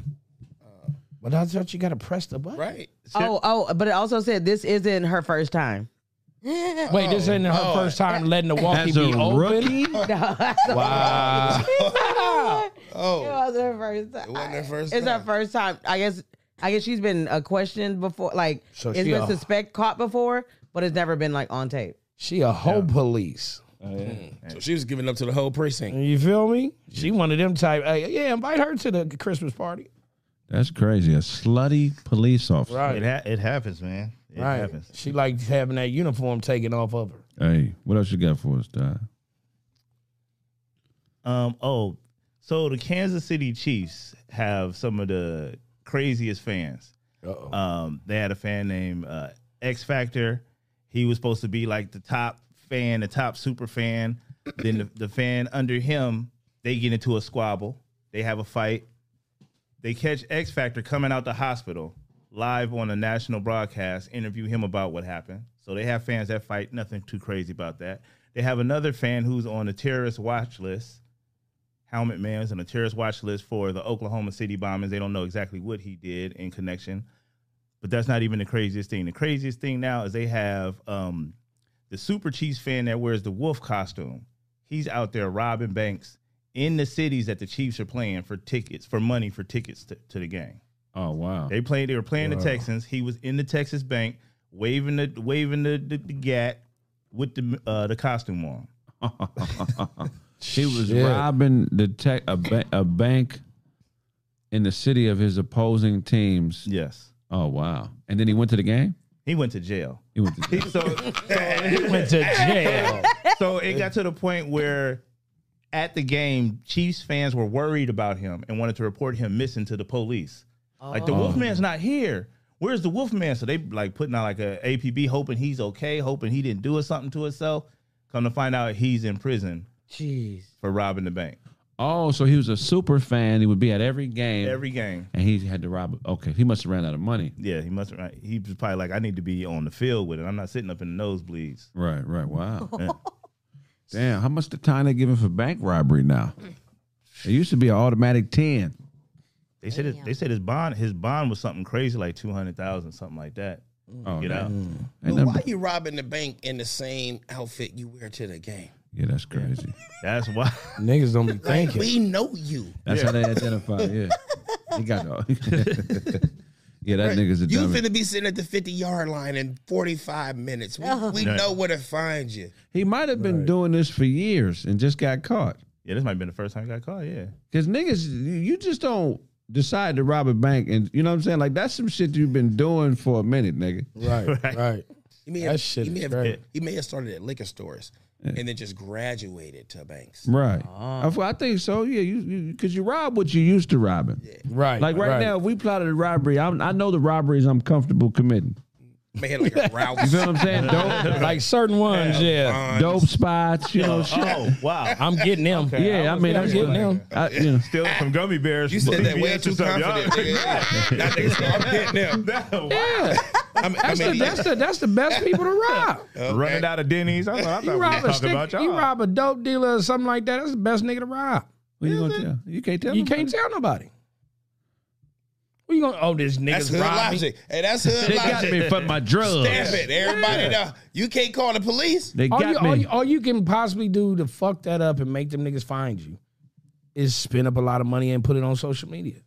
But I thought you gotta press the button. Right. Oh, oh, but it also said this isn't her first time. Wait, this ain't her Oh. first time letting the walkie As a be open. rookie? Wow. It Oh, was her first time. it wasn't her first. It's her time. first time. I guess. I guess she's been uh, questioned before, like So it's she been a- suspect caught before, but it's never been like on tape. She a whole police. Oh, Hmm. So she was giving up to the whole precinct. You feel me? She one of them type. Hey, yeah, invite her to the Christmas party. That's crazy. A slutty police officer. It ha- it happens, man. It right. happens. She likes having that uniform taken off of her. Hey, what else you got for us, Todd? Um. Oh, so the Kansas City Chiefs have some of the craziest fans. Uh-oh. Um, they had a fan named uh, X Factor. He was supposed to be like the top fan, the top super fan. then the, the fan under him, they get into a squabble. They have a fight. They catch X Factor coming out the hospital live on a national broadcast, interview him about what happened. So they have fans that fight. Nothing too crazy about that. They have another fan who's on a terrorist watch list. Helmet Man is on a terrorist watch list for the Oklahoma City bombings. They don't know exactly what he did in connection, but that's not even the craziest thing. The craziest thing now is they have um, the Super Chiefs fan that wears the wolf costume. He's out there robbing banks in the cities that the Chiefs are playing for tickets, for money, for tickets to, to the game. Oh wow. They played. They were playing the Texans. He was in the Texas bank, waving the waving the the, the gat with the uh, the costume on. he was Shit. robbing the tech a, ba- a bank in the city of his opposing teams. Yes, Oh wow. And then he went to the game. he went to jail. He went to He, jail. so Went to jail. so it got to the point where at the game, Chiefs fans were worried about him and wanted to report him missing to the police. Like Oh. the Wolfman's not here. Where's the Wolfman? So they like putting out like a APB, hoping he's okay, hoping he didn't do something to himself. Come to find out, he's in prison Jeez. for robbing the bank oh, so he was a super fan. He would be at every game. every game. and he had to rob. Okay, he must have ran out of money. Yeah, he must. right, He was probably like, I need to be on the field with it. I'm not sitting up in the nosebleeds. Right. Right. Wow. Yeah. Damn. How much the time they giving for bank robbery now? It used to be an automatic ten. They said his, they said his bond his bond was something crazy like two hundred thousand something like that. Oh, Get that- out. ain't But nothing- why you robbing the bank in the same outfit you wear to the game? Yeah, that's crazy. That's why. Niggas don't be thinking. We know you. That's how they identify. Yeah, he got no. yeah, that nigga's a You dummy. finna be sitting at the 50 yard line in 45 minutes. We, Oh. we Right. know where to find you. he might have been doing this for years and just got caught. Yeah, this might have been the first time he got caught. Yeah. Cause niggas, you you just don't decide to rob a bank, and you know what I'm saying. Like that's some shit you've been doing for a minute, nigga. Right, right. Right. You may That have, shit you is may have, great. you may have started at liquor stores and then just graduated to banks. Uh-huh. Right. I f- I, think so. Yeah, you, you cause you rob what you used to robbing. Right. Like right, now, if we plotted a robbery, I'm, I know the robberies I'm comfortable committing. May have like a Ralph's. You know what I'm saying? dope, Like certain ones, yeah. Bonds. dope spots. You know, shit. Oh wow. I'm getting them. yeah. I, mean, I'm that's getting what- them. I, you know. Stealing some gummy bears. You from said that CVS way or too something. Y'all- confident. nigga. That nigga said, I'm hitting them. No. Yeah. I mean, I That's, mean, the, that's, the, that's the best people to rob. okay. Running out of Denny's. I thought, I You thought we rob, a was talking stick, about y'all. you rob a dope dealer or something like that. That's the best nigga to rob. What you gonna tell? You can't tell. You nobody. can't tell nobody. What you gonna? Oh, this That's niggas hood robbed me. logic. Hey, that's hood They got logic. me for my drugs. Stamp it, everybody. Now you can't call the police. They All you, got all, me. you, all you can possibly do to fuck that up and make them niggas find you is spend up a lot of money and put it on social media.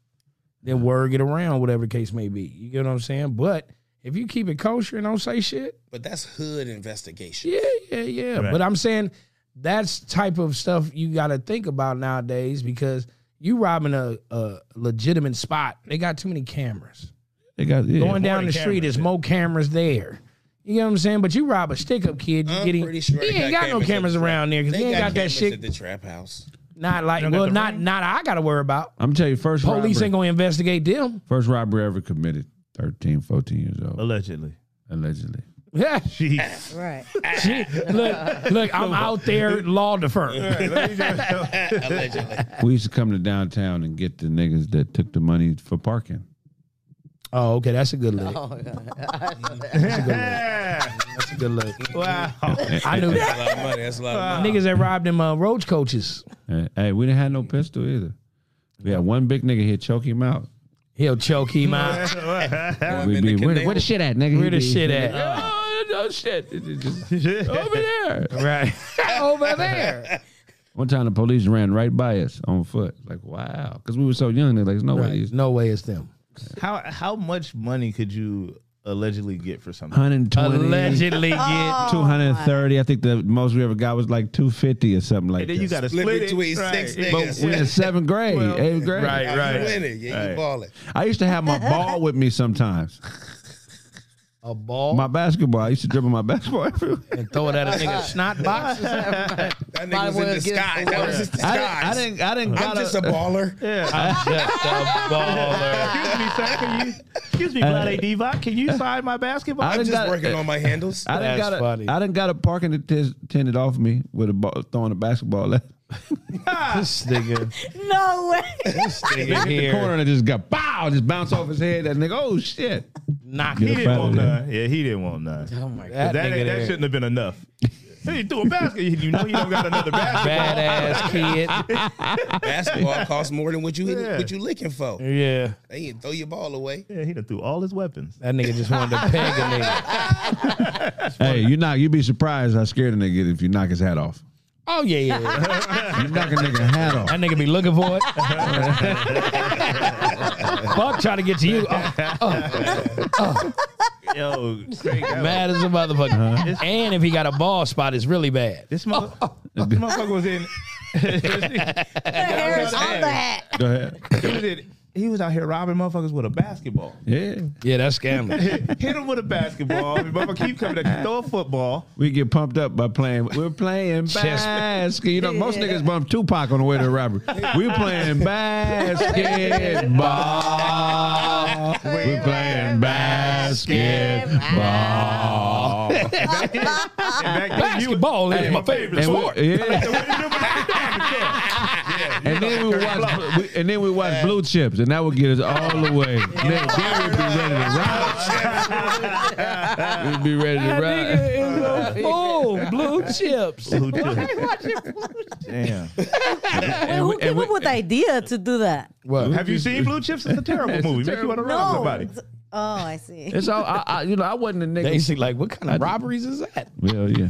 Then word get around, whatever the case may be. You get what I'm saying? But if you keep it kosher and don't say shit, But that's hood investigation. yeah, yeah, yeah. Right. But I'm saying that's type of stuff you got to think about nowadays because you robbing a, a legitimate spot. They got too many cameras They got yeah. going down the street. There's more cameras there. You know what I'm saying? But you rob a stick up kid, you I'm getting pretty sure he they ain't got got, no cameras at cameras the around there because They he ain't got, got that cameras shit. at the trap house. Not like don't got well, the not ring? not I got to worry about. I'm telling you, first Police robbery, ain't gonna investigate them. first robbery ever committed. 13, 14 years old, Allegedly. allegedly. Yeah, Jeez. Right. Shit. look, look, I'm out there law defer. Allegedly. We used to come to downtown and get the niggas that took the money for parking. Oh, okay, that's a good look. Oh, That's a good look. wow. I knew That's a lot of money. That's a lot of money. niggas that robbed them uh, road coaches. Uh, Hey, we didn't have no pistol either. We had one big nigga here choke him out. He'll choke him out. I'm We in the be, where, condemn- where the shit at, nigga? Where the He be- shit at? Oh, no shit. It- it just- Over there. Right over there. One time the police ran right by us on foot. Like, wow. Because we were so young, they're like, no way. Right. It's No way it's them. How how much money could you allegedly get for something? 120. Allegedly Oh, get 230. I think the most we ever got was like 250 or something like And then that. you got to Split split, it. between six Right. but niggas. we in seventh grade, eighth grade. right. You winning. Yeah, you Right. balling. I used to have my ball with me sometimes. a ball My basketball. I used to dribble my basketball everywhere. and throw it at a nigga's snot box. That nigga was in Bottom disguise. was That was his I, disguise. didn't- I didn't. I didn't. I'm got just a baller. Excuse me, sir. Can you, excuse me, Vlad A. Divac. Can you sign my basketball? I I'm done just got- working on my handles. I didn't That's got a, funny. I didn't got a parking attendant off me with a ball, throwing a basketball at This nigga, No way. this nigga the corner here, and it just got bow, just bounce off his head. That nigga, oh shit! knock Get he up out it. didn't of want there. none. Yeah, he didn't want none. oh my god. That, that, nigga that, there, shouldn't have been enough. Hey, you threw a basket. You know you don't got another basketball. badass kid. Basketball costs more than what you Yeah. what you looking for. Yeah, They you throw your ball away. Yeah, he done threw all his weapons. that nigga just wanted to peg a nigga. Hey, you knock, you'd be surprised how scared a nigga if you knock his hat off. Oh yeah, yeah. yeah. You knock a nigga hat off. That nigga be looking for it. Fuck, trying to get to you. Oh, oh. Yo, Craig, that was- mad as a motherfucker. And if he got a ball spot, it's really bad. Oh, this, mother- this motherfucker was in. The hair is on the hat. Go ahead. He was in. He was out here robbing motherfuckers with a basketball. Yeah, Yeah, that's scamming. Hit him with a basketball. Motherfucker keep coming at you. Throw a football. we get pumped up by playing. We're playing basketball. You know, most niggas bump Tupac on the way to a robbery. We're playing basketball. We're playing basketball. And back then, you- Basketball is my favorite And sport. we, yeah. and then we watch, we, and then we watch Blue Chips, and that would get us all the way. Then, then we'd be ready to ride. we'd be ready to ride. Nigga is a fool. Blue chips. Blue chip. Damn. Who came up with the idea to do that? What? Have you seen Blue Chips? It's a terrible It's a movie. Make you want to rob No. somebody. Oh, I see. It's all I, I, you know. I wasn't a They nigga. see like, what kind of robberies is that? Well, yeah.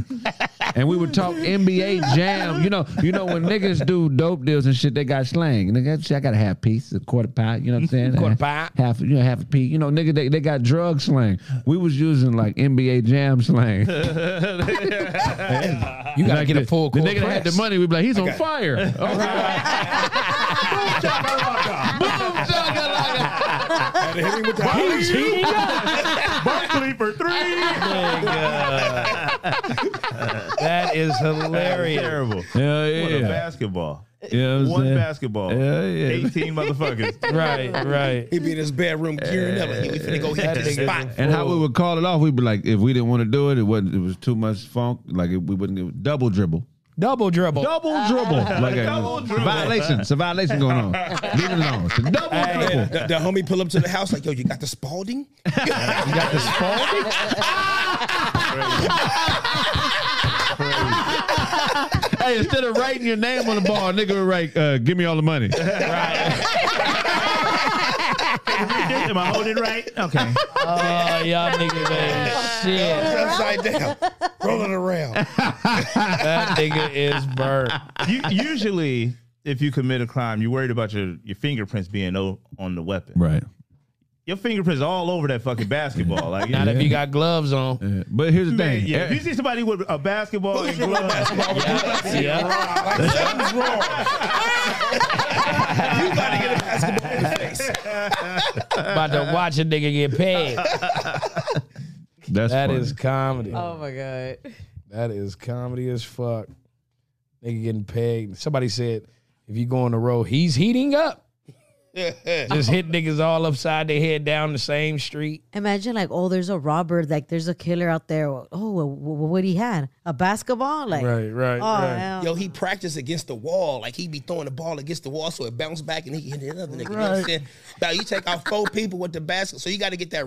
And we would talk NBA jam. You know, you know when niggas do dope deals and shit, they got slang. And they got, shit, I got a half piece, a quarter pound. You know what I'm saying? Quarter pound. half, you know, half a piece. You know, nigga, they, they got drug slang. We was using like NBA jam slang. You gotta Like get the- a full The court nigga that had the press. money, we'd be like, he's on fire. Boom shakalaka. Had to hit him with the Barkley for three. Nigga. that is hilarious. Terrible. Hell What a yeah. basketball. Yeah, I'm One saying. basketball. Hell yeah. 18 motherfuckers. Right, right. He be in his bedroom gearing up. Like, yeah, we finna go hit That this nigga is spot. a And how we fool. would call it off, we'd be like, if we didn't want to do it, it wasn't. It was too much funk. Like it, we wouldn't give double dribble, double dribble. double dribble. Like a, Double dribble. violation, it's a violation going on. Leave it alone. It's a double dribble. The, the homie pull up to the house like, yo, you got the Spalding? Hey, instead of writing your name on the ball, nigga would write, uh, "Give me all the money." Am I holding right? Okay. Oh, y'all niggas upside ain't shit. down, rolling around. That nigga is burnt. You, usually, if you commit a crime, you're worried about your, your fingerprints being o- on the weapon. Right. Your fingerprints all over that fucking basketball. Like, Not if you got gloves on. Yeah. But here's the Man, thing. yeah, if you see somebody with a basketball and gloves, Yeah. yeah. Like something's wrong. you about to get a basketball in the face. About to watch a nigga get paid. That's That funny. is comedy. Oh my god. That is comedy as fuck. Nigga getting pegged. Somebody said, if you go on the road, he's heating up. Just hit niggas all upside their head down the same street. Imagine like, oh, there's a robber, like there's a killer out there. Oh, wh- wh- what he had? A basketball? Like, right, oh, hell. Yo, he practiced against the wall. Like he be throwing the ball against the wall so it bounced back and he hit another nigga. You know what I'm saying? Now you take out four people with the basket, so you got to get that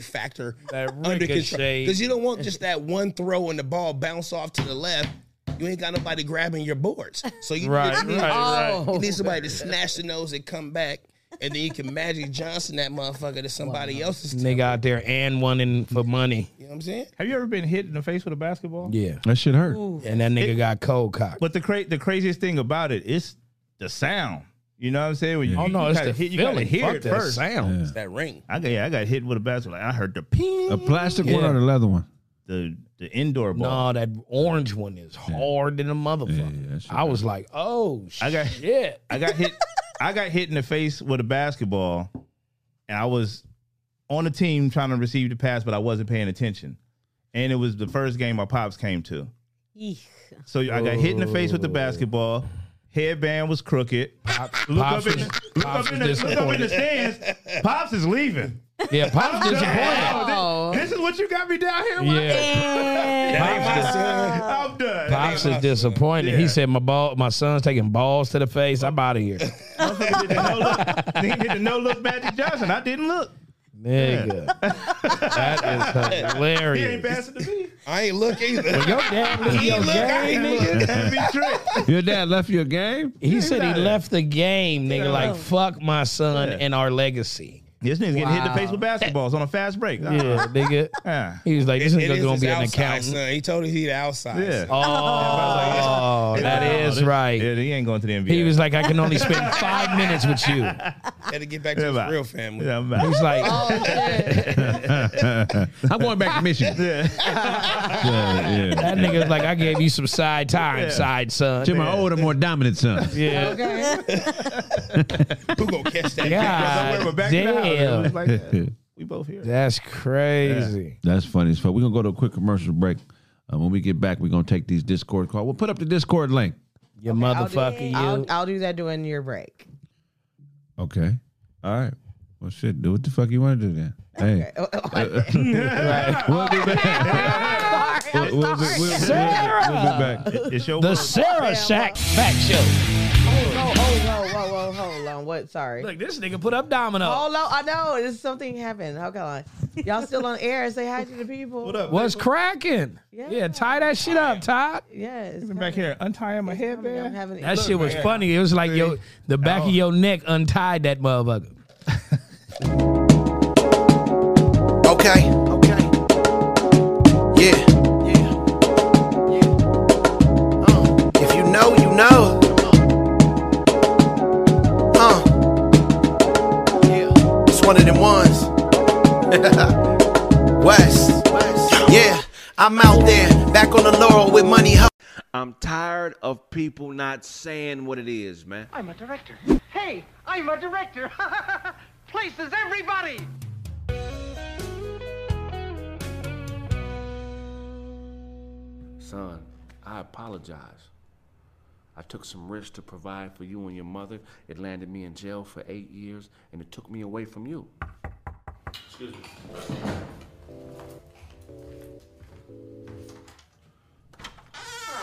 factor That under control. ricochet. Because you don't want just that one throw and the ball bounce off to the left. You ain't got nobody grabbing your boards. So you Right, just need, Oh. right, you need somebody to snatch the nose and come back. And then you can Magic Johnson that motherfucker to somebody else's. team. Nigga out there and one in for money. You know what I'm saying? have you ever been hit in the face with a basketball? Yeah. that shit hurt. And that nigga got cold cocked. But the cra- the craziest thing about it is the sound. You know what I'm saying? When you, Oh no, you it's gotta the hit, you feeling. gotta hear Fuck it that first. sound. Yeah. It's that ring. I got yeah, I got hit with a basketball. I heard the ping, A plastic one Yeah. or the leather one? the the indoor ball. No, that orange one is hard than a motherfucker. Yeah, that shit I was like, oh shit. I got- I got hit. I got hit in the face with a basketball, and I was on the team trying to receive the pass, but I wasn't paying attention. And it was the first game my pops came to. Eek. So I got hit in the face with the basketball. Headband was crooked. Look Pops up in, was- the, look, Pops up in the, was look up in the disappointed. stands. Pops is leaving. Yeah, Pop's disappointed. Oh. This is what you got me down here with. Yeah. That ain't my son. I'm done. Pops is disappointed. He Yeah. said, "My ball, my son's taking balls to the face. I'm out of here, Motherfucker did the no look. He did the no look Magic Johnson. I didn't look. nigga." That is He ain't hilarious. passing to me. I ain't look either. Your dad left your look, I game, ain't nigga. That'd be trick. Your dad left you a game? He said he not- left the game, nigga. Like fuck my son Yeah. and our legacy. This nigga's getting hit in the face with basketballs on a fast break. Yeah, nigga. Yeah. He was like, "This It nigga is gonna his be an outside, accountant." son. He told us he the outside. Yeah. son. Oh, that is right. Yeah, he ain't going to the NBA. He was like, "I can only spend five minutes with you." Had to get back to Yeah, his real family. Yeah, I'm out. He's like, I'm going back to Michigan. yeah. yeah. "That nigga was like, I gave you some side time, Yeah. side son." To Oh, my older, more dominant son. Yeah. Who gonna catch that? God Somewhere, but back in the house, it was damn. like, yeah, we both here. That's crazy. That's funny as fuck. We're gonna go to a quick commercial break. Uh, when we get back, we're gonna take these Discord calls. We'll put up the Discord link. You I'll do- motherfucker, you. I'll, I'll do that during your break. Okay. All right. Well, shit. Do what the fuck you want to do then. Hey. we'll be back. Sorry, I'm We'll, we'll be, sorry. we'll- we'll- Sarah! we'll be back. It's your the world. Sarah Sack Fact Show. Oh, oh, whoa, whoa, whoa, hold on. What? Sorry. Look, this nigga put up domino. Hold on. I know. This something happened. Hold on. Y'all still on air? Say hi to the people. What up? What's cracking? Yeah. Yeah. tie that shit up, Todd. Yeah. It's I'm coming. back here untying my It's coming. I'm headband? having That shit was funny. It was like yo, the back of your neck untied that motherfucker. Okay. Okay. Yeah. Yeah. Uh, if you know, you know. Uh. Yeah. It's one of them ones. West. Yeah. I'm out there, back on the laurel with money. Ho- I'm tired of people not saying what it is, man. I'm a director. Hey, I'm a director. Places everybody. Son, I apologize. I took some risks to provide for you and your mother. It landed me in jail for eight years, and it took me away from you. Excuse me.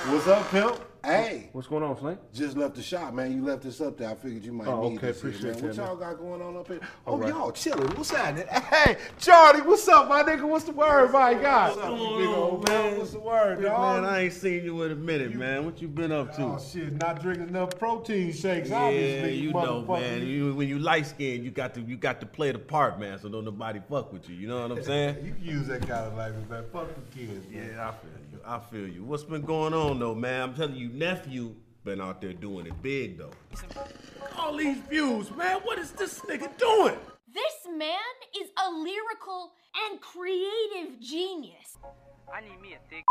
What's up, pimp? Hey. What's going on, Flink? Just left the shop, man. You left this up there. I figured you might Oh, need okay. this. here, Appreciate man. that, What man. y'all got going on up here? All Oh, right. y'all chilling. What's happening? Hey, Charlie, what's up, my nigga? What's the word, my guy? What's up, you big big old old man? What's the word, Big dog? man, I ain't seen you in a minute, man. What you been up to? Oh, shit, not drinking enough protein shakes, yeah, obviously. you know, motherfucker. man. You, when you light skinned, you got to you got to play the part, man. So don't nobody fuck with you. You know what I'm saying? you can use that kind of language, man. Fuck the kids, man. Yeah, I feel you. I feel you. What's been going on though, man? I'm telling you, nephew been out there doing it big though. All these views, man. What is this nigga doing? This man is a lyrical and creative genius. I need me a thick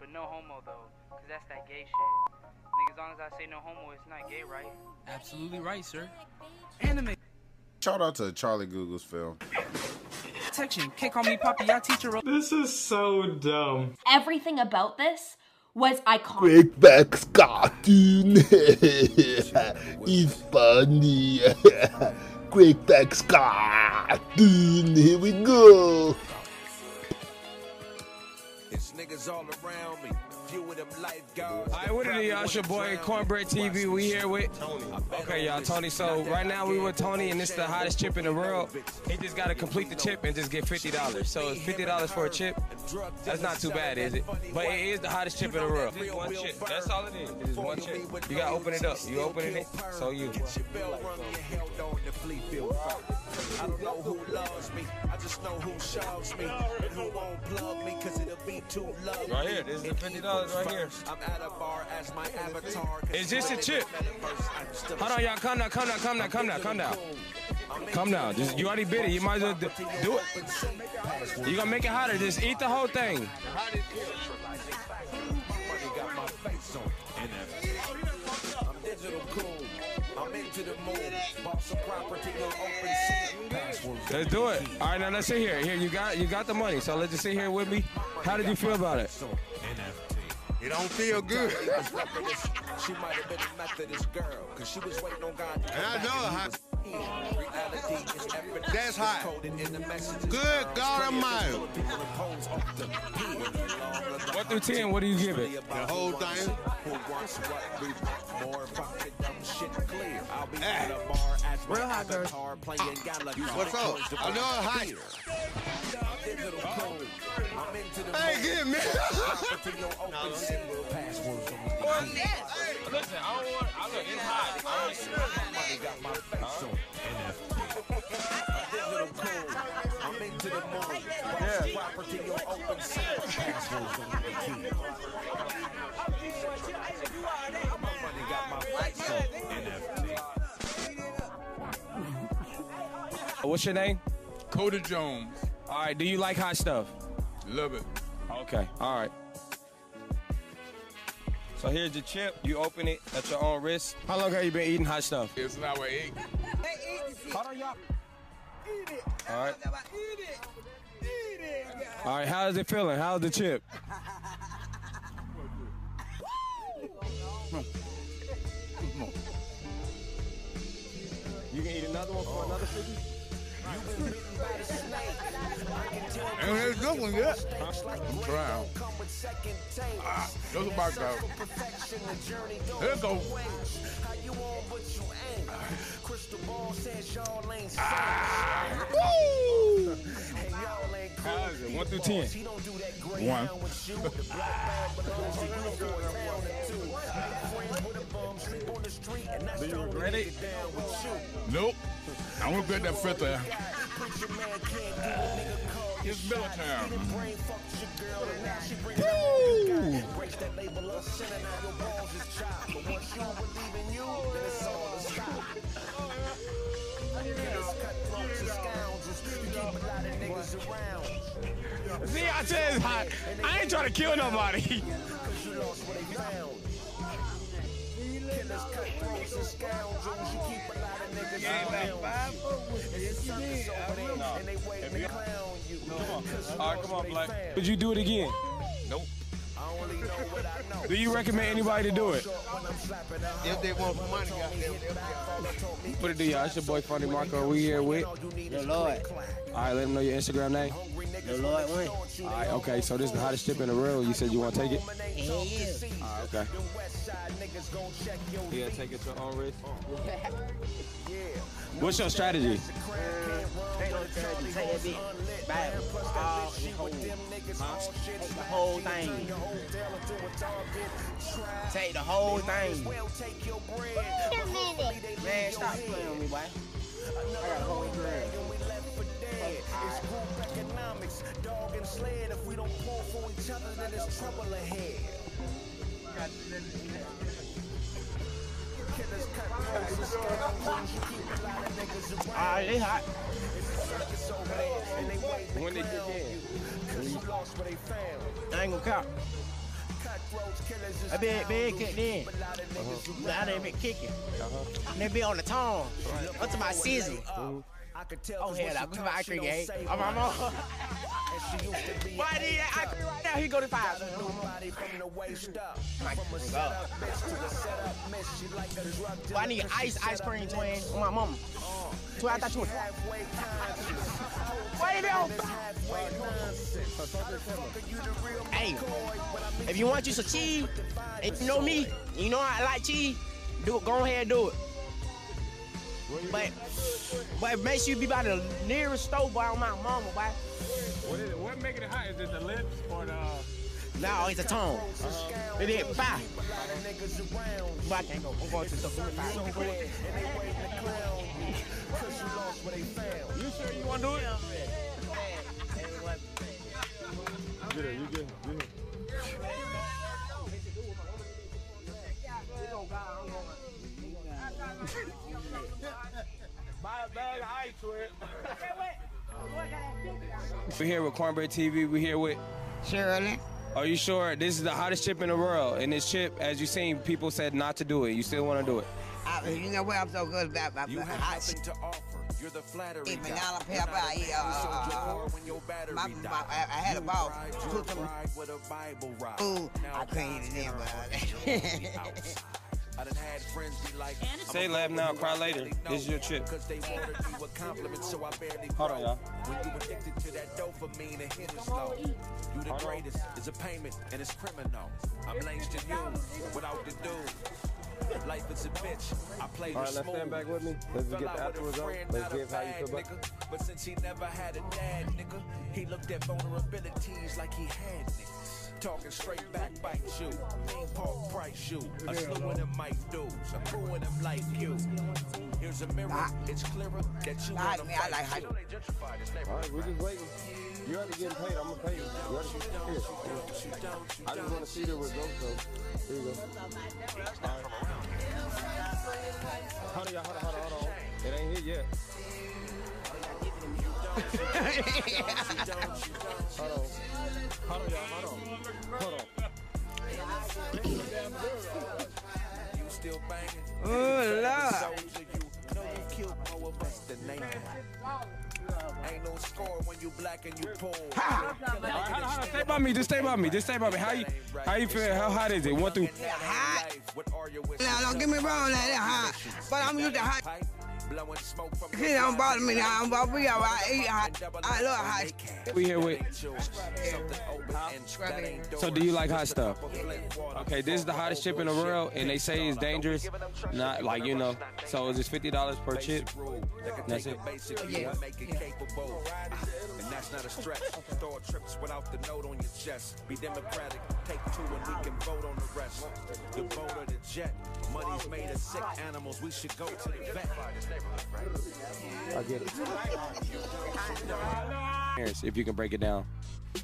but no homo though, cause that's that gay shit. Nigga, as long as I say no homo, it's not gay, right? Absolutely right, sir. Anime. Shout out to Charlie Google's film. Section. Can't call me Poppy, I teach her. This is so dumb. Everything about this was iconic. Great back cartoon. it's funny. Great back cartoon. Here we go. It's niggas all around me. Few of them lifeguards. All right, what it is, y'all? It's your boy Cornbread TV. We here with okay, y'all. Tony. So right now we with Tony, and it's the hottest chip in the world. He just gotta complete the chip and just get fifty dollars. So it's fifty dollars for a chip. That's not too bad, is it? But it is the hottest chip in the world. Just one chip. That's all it is. It is one chip. You gotta open it up. You opening it, so you. I don't know who loves me. I just know who shoves me. And who won't plug me, cause it'll be too low. Right here. This is the fifty dollars right here. I'm at a bar as my avatar. Is this a chip? Hold on, y'all. Calm down. Calm down. Calm down. Calm down. Calm down. Calm down. Just, you already bid it. You might as well do, do it. You gonna make it hotter. Just eat the whole thing. I'm digital cool. I'm into the mood. Bought some property on open Password. Let's do it. All right, now let's sit here. Here, you got you got the money. So let's just sit here with me. How did you feel about it? It don't feel good. she might have been a Methodist girl, cause she was waiting on God. To come and I know hot. That's hot. Good God Almighty. One through ten, what do you give it? The whole thing. Who wants what we want more about the dumb shit clear. I'll be at a bar as my avatar playing Galaga. What's up? I know it's hot. Digital code. I'm into the Hey, get me. Property on open sea. Passwords on the key. Listen, I don't want. I look, it's hot. Somebody got my face on NFT. A digital code. I'm into the moon. Yeah. Property on open sea. Passwords on the key. Somebody got my face on NFT. Oh, What's your name? Coda Jones. All right. Do you like hot stuff? Love it. Okay. All right. So here's the chip. You open it at your own risk. How long have you been eating hot stuff? It's an hour eight. Hold on, y'all. All right. All right. How's it feeling? How's the chip? You can eat another one for another fifty. And it's a good one, yeah. I'm trying. Ah, those are my guys. Here it goes. Ah. One through ten. One. Do you regret it? Nope. I won't get that fifth uh. there. It's military. Woo! See, I tell you, it's hot. I ain't trying to kill nobody. All right, come on, Black. Would you do it again? Nope. I don't Do you recommend anybody to do it? If they want money, goddamn. Put it to y'all. It's your boy Funny Marco. We here with The Lord. All right, let them know your Instagram name. The Lord win. All right, okay. So this is the hottest chip in the world. You said you want to take it. All right, okay. Yeah, take it to your own risk. What's your strategy? Take that bitch. Buy it. All in whole. Huh? Take the whole thing. Take the whole thing. Man, stop playing with me, boy. I got a whole girl. Ah, they hot. When they kick in. I ain't gonna cop. I been, been kicked in. I done been kicking. They be on the tongue. What's my season? Oh, hell, I'm talking about Ivory Gay. I'm I'm on. Why did I Ivory right now? He go to five. My God. Boy, I need ice ice cream, twin. with My mama. Twin, I thought you was. Wait, no. Hey, if you want you some cheese, and you know me, you know I like cheese. Do it. Go ahead, and do it. But but make sure you be by the nearest store by my mama, boy. What, is it, what making it hot? Is it the lips or the? No, it's a tone. Uh-huh. It is five. But I can't go. I'm going to the You sure you want to do it? Get it, you get it, get it. Buy a bag of ice with We here with Cornbread TV. We here with Shirley. Are you sure this is the hottest chip in the world? And this chip, as you seen, people said not to do it. You still want to do it? I, you know what I'm so good about my you have hot shit. To offer. You're the flattery Even Nala Pepper, yeah. Uh, uh, uh, my, my, I, I had a ball. Put them, ooh, I couldn't eat it in, but I done had friends be like, Say laugh now, cry later. This is your chip. they wanted you a compliment, so I barely Hold on, y'all. When you addicted to that dopamine, it hit us low. You the greatest, it's a payment, and it's criminal. I'm laced in you, without the dude. Life is a bitch, I play All the right, now smooth. stand back with me. Let's Fell get the out with a afterwards on. friend, Let's not a give how you bad feel about nigga. But since he never had a dad, nigga, he looked at vulnerabilities like he had niggas. Talking straight back, bite you. Main park price you. A slew of them might do. A crew of them like you. Here's a mirror. It's clearer that you Nah, wanna man, Ah. I fight like how you. you- All right, we're just waiting. You already getting paid. I'm gonna pay you. You already here. I just want to see the results, though. Here you go. All right. Hold on, y'all. Hold on, hold on, hold on. It ain't hit yet. Hold on. Hold on, y'all. Hold on. Hold on. You still banging. Ooh, You Lord. soldier, you know you killed more of us than they have. Ain't no score when you black and you poor. All right, hold on, hold on. Stay by me. Just stay by me. Just stay by me. How you? How you feel? How hot is it? One through. hot. Now, don't get me wrong, that is hot. But I'm used to hot. Blowing smoke from Shit don't bother me now. I'm about to be all right. I eat hot. I love hot. We here with. something open and that ain't So do you like hot stuff? Okay, this is the hottest chip in the world, and they say it's dangerous. Not like you know. So it's just fifty dollars per chip. That's it. basically what make it capable. And that's not a stretch. Throw trips without the note on your chest. Be democratic, take two and we can vote on the rest. The boat or the jet, money's made of sick animals. We should go to the vet. I get it. Parents, If you can break it down.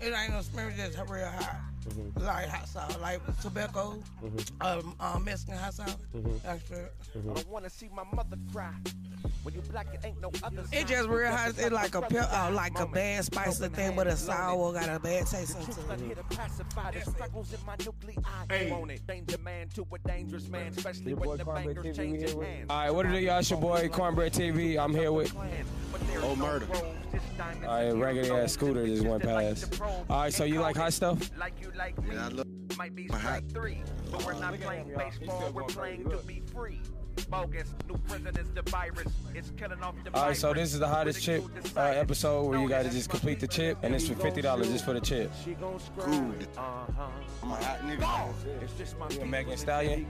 It ain't no spirit that's real hot. Mm-hmm. Like hot sauce, like tobacco, um, um, Mexican hot sauce. Mm-hmm. Mm-hmm. Uh, That's real. I don't wanna see my mother cry. When you black, it ain't no other. It just real hot. It's like a pe- uh, like a bad spicy thing, but a sour got a bad taste. I'm here to pacify the struggles in my nuclei. Hey. Won't it? Danger man to a dangerous man, especially Your boy when the Carmen TV, we bankers here changing with- hands. All right, what it do y'all? It's your boy Cornbread TV. I'm here with. Oh, murder. All right, raggedy ass scooter just went past. All right, so you like hot stuff? Like you like me. I love. might be strike three. But we're not playing baseball, we're playing to be free. Bogus, new president's the virus. It's killing off the All right, so this is the hottest chip uh, episode where you gotta just complete the chip, and it's for fifty dollars just for the chip. She gon' screw. Uh-huh. I'm a hot nigga. It's just my You Megan Thee Stallion.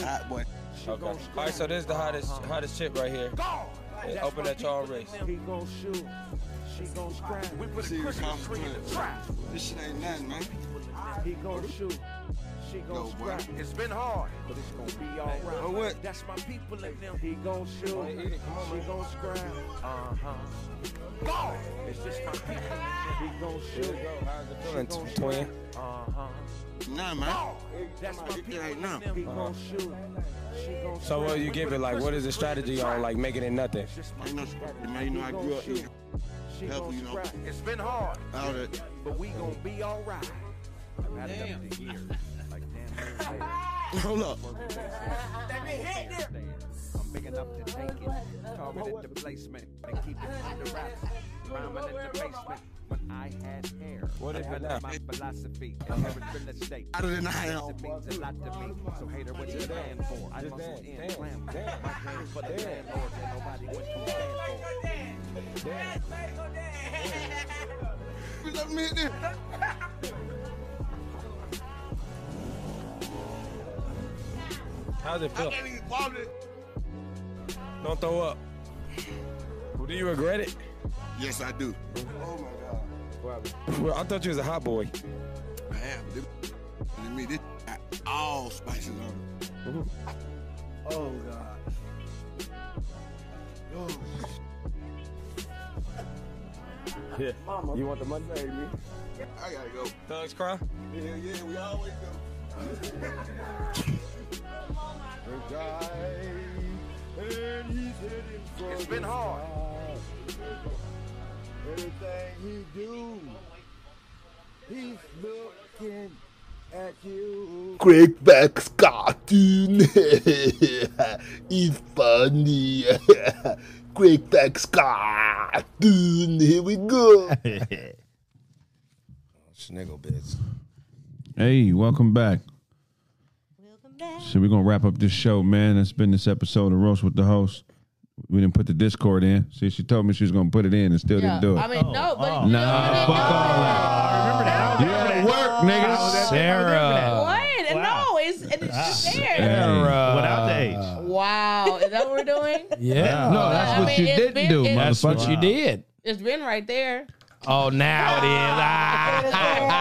Hot boy. Okay. All right, so this is the hottest hottest chip right here. uh, Yeah, open that y'all wrist. He gon' shoot. She gon' scratch. We put a Christmas tree in the trap. This shit ain't nothing, man. He gon' shoot. She gon' scratch. It's been hard, but it's gon' be alright. what? That's my people in them. He gon' shoot. She gon' scratch. Uh huh. Go! It's just my people. He gon' shoot. Feeling t- twin. Uh huh. Nah, man. That's my people in them. He gon' shoot. She gon' So what you give it? Like, what is the strategy on like making it nothing? Ain't no strategy, man. You know, I grew up eating healthy, you know. It's been hard, All that. but we gonna be alright. Damn. Like, damn. Hold up. Let me hit them. I'm big enough to take it. Targeted the placement and keep it under wraps. Rhyming in the basement when I had hair. What is I it had now? My philosophy and every real estate. Out of the It nine. means a lot to me. So hater, what you plan for? I Just muscle dance, in, dance, plan for. My plan for the landlord that nobody would stand for. Let me hit them. How's it feel? even bother. Don't throw up. Do you regret it? Yes, I do. Oh my god. Well, I thought you was a hot boy. I am. This, to me, this got all spices on it. Oh god. Oh. Yeah. You want the money? I gotta go. Thugs cry. Yeah, yeah, we always go. It's been hard. Everything he do, he's looking at you. Great back cartoon. it's funny. Great back cartoon. Here we go. Sniggle bits. Hey, welcome back. So we're gonna wrap up this show, man. That's been this episode of Roast with the Host. We didn't put the Discord in. See, she told me she was gonna put it in and still didn't do it. I mean, no, but Oh. Nah, fuck all that. I remember that. You gotta work, nigga. What? No, it's, it's just there. Without the H. Wow, is that what we're doing? Yeah. No, that's I what mean, you it's didn't been- do, it- motherfucker. That's what you did. It's been right there. Oh, now it is.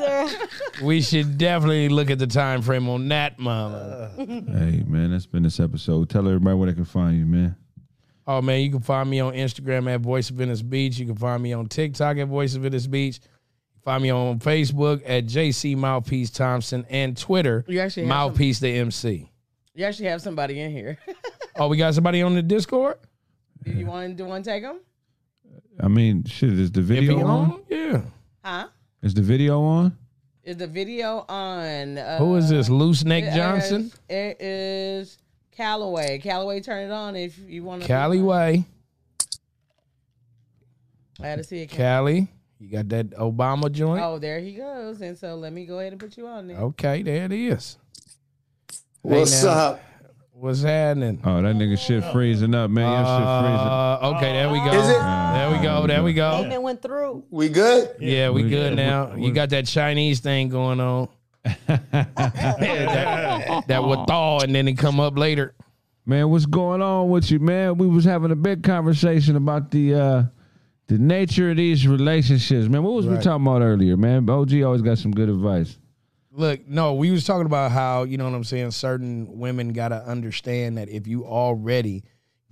Ah. we should definitely look at the time frame on that, mama. Hey, man, that's been this episode. Tell everybody where they can find you, man. Oh man, you can find me on Instagram at Voice of Venice Beach. You can find me on TikTok at Voice of Venice Beach. Find me on Facebook at JC Mouthpiece Thompson and Twitter You actually have some- Mouthpiece the MC. You actually have somebody in here. Oh, we got somebody on the Discord. Do you want to want to take them? I mean, shit, is the video he on? on? Yeah. Huh? Is the video on? Is the video on? Uh, Who is this? Loose Neck it is- Johnson? It is Callaway. Callaway, turn it on if you want to. Cali Way. I had to see it. Cali. You got that Obama joint? Oh. Oh, there he goes. And so let me go ahead and put you on there. Okay, there it is. What's up? What's happening? Uh, Oh, that nigga shit freezing up, man. Your shit freezing. Okay, there we go. Is it? There we go. There we go. Payment went through. We good? Yeah, we We- good now. You got that Chinese thing going on. that, that would thaw and then it come up later. Man, what's going on with you, man? We was having a big conversation about the uh the nature of these relationships, man. What was we Right. talking about earlier, man? OG always got some good advice. Look, no, we was talking about how, you know what I'm saying, certain women got to understand that if you already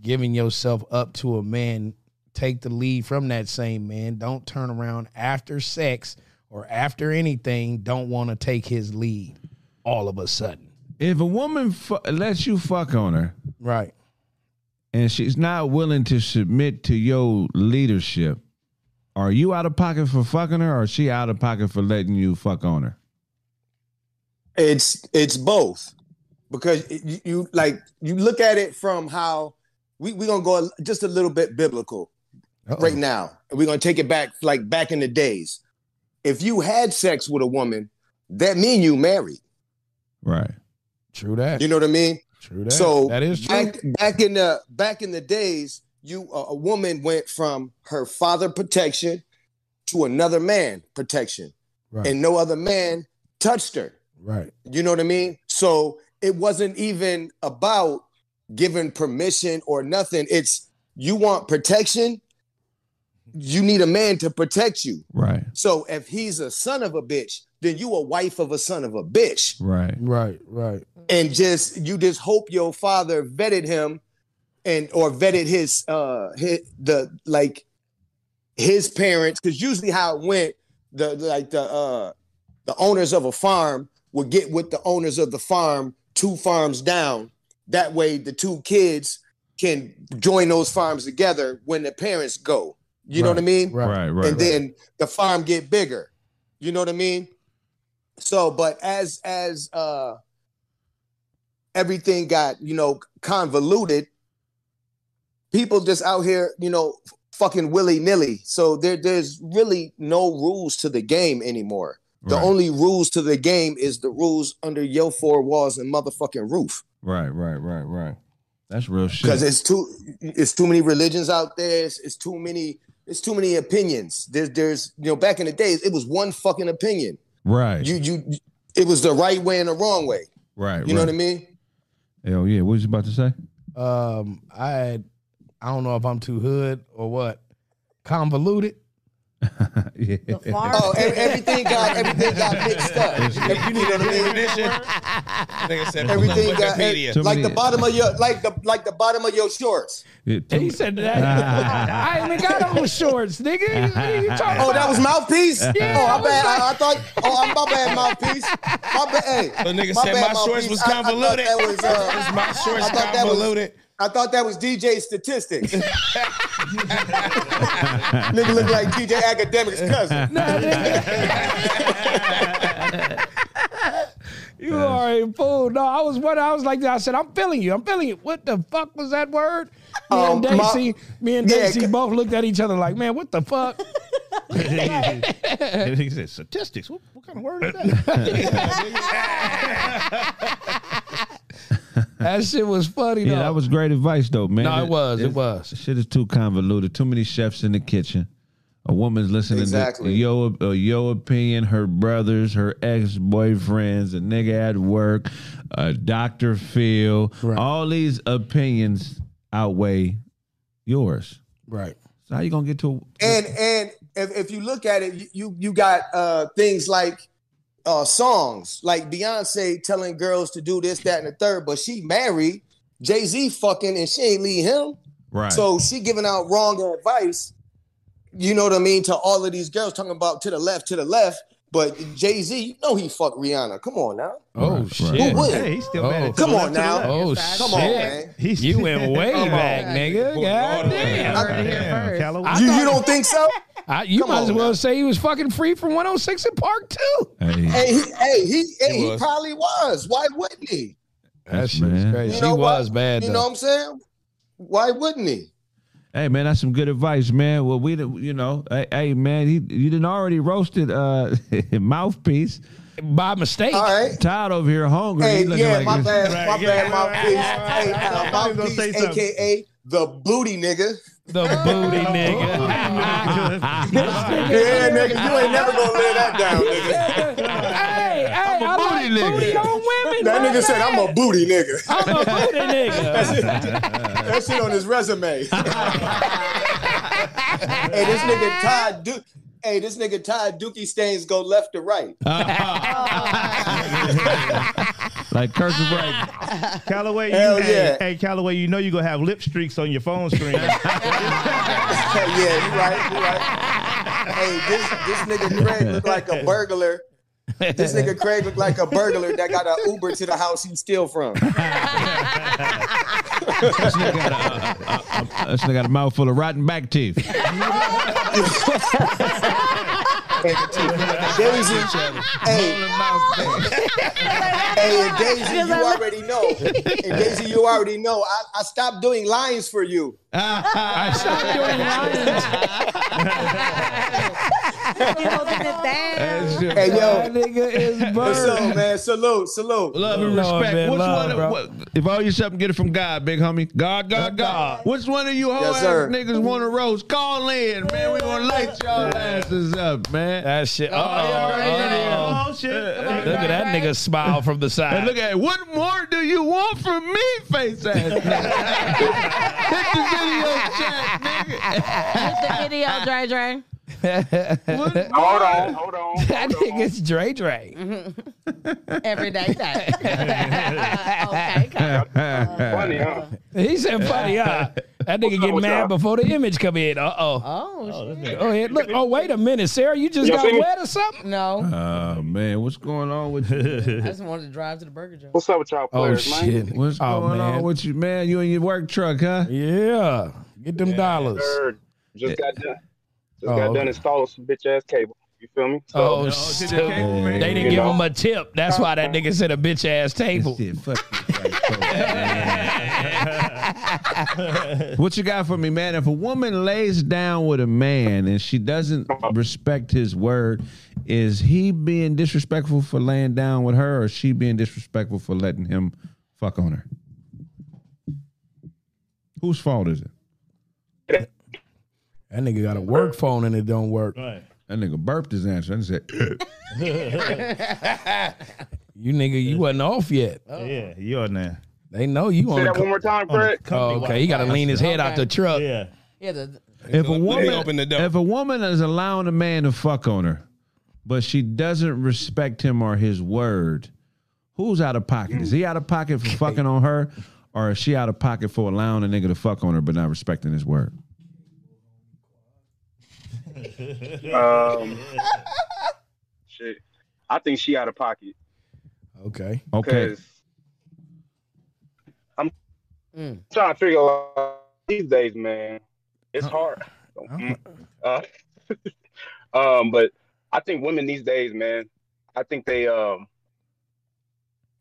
giving yourself up to a man, take the lead from that same man. Don't turn around after sex or after anything, don't want to take his lead all of a sudden. If a woman fu- lets you fuck on her, right, and she's not willing to submit to your leadership, are you out of pocket for fucking her, or is she out of pocket for letting you fuck on her? It's it's both because it- you, you like you look at it from how we we gonna go a- just a little bit biblical right now, and we're gonna take it back like back in the days. If you had sex with a woman, that mean you married. Right. True that. You know what I mean? True that. So that is true. Back, back in the back in the days, you a a woman went from her father protection to another man protection, Right. and no other man touched her. Right. You know what I mean? So it wasn't even about giving permission or nothing. It's you want protection, you need a man to protect you. Right. So if he's a son of a bitch, then you a wife of a son of a bitch Right. Right. Right. and just you just hope your father vetted him and or vetted his uh his, the like his parents because usually how it went the like the uh the owners of a farm would get with the owners of the farm two farms down that way the two kids can join those farms together when the parents go you know what i Right, mean right, Right, right, and right. then the farm get bigger you know what i mean so but as as uh everything got you know convoluted people just out here you know f- fucking willy-nilly so there there's really no rules to the game anymore the only rules to the game is the rules under your four walls and motherfucking roof Right. Right. Right. Right. That's real shit. because it's too it's too many religions out there it's, it's too many it's too many opinions there's there's you know back in the days it was one fucking opinion right. you you it was the right way and the wrong way right. you know right. what i mean Hell yeah. What was you about to say? Um, I had, I don't know if I'm too hood or what. Convoluted. yeah. Oh, ev- everything got everything got mixed up. you know what I mean? Everything got Wikipedia. Too like many- the bottom of your like the like the bottom of your shorts. He said that. I ain't got no shorts, nigga. What are you talking Oh, that was mouthpiece. Yeah, oh, I my was bad. like- I, I thought. Oh, I'm, my bad, mouthpiece. My bad. Hey, The nigga said my shorts mouthpiece. was I- I thought convoluted. that was, uh, My shorts I thought that was- convoluted. I thought that was DJ statistics. Nigga look like DJ Academics' cousin. You are a fool. No, I was what I was like. I said, I'm feeling you. I'm feeling you. What the fuck was that word? Me and Oh, my- Daisy, me and Yeah, Daisy c- both looked at each other like, man, what the fuck? he said statistics. What, what kind of word is that shit was funny Yeah, though. that was great advice though, man. No, it was, it was. Shit is too convoluted. Too many chefs in the kitchen. A woman's listening Exactly. to your uh, your opinion, her brothers, her ex boyfriends, a nigga at work, a Doctor Phil. All these opinions outweigh yours. Right. So how you gonna get to? and and if, if you look at it, you- you you got uh things like uh songs like Beyonce telling girls to do this, that, and the third, but she married Jay Z fucking and she ain't leave him. Right. So she giving out wrong advice. You know what I mean to all of these girls talking about to the left, to the left. But Jay Z, you know he fucked Rihanna. Come on now. Oh shit. Who would? Hey, he's still mad at to Come the on left, to the now. left. Oh Yes, I- shit. Come on, man. You went way Come on. back, nigga. God damn. I You, thought- you don't think so? I, you might as well say he was fucking free from 106 in Park too. Hey, he, hey, he, hey, he was. probably was. Why wouldn't he? That shit was crazy. You She know what? was bad. You though. know what I'm saying? Why wouldn't he? Hey man, that's some good advice, man. Well, we done- you know, hey, hey man, he, you didn't already roasted uh mouthpiece by mistake. All right. Todd over here hungry. He Hey, looking yeah, like my this. bad, my bad, yeah, mouthpiece. Hey, uh, mouthpiece, aka the booty nigga. The booty nigga. yeah, nigga, you ain't never gonna lay that down, nigga. Hey, hey, I like booty on women. That nigga said I'm a booty nigga. I'm a booty nigga. That shit on his resume. hey, this nigga Todd Duke. Hey, this nigga Todd Dookie Stains go left to right. Uh-huh. Like Kirk is right. Callaway, you, Hell hey, yeah. hey, Callaway, you know you're gonna have lip streaks on your phone screen. yeah, you right, you right. Hey, this this nigga Craig look like a burglar. This nigga Craig look like a burglar that got an Uber to the house he steal from. This nigga got a- a- a- Uh, this nigga got a mouthful of rotten back teeth. Daisy, hey, hey, and Daisy, you already know. And Daisy, you already know. I, I stopped doing lines for you. I stopped doing lines. Oh, Hey yo, nigga is what's up, man? Salute, salute. Love and respect. Which one? of- what- if all you something, get it from God, big homie. God, God, God. Which one of you whole ass sir. niggas want to roast? Call in, man. We gonna light y'all asses up, man. That shit. Oh, yeah, Oh, shit. Look at that nigga smile from the side. And look at it. What more do you want from me, face ass nigga? Hit the video, Dre Dre. Hold on, hold on. That nigga's Dre Dre. Everyday thing. funny, huh? He said funny, huh? That nigga get mad before the image come in. Uh oh. Oh, shit. Go ahead. Look. Oh, wait a minute, Sarah. You just Y'all got see me? wet or something? No. Oh man, what's going on with I you? just wanted to drive to the Burger Joint. What's up with y'all players, oh, man? shit. What's Oh, going man. on with you, man? You in your work truck, huh? Yeah. Get them dollars. Heard. Just got done. Just Oh, got okay. done installing some bitch ass cable. You feel me? So, Oh, shit. They didn't give him a tip. That's why that nigga said a bitch ass table. What you got for me, man? If a woman lays down with a man and she doesn't respect his word, is he being disrespectful for laying down with her, or is she being disrespectful for letting him fuck on her? Whose fault is it? That nigga got a work phone and it don't work. That nigga burped his answer and said, You nigga, you wasn't off yet. Yeah, you on there. They know you Say on. that co- one more time, on the Fred. Oh, okay, he got to lean his head out the truck. Yeah. Yeah, the, if a woman open the door. if a woman is allowing a man to fuck on her, but she doesn't respect him or his word, who's out of pocket? Is he out of pocket for fucking on her, or is she out of pocket for allowing a nigga to fuck on her but not respecting his word? Um, shit. I think she out of pocket. Okay. Okay. 'Cause I'm trying to figure out these days, man. It's hard. Mm. Uh, um, but I think women these days, man, I think they um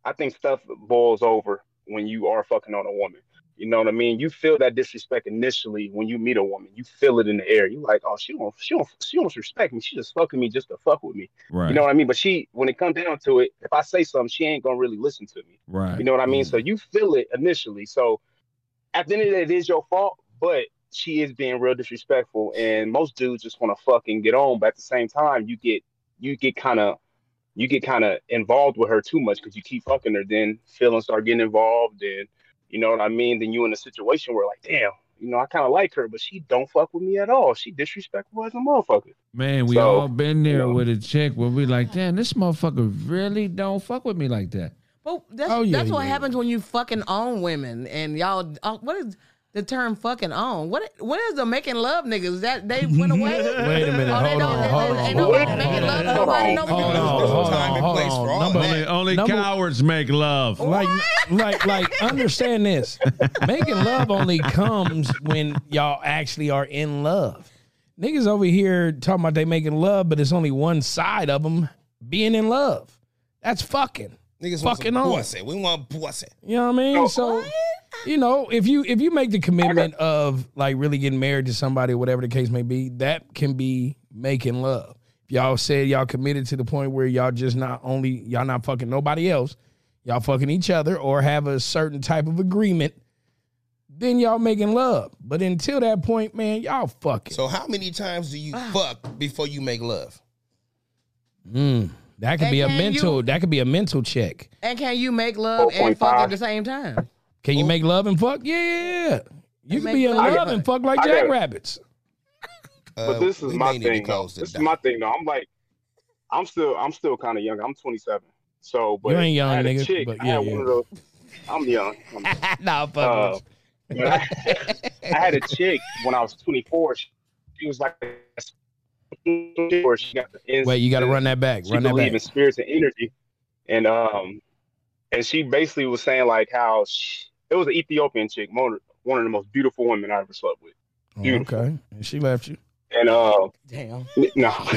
I think stuff boils over when you are fucking on a woman. You know what I mean? You feel that disrespect initially when you meet a woman. You feel it in the air. You like, oh, she don't, she don't, she don't respect me. She just fucking me just to fuck with me. Right. You know what I mean? But she, when it comes down to it, if I say something, she ain't gonna really listen to me. Right. Mm. You know what I mean? So you feel it initially. So at the end of the day, it is your fault, but she is being real disrespectful. And most dudes just want to fucking get on, but at the same time, you get you get kind of you get kind of involved with her too much because you keep fucking her. Then feelings start getting involved, and you know what I mean. Then you in a situation where like, damn, you know, I kind of like her, but she don't fuck with me at all. She disrespectful as a motherfucker. Man, we So, all been there with a chick where we like, damn, this motherfucker really don't fuck with me like that. Well, that's Oh, yeah, that's what yeah. happens when you fucking own women and y'all. Uh, what is the term fucking own? What what is the making love niggas? That they went away. Wait a minute. Oh, they Hold don't- on. they- Hold on. ain't Hold nobody on. making Hold love. on. Nobody know Oh, what Hold to do. on. Hold on. Hold on. Only, only Number- cowards make love. Like, like, like, understand this. Making love only comes when y'all actually are in love. Niggas over here talking about they making love, but it's only one side of them being in love. That's fucking. Niggas want fucking some on. pussy. We want pussy. You know what I mean? Oh. so you know, if you if you make the commitment of like really getting married to somebody, whatever the case may be, that can be making love. If y'all said y'all committed to the point where y'all just not only y'all not fucking nobody else, y'all fucking each other or have a certain type of agreement, then y'all making love. But until that point, man, y'all fucking. So how many times do you Ah. fuck before you make love? Mm, that could And be a can mental. you- that could be a mental check. And can you make love and fuck at 4.5. the same time? Can you make love and fuck? Yeah, yeah, yeah. You can Oh. make be in love and love and fuck. fuck like I got it. jackrabbits. Uh, but this is my thing. Though. This is my thing. Though I'm like, I'm still, I'm still kind of young. I'm 27. So, but You ain't young, I had a nigga, Chick, but I yeah, had yeah. one of those. I'm young. I'm young. nah, fuck Uh, with but I, I had a chick when I was 24. She, she was like, where she got the ins- Wait, you got to run that back. she Run that believed in back. spirits and energy, and um, and she basically was saying like how she, it was an Ethiopian chick, one of- one of the most beautiful women I ever slept with, Oh, Beautiful. okay, and she left you. and uh, Damn. no, no, Let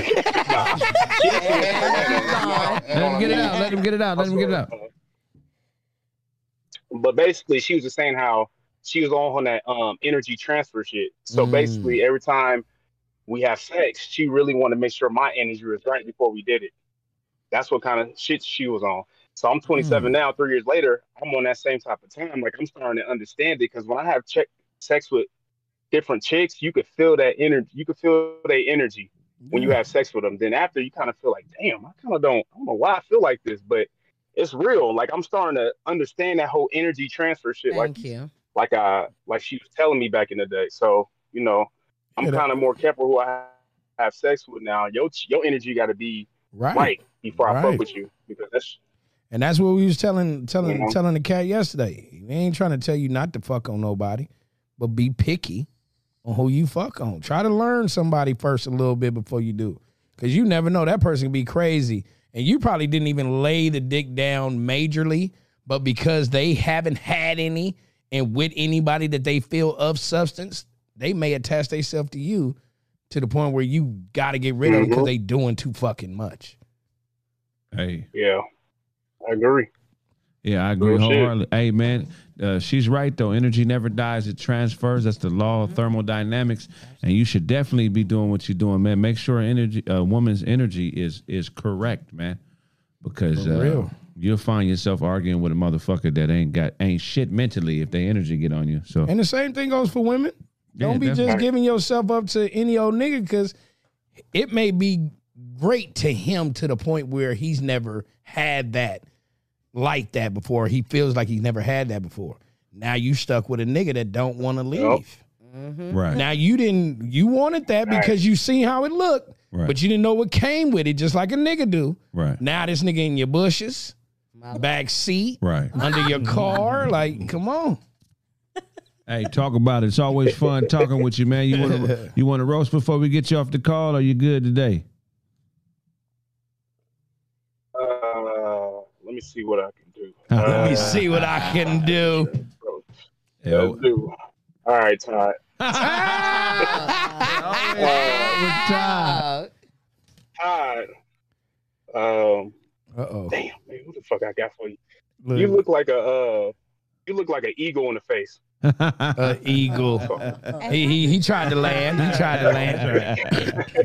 him get it out. Let him get it out. Let him get it out. but basically she was just saying how she was on that um energy transfer shit. So Mm. basically every time we have sex, she really wanted to make sure my energy was right before we did it. That's what kind of shit she was on. So I'm 27 now, three years later, I'm on that same type of time. Like I'm starting to understand it because when I have check sex with different chicks, you could feel that energy. You could feel their energy when you have sex with them. Then after, you kind of feel like, damn, I kind of don't. I don't know why I feel like this, but it's real. Like I'm starting to understand that whole energy transfer shit. like Thank you. like I like she was telling me back in the day. So you know, I'm Yeah, that- kind of more careful who I have, have sex with now. Your your energy got to be Right. right, before I Right. fuck with you because that's And that's what we was telling telling Mhm. telling the cat yesterday. We ain't trying to tell you not to fuck on nobody, but be picky on who you fuck on. Try to learn somebody first a little bit before you do. Cause you never know. That person can be crazy. And you probably didn't even lay the dick down majorly, but because they haven't had any and with anybody that they feel of substance, they may attach themselves to you to the point where you gotta get rid of them because Mhm. they doing too fucking much. Hey. yeah. I agree. Yeah, I agree Real shit. wholeheartedly. Hey, man, uh, she's right though. Energy never dies; it transfers. That's the law of thermodynamics, and you should definitely be doing what you're doing, man. Make sure energy, a woman's energy is is correct, man, because For uh, real. you'll find yourself arguing with a motherfucker that ain't got ain't shit mentally if their energy get on you. So And the same thing goes for women. Yeah, Don't be just definitely. giving yourself up to any old nigga because it may be great to him to the point where he's never had that like that before. He feels like he's never had that before. Now you stuck with a nigga that don't want to leave. Right. Mm-hmm. Now you didn't you wanted that Right. because you seen how it looked, Right. but you didn't know what came with it, just like a nigga do. Right. Now this nigga in your bushes, back seat, Right. under your car. Like, come on. Hey, talk about it. It's always fun talking with you, man. You want to you want to roast before we get you off the call? Are you good today? Uh, let me see what I can do. Let Uh, me see what I can do. let's do. All right, Todd. Todd. Todd. Um. Uh oh. Damn, man, what the fuck I got for you? Look. You look like a uh, you look like an eagle in the face. A eagle. he, he he tried to land. He tried to land.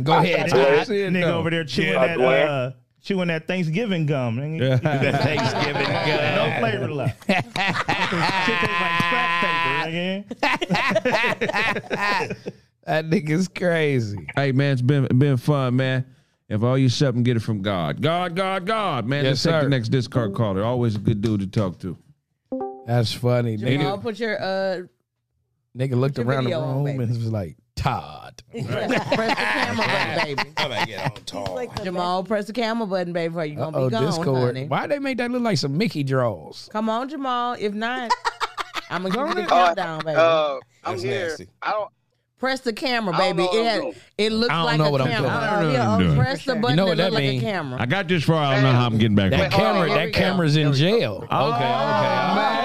Go ahead. Ty. nigga over there chewing that uh, chewing that Thanksgiving gum. Nigga. That Thanksgiving gum. No flavor left. Shit tastes like scrap paper. That nigga's crazy. Hey man, it's been been fun, man. If all you something, get it from God. God, God, God, man. Yes, Let's take sir. the next discard caller. Always a good dude to talk to. That's funny. Jamal, Nigga, put your uh, nigga looked Put your around the video on, room baby. and was like, Todd. press the camera button, baby. I'm about to get on tall. Jamal, press the camera button, baby, before you gonna Oh, be gone, Discord. honey. Why they make that look like some Mickey draws? Come on, Jamal. If not, I'm gonna give you the Uh, countdown, baby. uh, I'm That's here. nasty. I don't. Press the camera, I don't know baby. what It I'm had, doing. it looks I don't like know a what I'm camera. doing. I don't know Yeah, what I'm doing. Press the You button. know it what that looked like a mean. camera. Oh, I got this far. I don't know how I'm getting back. That up. camera, that camera's in jail. Okay, okay.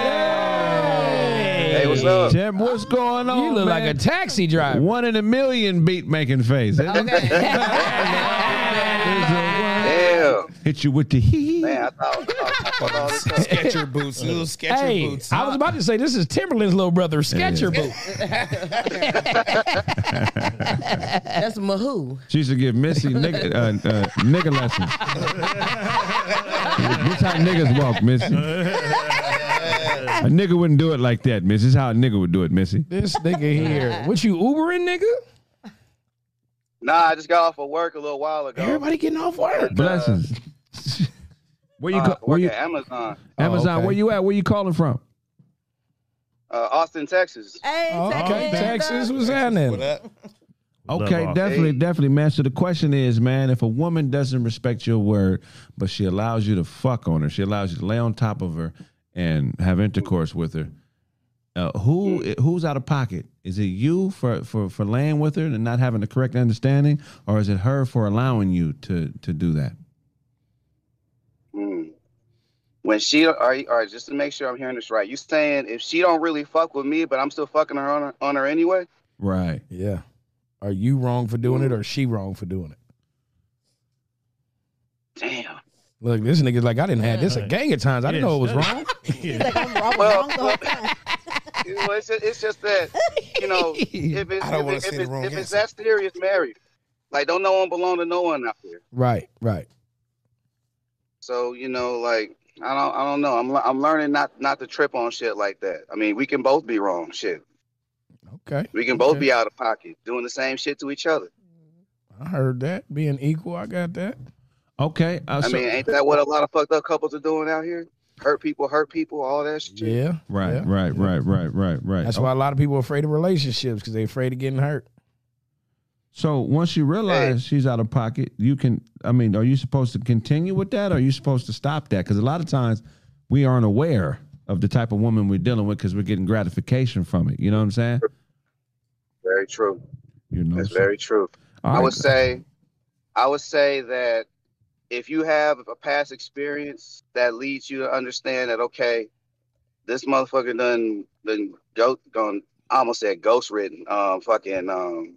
Hey, what's up? Tim, what's going on? You look like a taxi driver. One in a million beat making face. Damn. Hit you with the hee hee. Man, I thought. I thought all this stuff. Sketcher boots, little sketcher hey, boots. I was about to say this is Timberland's little brother, Sketcher Yeah. Boot. That's Mahoo. She used to give Missy nigga, uh, uh, nigga lessons. this how niggas walk, Missy. A nigga wouldn't do it like that, Missy. This is how a nigga would do it, Missy. This nigga here. What you Ubering, nigga? Nah, I just got off of work a little while ago. Everybody getting off work. Blessings. Where you Uh, ca- I where work you at Amazon, oh, Amazon? Where you at? Where you calling from? uh, Austin, Texas. Hey, Oh, Okay, Texas, what's happening? What up? Okay, definitely, definitely, man. So the question is, man, if a woman doesn't respect your word, but she allows you to fuck on her, she allows you to lay on top of her and have intercourse with her, uh, who who's out of pocket? Is it you for, for for laying with her and not having the correct understanding, or is it her for allowing you to to do that? Mm. When she, all right, all right, just to make sure I'm hearing this right, you saying if she don't really fuck with me, but I'm still fucking her on her, on her anyway? Right. Yeah. Are you wrong for doing it or she wrong for doing it? Damn. Look, this nigga's like, I didn't have this a gang of times. I didn't know it was wrong. well, well, it's, just, it's just that, you know, if it's, I don't if, wanna it- say if, the it's- wrong if it's that serious marriage, Like, don't no one belong to no one out there. Right, right. So you know, like I don't, I don't know. I'm, le- I'm learning not, not to trip on shit like that. I mean, we can both be wrong. Shit, Okay. we can both be out of pocket doing the same shit to each other. I heard that. Being equal, I got that. Okay. Uh, I so- mean, ain't that what a lot of fucked up couples are doing out here? Hurt people, hurt people, all that shit. Yeah. Right, yeah. right, right, right, right, right. That's why a lot of people are afraid of relationships because they're afraid of getting hurt. So once you realize she's out of pocket, you can. I mean, are you supposed to continue with that, or are you supposed to stop that? Because a lot of times we aren't aware of the type of woman we're dealing with because we're getting gratification from it. You know what I'm saying? Very true. You know, That's very true. All I right. would say, I would say that if you have a past experience that leads you to understand that okay, this motherfucker done done go gone. I almost said ghost written. Um, fucking um,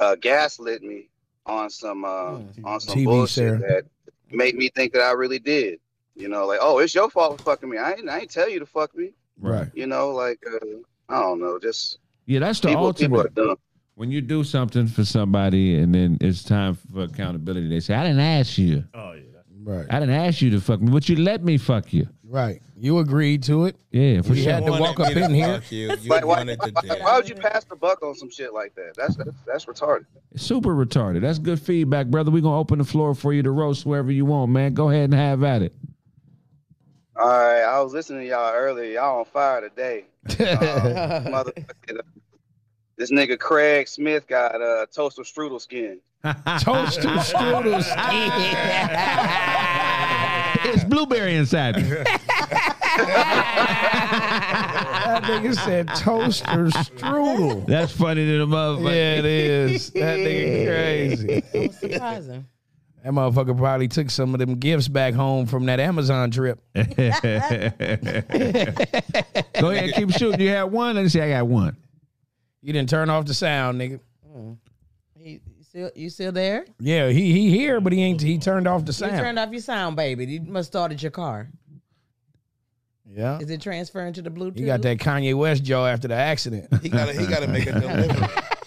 uh, gaslit me on some uh, on some TV, bullshit Sarah. that made me think that I really did. You know, like oh, it's your fault for fucking me. I ain't, I ain't tell you to fuck me. Right. You know, like uh, I don't know, just Yeah, that's the People- people are ultimate. when you do something for somebody and then it's time for accountability, they say, "I didn't ask you. Oh yeah. Right. I didn't ask you to fuck me, but you let me fuck you." Right. You agreed to it. Yeah, for We sure. had to walk up in here. Like, why, why would you pass the buck on some shit like that? That's that's, that's retarded. Super retarded. That's good feedback, brother. We're going to open the floor for you to roast wherever you want, man. Go ahead and have at it. All right, I was listening to y'all earlier. Y'all on fire today. Uh, motherfucking- this nigga Craig Smith got uh, toaster strudel skin. Toast to strudel It's blueberry inside. that nigga said toaster strudel. That's funny to the motherfucker. Yeah, it is. That nigga crazy. Surprising. That motherfucker probably took some of them gifts back home from that Amazon trip. Go Go ahead, keep shooting. You had one. Let me see. I got one. You didn't turn off the sound, nigga. You you still, you still there? Yeah, he he here, but he ain't. He turned off the You sound. turned off your sound, baby. You must started your car. Yeah, Is it transferring to the Bluetooth? he got that Kanye West jaw after the accident. He gotta he gotta make a delivery.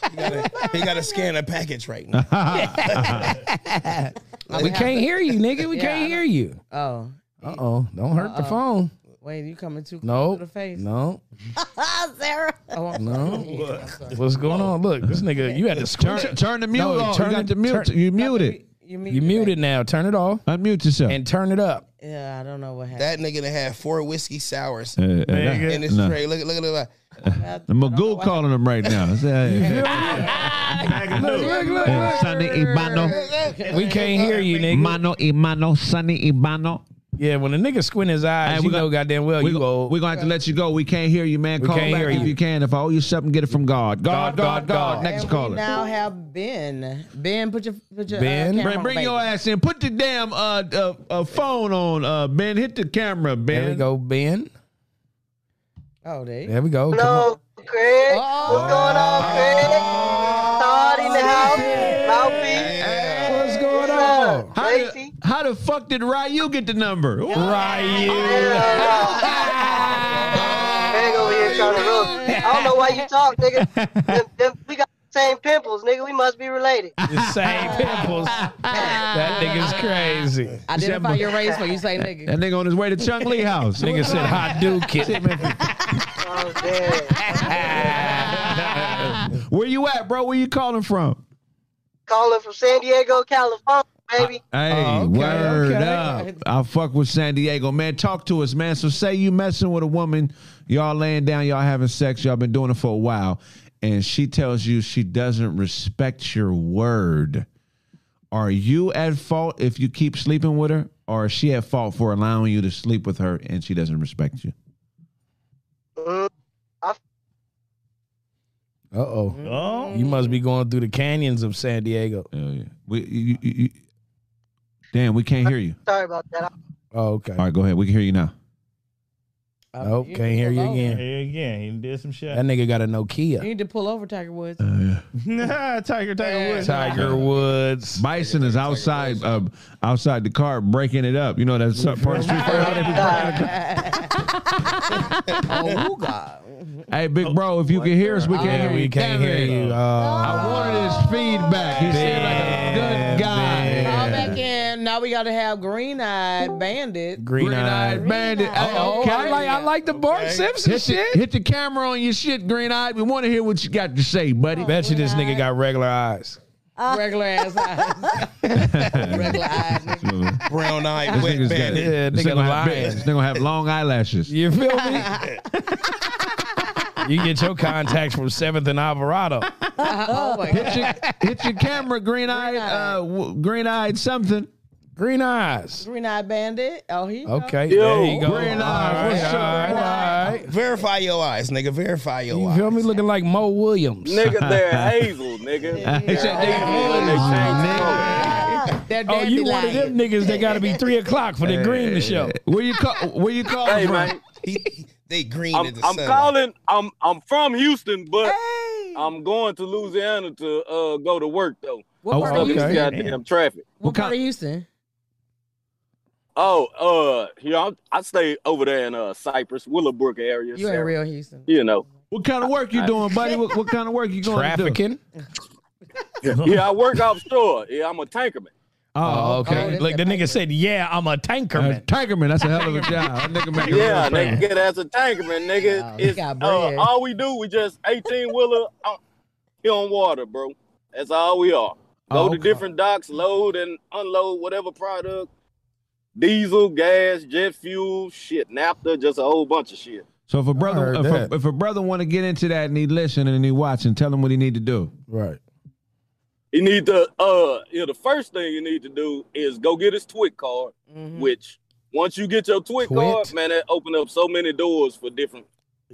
He gotta, he gotta scan a package right now. we can't hear you, nigga. We Yeah, I can't don't- hear you. Oh. Uh oh! Don't hurt the Uh-oh. phone. Wait, you coming too close No. to the face? No. Sarah. Oh, I'm No. sorry. I'm sorry. What's going on? Look, this nigga, you had to squish Turn- it. turn the mute off. You got the mute. You muted. You You muted now. Turn it off. Unmute yourself and turn it up. Yeah, I don't know what happened. That nigga that had four whiskey sours Uh, uh, nah, in his nah. tray. Look, look at that. The Magoo calling him right now. Sonny Ibano. We can't hear you, nigga. Mano Ibano. Sonny Ibano. Yeah, when a nigga squint his eyes, Hey, you we know goddamn well you old. We're going to have to let you go. We can't hear you, man. We Call can't back hear if you. you can. If I owe you something, get it from God. God, God, God. Next and caller. We now have Ben. Ben, put your put your Ben, uh, camera bring, on, bring baby. your ass in. Put the damn uh, uh, uh phone on, uh Ben. Hit the camera, Ben. There we go, Ben. Oh, there. Oh, There we go. Come on. Hello, Craig. What's going on, Craig? Todd in the house. Mouthpiece. What's going on? How the, how the fuck did Ryu get the number? Ryu. Craig over here trying to roast. I don't know why you talk, nigga. Them- them- we got the same pimples, nigga. We must be related. The same pimples. that nigga's crazy. Identify your race when you say nigga. That nigga on his way to Chung Lee house. Nigga said hot dude kid. Oh, damn. Where you at, bro? Where you calling from? Calling from San Diego, California, baby. Hey, Oh, okay, word okay. up. I fuck with San Diego, man. Talk to us, man. So say you messing with a woman, y'all laying down, y'all having sex, y'all been doing it for a while, and she tells you she doesn't respect your word. Are you at fault if you keep sleeping with her? Or is she at fault for allowing you to sleep with her and she doesn't respect you? Mm, I Uh oh. You must be going through the canyons of San Diego. Oh yeah. We you, you, you- Damn, we can't hear you. Sorry about that. Oh, okay. All right, go ahead. We can hear you now. Oh, Nope, can't hear you again. Here again, he did some shit. That nigga got a You Nokia. need to pull over, Tiger Woods. Nah, Tiger, Tiger Woods. Tiger Woods. Bison is outside uh, outside the car breaking it up. You know that's part of the street. oh, God. Hey, big bro, if you can hear us, we can't Yeah, hear you. we can't hear you. Oh. I wanted his feedback. He seemed like a good guy. Call back in. Now we got to have Green Eyed Bandit. Green eyed bandit. Hey, Oh, okay. I like- I like the Bart Simpson hit the, shit. Hit the camera on your shit, green eyed. We want to hear what you got to say, buddy. Bet you this nigga got regular eyes. Regular ass eyes. Regular eyes. Brown eyed This wet nigga's got- this bandit. nigga nigga gonna have big- lying. this nigga gonna have long eyelashes. You feel me? you get your contacts from Seventh and Alvarado. oh my Hit your, hit your camera, green eyed, uh, w- green eyed something. Green eyes. Green Eyed Bandit. Oh, he. Okay, there you go. green All eyes. right, What's all right, up? all right. Verify your eyes, nigga. Verify your You eyes. feel me? Looking like Mo Williams. Nigga, there. Hazel, nigga. He said, That Oh, damn you be one of like- them niggas that got to be three o'clock for the green to show. Where you call? Where you call Hey, from? man. They green in I'm, the I'm sunlight. calling. I'm I'm from Houston, but I'm going to Louisiana to uh, go to work though. What part of Fuck this Houston? goddamn traffic. What part of Houston? Oh, uh, yeah, I, I stay over there in uh Cypress, Willowbrook area. You so, ain't real Houston. You know. What kind of work you doing, buddy? What, what kind of work you going Trafficking. to do? Yeah, I work off store. Yeah, I'm a tankerman. Oh, okay. Oh, Look, the nigga said, "Yeah, I'm a tanker man." Tigerman, that's a hell of a job. That nigga make a Yeah, real nigga, thing. get as a tankerman, nigga. he it's, got bread. uh, all we do, we just 18 wheeler out here on water, bro. That's all we are. Go Oh, to different docks, load and unload whatever product. Diesel, gas, jet fuel, shit, naphtha, just a whole bunch of shit. So if a brother heard if a, that. if a brother want to get into that and he listening and he watching, tell him what he need to do. Right. You need to uh you know, the first thing you need to do is go get his twit card, Mm-hmm. which once you get your twit, Twit? card, man, that open up so many doors for different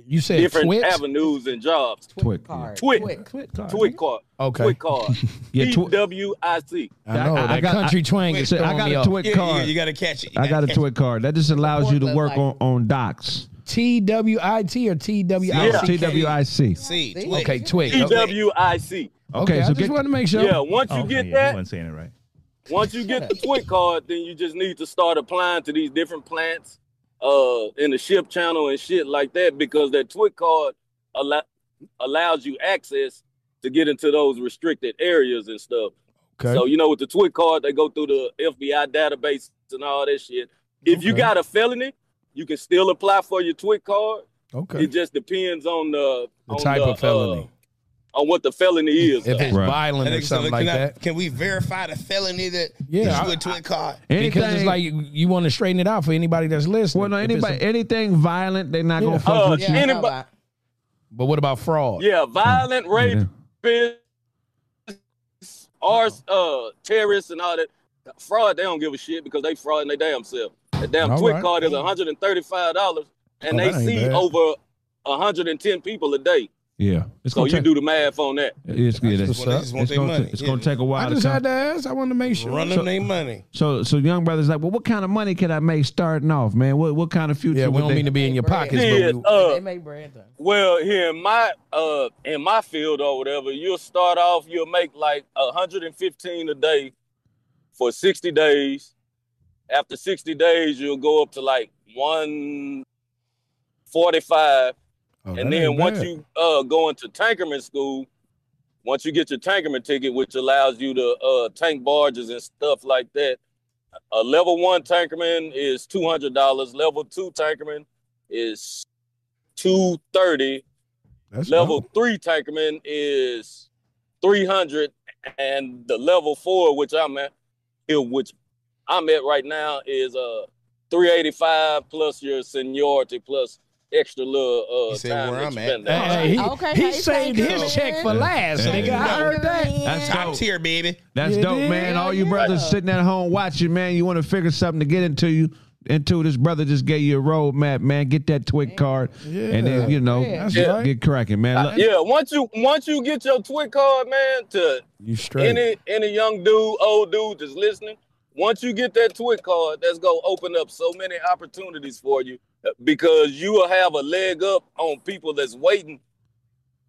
You said different twit? avenues and jobs. Twit. Twit. Twit card. Twit card. Okay. Twit card. Yeah, T twi- W I C. I know I- I that got- country I- twang is I throwing got me a off. twit Yeah, yeah, card. you gotta catch it. You I got a catch twit card. That just allows you to Portland work like- on, on docks. T W I T or T W I Yeah. C. T W I C. it. See, See? twit. Okay, twig. T Okay, W I C. Okay, I so just get wanted to make sure. Yeah, once you get that, wasn't saying it right. once you get the twit card, then you just need to start applying to these different plants uh in the ship channel and shit like that because that twit card allo- allows you access to get into those restricted areas and stuff. Okay. So you know with the twit card, they go through the FBI database and all that shit. If you Okay. got a felony, you can still apply for your twit card. It okay. just depends on the, The on type the, of felony. uh, on what the felony is. If though. it's Right. violent That or nigga said, something "Look, like can, I- that. can we verify the felony that Yeah, yeah, I- you a twit card? anything. Because it's like you, you want to straighten it out for anybody that's listening. well, no, If it's a- anybody, anything violent, they not gonna Yeah. fuck Uh, with you. anybody- but what about fraud? Hmm. Yeah, violent rape, arse, uh, terrorists, and all that fraud. They don't give a shit because they fraud and they damn self. The damn All twit right. card is one hundred and thirty-five dollars, and Oh, they that ain't see bad. over hundred and ten people a day. Yeah, it's So gonna you take, do the math on that. It's, yeah, that's- That's what it is, want it's they gonna, money. ta- it's gonna Yeah. take a I while to just come. had to ask. I wanted to make sure. Run them their money. So, so young brothers like, well, what kind of money can I make starting off, man? What what kind of future? Yeah, we would don't they- mean to be in your Bread. pockets, Yeah, but we, uh, They make bread though. Well, here in my uh in my field or whatever, you'll start off, you'll make like 115 a day for 60 days. After 60 days, you'll go up to like 145. Oh, that and then ain't once bad. you uh go into tankerman school, once you get your tankerman ticket, which allows you to uh tank barges and stuff like that. A level one tankerman is two hundred dollars. Level two tankerman is two thirty. That's Level dope. three tankerman is three hundred, and the level four, which I'm at, here, which I'm at right now, is uh three eighty five plus your seniority plus extra little uh He said time where that I'm you at. spend there. Hey, he, Oh, Okay, he now you saved thinking, his man. check for last, Yeah. nigga. I heard that. That's Top dope. tier, baby. That's Yeah, dope, yeah, man. All you yeah. brothers sitting at home watching, man, you want to figure something to get into you. Into this brother just gave you a roadmap, man. Get that twig card, and then you know That's get, right. get cracking, man. Look- Yeah, once you once you get your twit card, man, to You straight. any any young dude, old dude just listening, once you get that twit card, that's gonna open up so many opportunities for you uh, because you will have a leg up on people that's waiting,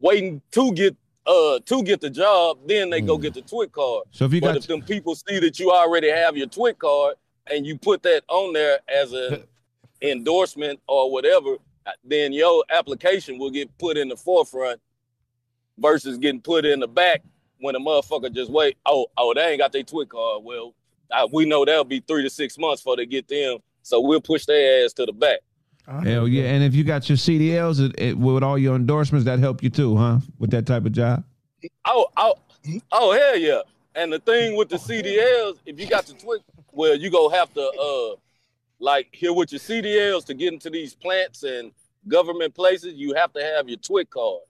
waiting to get uh to get the job, then they go get the twit card. Mm. So if you but got- if them people see that you already have your twit card and you put that on there as a endorsement or whatever, uh, then your application will get put in the forefront versus getting put in the back when a motherfucker just wait. Oh, oh, they ain't got their twit card. Well, I, we know that'll be three to six months before they get them. So we'll push their ass to the back. Hell yeah! And if you got your CDLs it, it, with all your endorsements, that help you too, huh? With that type of job. Oh, oh, oh, hell yeah! And the thing with the CDLs, if you got the twit, well, you gonna have to uh, like here with your CDLs to get into these plants and government places, you have to have your twit card.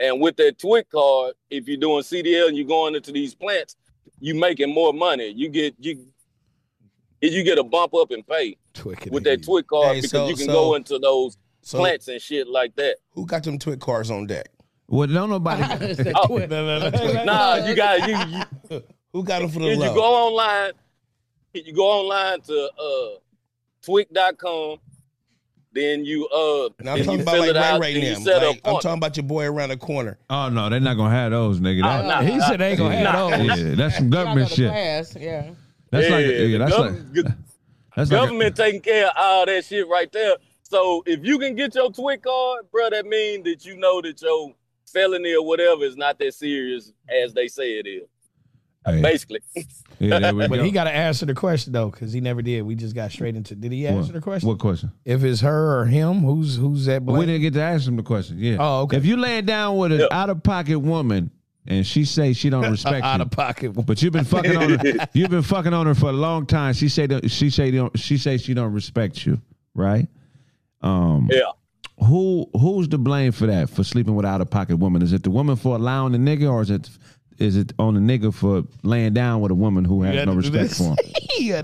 And with that twit card, if you're doing CDL and you're going into these plants, you making more money. You get you you get a bump up in pay with that twit card Hey, because so- you can so- go into those so- plants and shit like that. Who got them twit cars on deck? Well, don't nobody. Oh, nah, you got you. you Oh. Who got them for the if low? you go online, if you go online to uh twig.com, then you uh And I'm then talking you about fill like it Ray out, Ray then you now. set Like, up I'm talking about your boy around the corner. Oh no, they're not gonna have those, nigga. Oh, nah, He said they ain't gonna have Nah. those. Yeah, that's some government shit. Pass, yeah. That's like Yeah, yeah, that's like gov- gov- that's like a- government taking care of all that shit right there. So if you can get your twig card, bro, that means that you know that your felony or whatever is not that serious as they say it is. Basically. Yeah, there we but go. he got to answer the question though, because he never did. We just got straight into. Did he answer the question? What question? If it's her or him, who's who's that? We didn't get to ask him the question. Yeah. Oh, okay. If you lay down with an out of pocket woman and she say she don't respect Out you, of pocket. but you've been fucking on her. You've been fucking on her for a long time. She say that- she say don't- she say she don't respect you, right? Um, yeah. Who who's to blame for that? For sleeping with out of pocket woman? Is it the woman for allowing the nigga, or is it is it on the nigga for laying down with a woman who has no respect for him?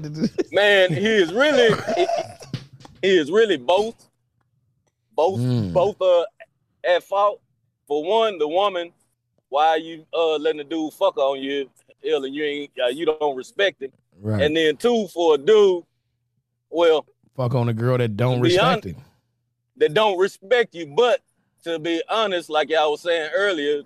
Man, he is really he, he is really both both Hmm. both uh at fault. For one, the woman, why you uh letting the dude fuck on you ill and you ain't uh, you don't respect him. Right. And then two, for a dude, well, Fuck on a girl that don't To be respect honest- him. that don't respect you. But to be honest, like y'all was saying earlier,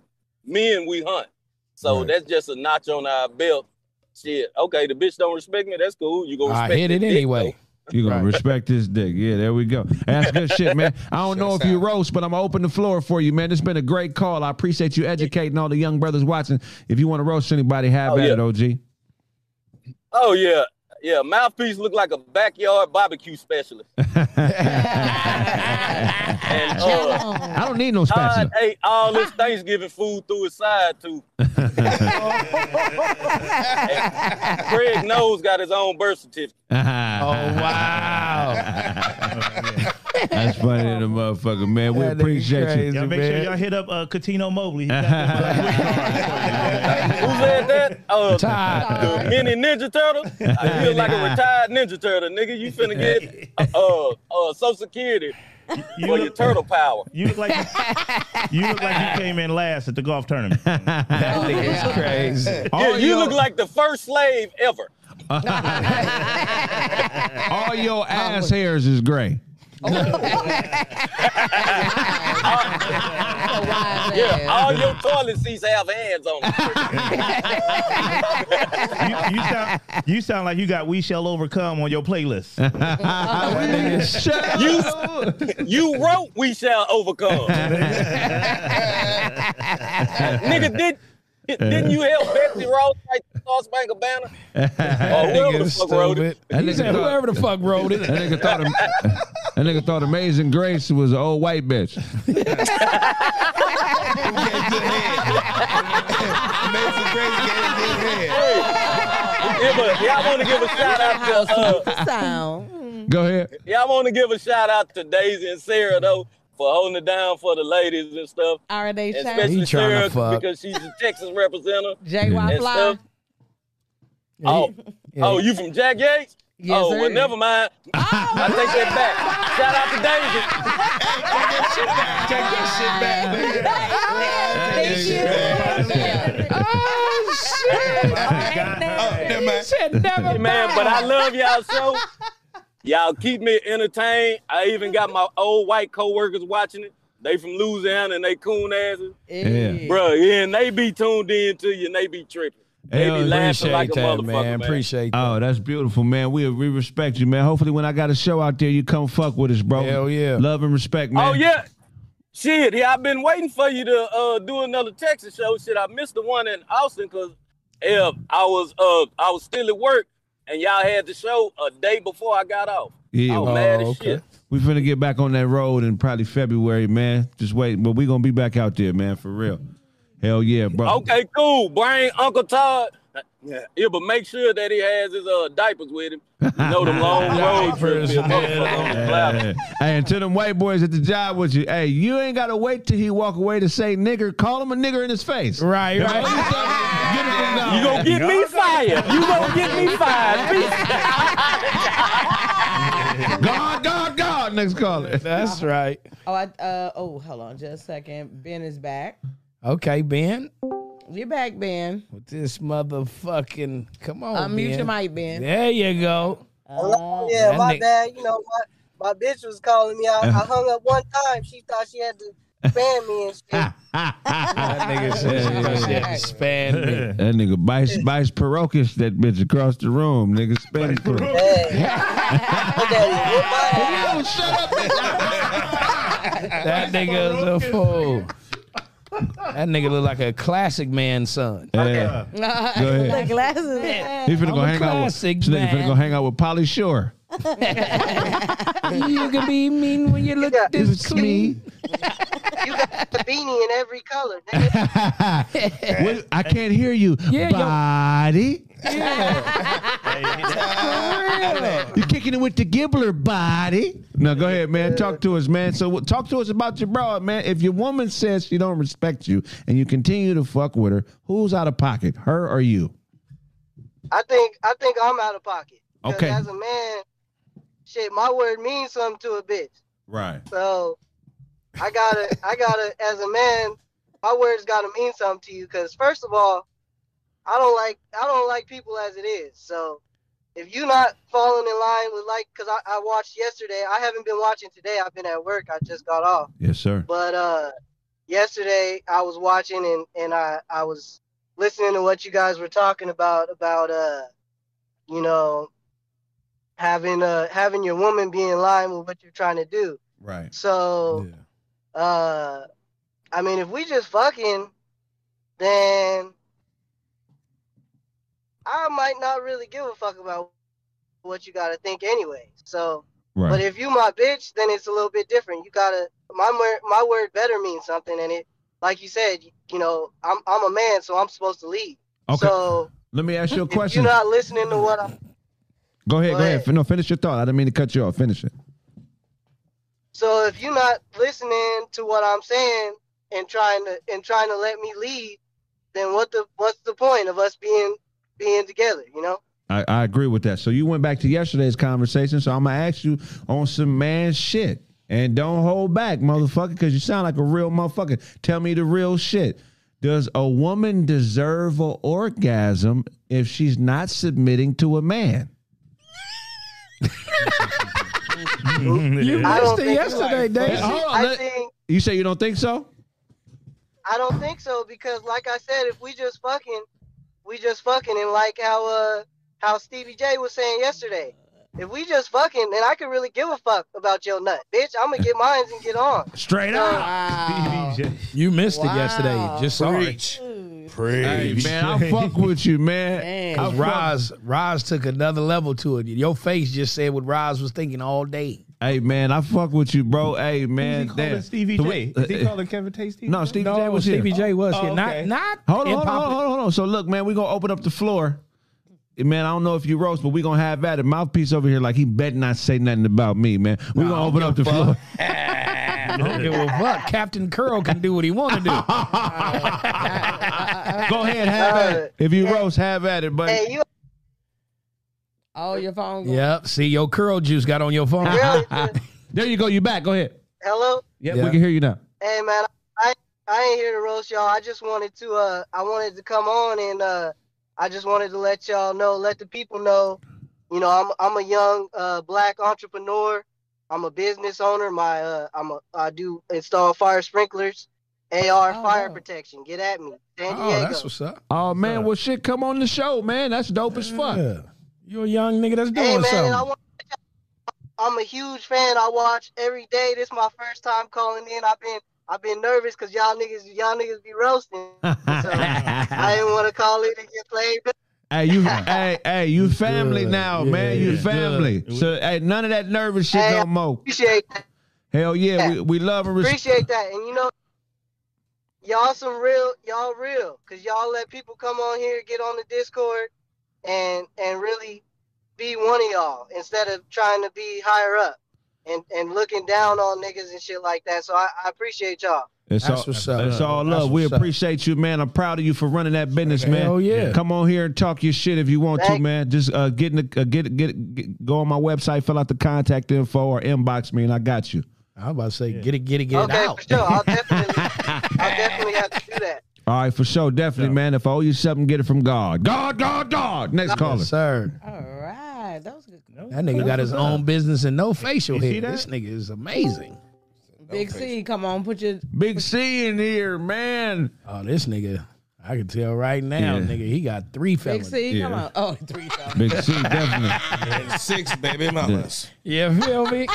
men we hunt. So Right. that's just a notch on our belt. Shit. Okay, the bitch don't respect me. That's cool. You gonna I respect hit it the dick, anyway. You gonna respect this dick? Yeah, there we go. And that's good shit, man. I don't know if you roast, but I'm gonna open the floor for you, man. It's been a great call. I appreciate you educating all the young brothers watching. If you want to roast anybody, have Oh, at yeah. it, OG. Oh yeah, yeah. Mouthpiece look like a backyard barbecue specialist. and, uh, Oh. I don't need no spatula. Todd ate all his Thanksgiving food through his side too. And Craig knows got his own birth certificate. wow. That's funny than a motherfucker, man. We appreciate you. Y'all make sure y'all hit up uh, Katino Mobley. Who said that? Uh, the mini Ninja Turtle. I feel like a retired Ninja Turtle, nigga. You finna get uh uh Social Security for your turtle power. You look like you look like you came in last at the golf tournament. that nigga is crazy. Yeah, you look like the first slave ever. All your ass hairs is gray. yeah, all your toilet seats have hands on them. you, you sound you sound like you got "We Shall Overcome" on your playlist. you, you wrote "We Shall Overcome." Nigga, did didn't you help Betsy Ross write the Star Spangled Banner? That oh, whoever the fuck wrote it. That He nigga said thought- whoever the fuck wrote it. That nigga thought That nigga thought Amazing Grace was an old white bitch. Give a- y'all want to give a shout out to uh, Go ahead. Y'all want to give a shout out to Daisy and Sarah though for holding it down for the ladies and stuff. Are they And shining? Especially He tryna Sarah fuck. because she's a Texas representative. Jay Y and Fly. stuff. Oh, oh, you from Jack Yates? Yes, oh, well, sir. never mind. I take that back. Shout out to Daisy. Take that shit back, nigga. Take that shit back. Oh, Oh, He Hey, man, but I love y'all so. Y'all keep me entertained. I even got my old white coworkers watching it. They from Louisiana and they coon asses. Yeah. Bro, yeah, and they be tuned in to you and they be tripping. They be Hell, laughing like a appreciate that, motherfucker, man. man. Appreciate Oh, that's beautiful, man. We we respect you, man. Hopefully, when I got a show out there, you come fuck with us, bro. Hell yeah. Love and respect, man. Oh yeah. Shit, yeah, I've been waiting for you to uh, do another Texas show. Shit, I missed the one in Austin because I was uh I was still at work and y'all had the show a day before I got off. Yeah. Oh, I was mad Oh, as Oh, shit. We finna get back on that road in probably February, man. Just wait, but we gonna be back out there, man, for real. Hell yeah, bro. Okay, cool. Bring Uncle Todd. Yeah, but make sure that he has his uh, diapers with him. You know them long road trips. be a motherfucker on the flap. Yeah. Hey, and to them white boys at the job with you, hey, you ain't gotta wait till he walk away to say nigger. Call him a nigger in his face. Right, right. You gonna get me fired. You gonna get me fired. God, God, God. Next caller. That's right. Oh, I, uh, oh, hold on just a second. Ben is back. Okay, Ben. You're back, Ben. With this motherfucking come on. Unmute ben. your mic, Ben. There you go. Hello? yeah, that my nigga- bad. You know, my, my bitch was calling me. I, I hung up one time. She thought she had to ban me and shit. That nigga said she had to span me. That nigga Bice Bice Perocus, that bitch across the room, nigga Spanish Perocus. Yo, shut up. That nigga is a fool. That nigga look like a classic man's son. Yeah. Go ahead. the glasses. He finna go I'm a hang classic out with. This nigga finna man. go hang out with Polly Shore. you can be mean when you look this clean. the beanie in every color. What- I can't hear you. body. You're kicking it with the Gibbler body. No, go ahead, man. Talk to us, man. So what- talk to us about your bra, man. If your woman says she don't respect you and you continue to fuck with her, who's out of pocket, her or you? I think I think I'm out of pocket. 'Cause Okay. As a man, shit, my word means something to a bitch. Right. So I gotta, I gotta, as a man, my words gotta mean something to you. Cause first of all, I don't like, I don't like people as it is. So if you not falling in line with like, cause I, I watched yesterday. I haven't been watching today. I've been at work. I just got off. Yes, sir. But uh, yesterday I was watching and and I I was listening to what you guys were talking about about uh, you know, having uh having your woman be in line with what you're trying to do. Right. So, uh, I mean, if we just fucking, then I might not really give a fuck about what you gotta think anyway. So, Right. but if you my bitch, then it's a little bit different. You gotta my word, my word better means something, and it, like you said, you know, I'm I'm a man, so I'm supposed to lead. Okay. So Let me ask you a if question. You're not listening to what I'm go ahead, go, ahead. No, finish your thought. I didn't mean to cut you off. Finish it. So if you're not listening to what I'm saying and trying to and trying to let me lead, then what the what's the point of us being being together? You know. I, I agree with that. So you went back to yesterday's conversation. So I'm gonna ask you on some man shit, and don't hold back, motherfucker, because you sound like a real motherfucker. Tell me the real shit. Does a woman deserve an orgasm if she's not submitting to a man? I You missed don't it think so. yesterday, Dave. Hold on, I let- think You say you don't think so? I don't think so because, like I said, if we just fucking, we just fucking, and like how uh how Stevie J was saying yesterday, if we just fucking, then I could really give a fuck about your nut, bitch. I'm gonna get mines and get on. Straight up. You missed it yesterday. Just sorry. Preach. Hey, Preach. man, I fuck with you, man. I Because fuck- Roz, Roz took another level to it. Your face just said what Roz was thinking all day. Hey, man, I fuck with you, bro. Hey, man. calling damn. Stevie The J? way- Is he calling Kevin Tate Stevie No, J? Stevie No, J was here. Stevie J was Oh, here. okay. Not not Hold on, in hold on, hold public. on, hold on, hold on. So look, man, we gonna open up the floor. Eh, Man, I don't know if you roast, but we gonna have at it. Mouthpiece over here, like he bet not say nothing about me, man. We gonna open up the floor. I don't give a fuck. Captain Curl can do what he want to do. Go ahead, Uh, have at it. If you roast, have at it, buddy. you. Oh, your phone. going- Yep. See, your curl juice got on your phone. there you go. You back. Go ahead. Hello. Yep, we can hear you now. Hey man, I I ain't here to roast y'all. I just wanted to uh I wanted to come on and uh I just wanted to let y'all know, let the people know, you know, I'm I'm a young uh black entrepreneur. I'm a business owner. My uh I'm a I do install fire sprinklers AR fire protection. Get at me. San Diego. up. Oh man, well shit, come on the show, man. That's dope as fuck. You a young nigga that's Hey man, and I want I'm a huge fan. I watch every day. This is my first time calling in. I've been I've been nervous because y'all niggas y'all niggas be roasting. I didn't want to call in and get played. Hey, you, hey, hey, you family now, man. You family. So, hey, none of that nervous shit Hey, no more. Appreciate that. Hell yeah, we, we love and respect. Appreciate that. And you know, y'all some real y'all real because y'all let people come on here, get on the Discord, and and really be one of y'all instead of trying to be higher up and and looking down on niggas and shit like that. So I, I appreciate y'all. It's all, It's all love. we appreciate you, man. I'm proud of you for running that business, man. Hell yeah. Come on here and talk your shit if you want to, Thank- man. Just uh, get in the, uh, get, get get go on my website, fill out the contact info, or inbox me, and I got you. I'm about to say, get it, get it, get okay, it out. for sure. I'll definitely I'll definitely have to do that. All right, for sure, definitely, man. If I owe you something, get it from God. God, God, God. Next Yes, caller, sir. All right, that was good. That nigga got his own business and no facial You see hair. that? This nigga is amazing. Big C, come on, put your Big C in here, man. Oh, this nigga, I can tell right now, Yeah. nigga, he got three Big fellas. C, come on. Oh, three. Big C, definitely. Six, baby, mamas. Yeah, feel me?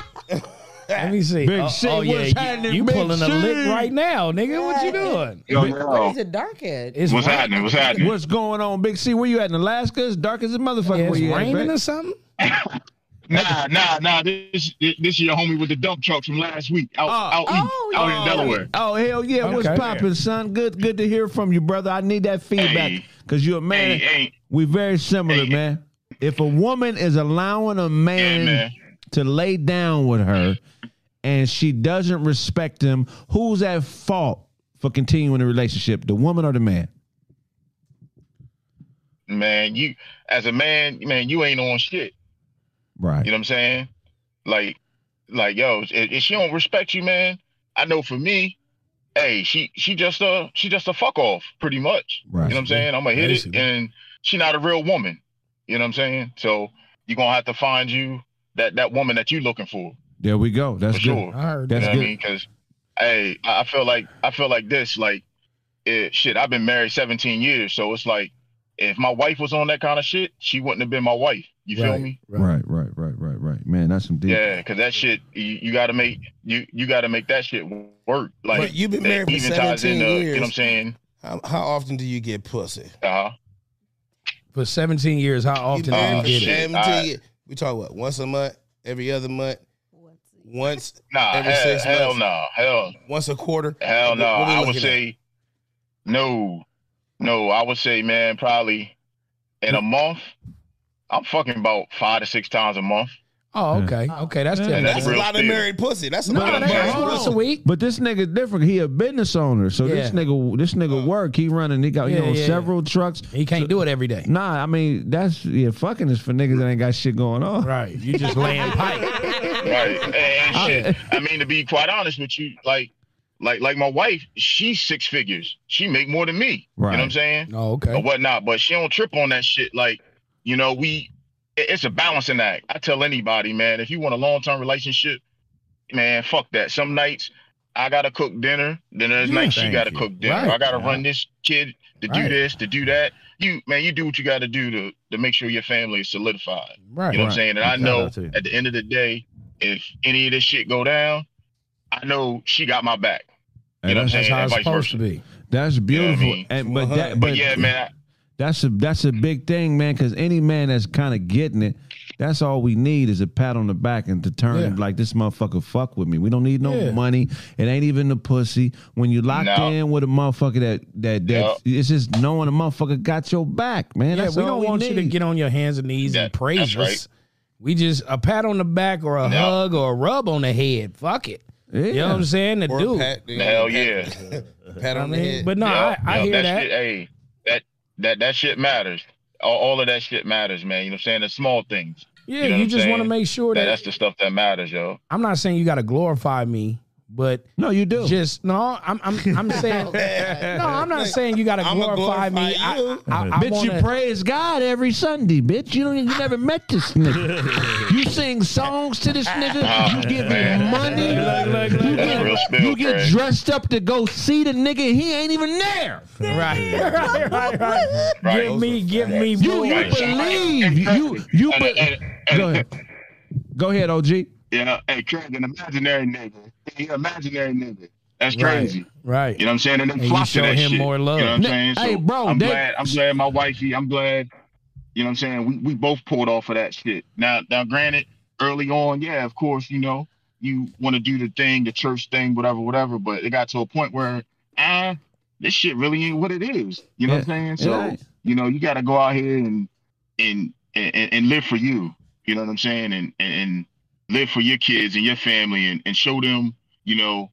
Let me see. Big oh, C, oh, what's yeah, happening, You, you Big pulling C? a lick right now, nigga. What you doing? Yo, yo. What is it, Darkhead? What's happening? What's happening? What's going on, Big C? Where you at in Alaska? It's dark as a motherfucker. It's where you raining at, or something? Nah, nah, nah. This this is your homie with the dump truck from last week out out, east, out in Delaware. Oh hell yeah! What's Okay. popping, son? Good, good to hear from you, brother. I need that feedback Hey. because you're a man. Hey, hey. We very similar, man. If a woman is allowing a man, man. to lay down with her, and she doesn't respect him, who's at fault for continuing the relationship? The woman or the man? Man, you as a man, man, you ain't on shit. Right. You know what I'm saying? Like, like yo, if, if she don't respect you, man, I know for me, hey, she she just a she just a fuck off, pretty much. You know what I'm saying? I'm gonna hit it, Basically. and she not a real woman. You know what I'm saying? So you gonna have to find you that that woman that you looking for. There we go. That's for good. sure. you know That's good. what I mean? Because hey, I I feel like I feel like this. Like, it, shit, I've been married 17 years, so it's like if my wife was on that kind of shit, she wouldn't have been my wife. You feel Right, me? Right, right, right, right, right. Man, that's some deep. Yeah, because that shit, you, you got to make you you got to make that shit work. Like But you've been that married for even ties 17 into, You years. know what I'm saying? How, how often do you get pussy? Uh-huh. Uh, For 17 years, how You often married do you for get it? 17 years. We talk what? Once a month? Every other month? Once? Nah, every hell- six hell months? nah, hell. Once a quarter? Hell What- no, what we I would looking at? say no, no. I would say, man, probably in a month. I'm fucking about five to six times a month. Oh, okay. Okay, that's Yeah. different. That's a lot of Still. married pussy. That's a no, lot of that ain't married wrong. pussy. Once a week. But this nigga different. He a business owner, so this Yeah. nigga, this nigga Uh. work. He running. He got Yeah, you know yeah, yeah. several trucks. He can't do it every day. Nah, I mean that's yeah. Fucking is for niggas that ain't got shit going on. Right. You just laying pipe. Right. And, and shit. I mean, to be quite honest with you, like, like, like my wife, she's six figures. She make more than me. You know what I'm Right. saying? Oh, okay. Or whatnot. But she don't trip on that shit. Like, you know, we, it- it's a balancing act. I tell anybody, man, if you want a long term relationship, man, fuck that. Some nights I gotta cook dinner. Then there's Yeah, nights she thank gotta you. cook dinner. Right. I gotta Yeah. run this kid to do Right. this to do that. You man, you do what you gotta do to to make sure your family is solidified. Right. You know what Right. I'm saying? And I Shout know out to you. at the end of the day, if any of this shit go down, I know she got my back. You know what I'm saying? that's And vice versa. be. That's beautiful. mean? Uh-huh. and, but, that, But yeah, man, I- That's a that's a big thing, man. Because any man that's kind of getting it, that's all we need is a pat on the back and to turn Yeah. like this motherfucker fuck with me. We don't need no Yeah. money. It ain't even the pussy. When you locked No. in with a motherfucker that that that it's just knowing a motherfucker got your back, man. yeah, that's we all don't want you to need. get on your hands and knees and praise us. right. We just a pat on the back or a hug or a rub on the head. Fuck it. You know what I'm saying? The Or a dude. pat- Hell yeah. Pat on the head. But no, I- I hear that. that. Shit, hey, that that that shit matters. All, all of that shit matters, man. You know what I'm saying? The small things. Yeah, know you what I'm just wanna saying? make sure that- that's the stuff that matters, yo. I'm not saying you got to glorify me, but no, you do. Just no, I'm I'm I'm saying no, I'm not saying you got to I'ma glorify, me. glorify I- you. I, I, bitch, you wanna- praise God every Sunday, bitch. You don't you never met this nigga. you sing songs to this nigga. Oh, you give man. him money. That's real your spill. You get Craig. dressed up to go see the nigga. He ain't even there. Right, right, right, right. Give me, give me. You, more. you believe you you. And- be- Go ahead. Go ahead, OG. Yeah, hey, Craig, an imaginary nigga. He an imaginary nigga. That's Right. crazy. Right. You know what I'm saying? And then And you flock to show that him shit. more love. You know what I'm N- saying? So hey, bro, I'm they- glad. I'm glad my wifey. I'm glad. You know what I'm saying? We we both pulled off of that shit. Now now, granted, early on, yeah, of course, you know, you want to do the thing, the church thing, whatever, whatever. But it got to a point where, ah, this shit really ain't what it is. You know what Yeah. I'm saying? So Yeah. you know, you got to go out here and and, and and live for you. You know what I'm saying? And and, and live for your kids and your family and, and show them, you know,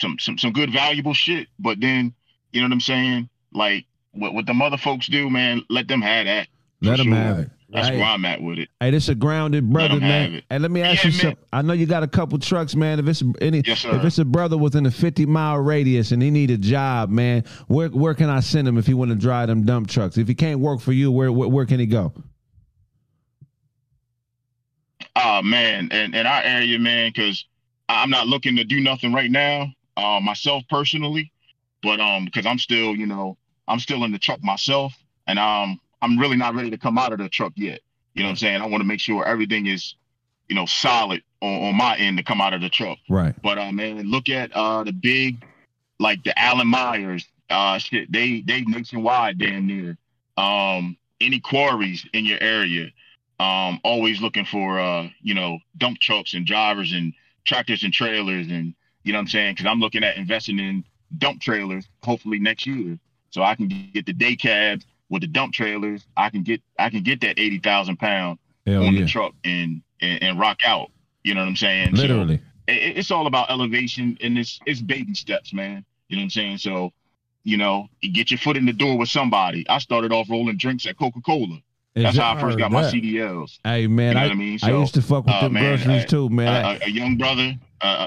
some, some some good valuable shit. But then, you know what I'm saying? Like what what the mother folks do, man, let them have that. for Let 'em have it. That's Right. where I'm at with it. Hey, this a grounded brother, 'em have man. it. And let me ask you something. I know you got a couple trucks, man. If it's any, Yes, sir. if it's a brother within a fifty mile radius and he need a job, man, where where can I send him if he want to drive them dump trucks? If he can't work for you, where where, where can he go? Oh man, and in our area, man, because I'm not looking to do nothing right now, uh, myself personally, but um, because I'm still, you know, I'm still in the truck myself, and um, I'm really not ready to come out of the truck yet. You know what I'm saying? I want to make sure everything is, you know, solid on, on my end to come out of the truck. Right. But uh, man, look at uh the big, like the Allen Myers, uh, shit. They they nationwide damn near. Um, any quarries in your area, um, always looking for uh, you know, dump trucks and drivers and tractors and trailers and you know what I'm saying? Because I'm looking at investing in dump trailers hopefully next year, so I can get the day cabs with the dump trailers. I can get I can get that eighty thousand pound Hell on yeah. the truck and, and and rock out. You know what I'm saying? So- Literally. it- it, it's all about elevation and it's it's baby steps, man. You know what I'm saying? So, you know, you get your foot in the door with somebody. I started off rolling drinks at Coca Cola. That's how I first got my Exactly. CDLs. Hey, man, you know I- what I mean? uh, I used to fuck with them groceries, I- too, man. A, a- a young brother, uh,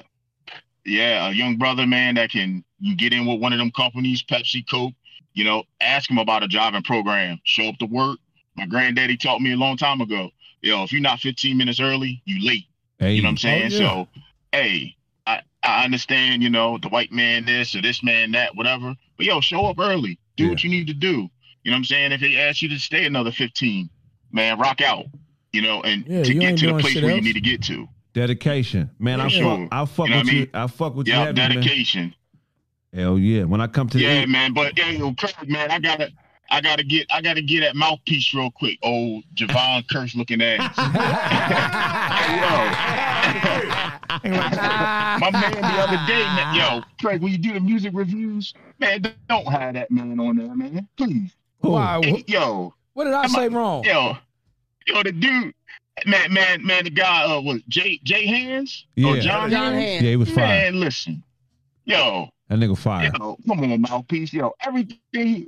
yeah, a young brother, man, that can you get in with one of them companies, Pepsi, Coke. You know, ask him about a job and program. Show up to work. My granddaddy taught me a long time ago. Yo, if you're not 15 minutes early, you late. Hey. You know what I'm saying? Oh, yeah. So, hey, I, I understand, you know, the white man this or this man that, whatever. But yo, show up early. Do what you need to do. You know what I'm saying? If they ask you to stay another 15, man, rock out. You know, and Yeah, to you get ain't to the doing place shit where you else. need to get to. Dedication, man. I For fuck, I fuck You know with what I you. mean? I fuck with Yeah, you. heavy, man. dedication. Hell yeah. When I come to the Yeah, man. But yeah, yo, Craig, man, I gotta, I gotta get, I gotta get at mouthpiece real quick. Old Javon Kirsch looking ass. Hey, yo. My man the other day, man, yo, Craig, when you do the music reviews, man, don't- don't have that man on there, man. Please. Why? Hey, yo. What did I I'm say like, wrong? Yo, yo, the dude. Man, man, man, the guy uh, was Jay Jay Hands or Yeah. Oh, John, John Hands? Hands. Yeah, he was fire. Man, listen, Oh. yo, that nigga fire. Yo, come on, mouthpiece. Yo, everything.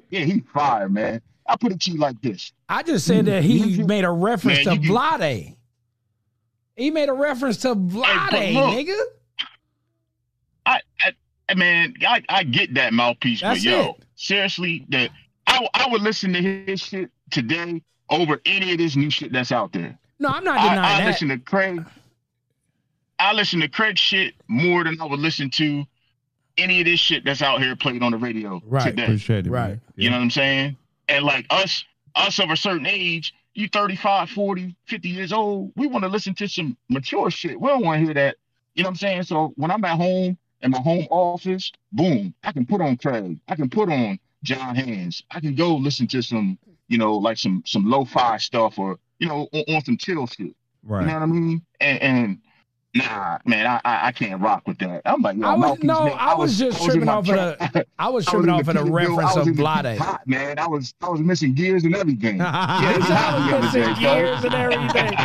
Yeah, he fire, man. I put it to you like this. I just said that he made a reference Man, to you- Vlade. He made a reference to Vlade, but look, nigga. I, I I- man, I, I get that mouthpiece, That's but yo, it. seriously, the I, w- I would listen to his shit today over any of this new shit that's out there. No, I'm not I- denying I, that. listen to Craig. I listen to Craig shit more than I would listen to any of this shit that's out here played on the radio today. Appreciate it. Right. You know what I'm saying? And like us, us of a certain age, you 35, 40, 50 years old, we want to listen to some mature shit. We don't want to hear that. You know what I'm saying? So when I'm at home in my home office, boom, I can put on Craig. I can put on John Hands. I can go listen to some, you know, like some some lo-fi stuff or, you know, on, on some chill shit. Right. You know what I mean? And and nah, man, I I, I can't rock with that. I'm like, yo, I was mouthpiece, no, man, I was just in tripping my off of truck. the I was tripping in off of the Kingsville. I reference was of in the Vlade. Hot, man, I was I was missing gears and everything. He said I was missing gears and everything.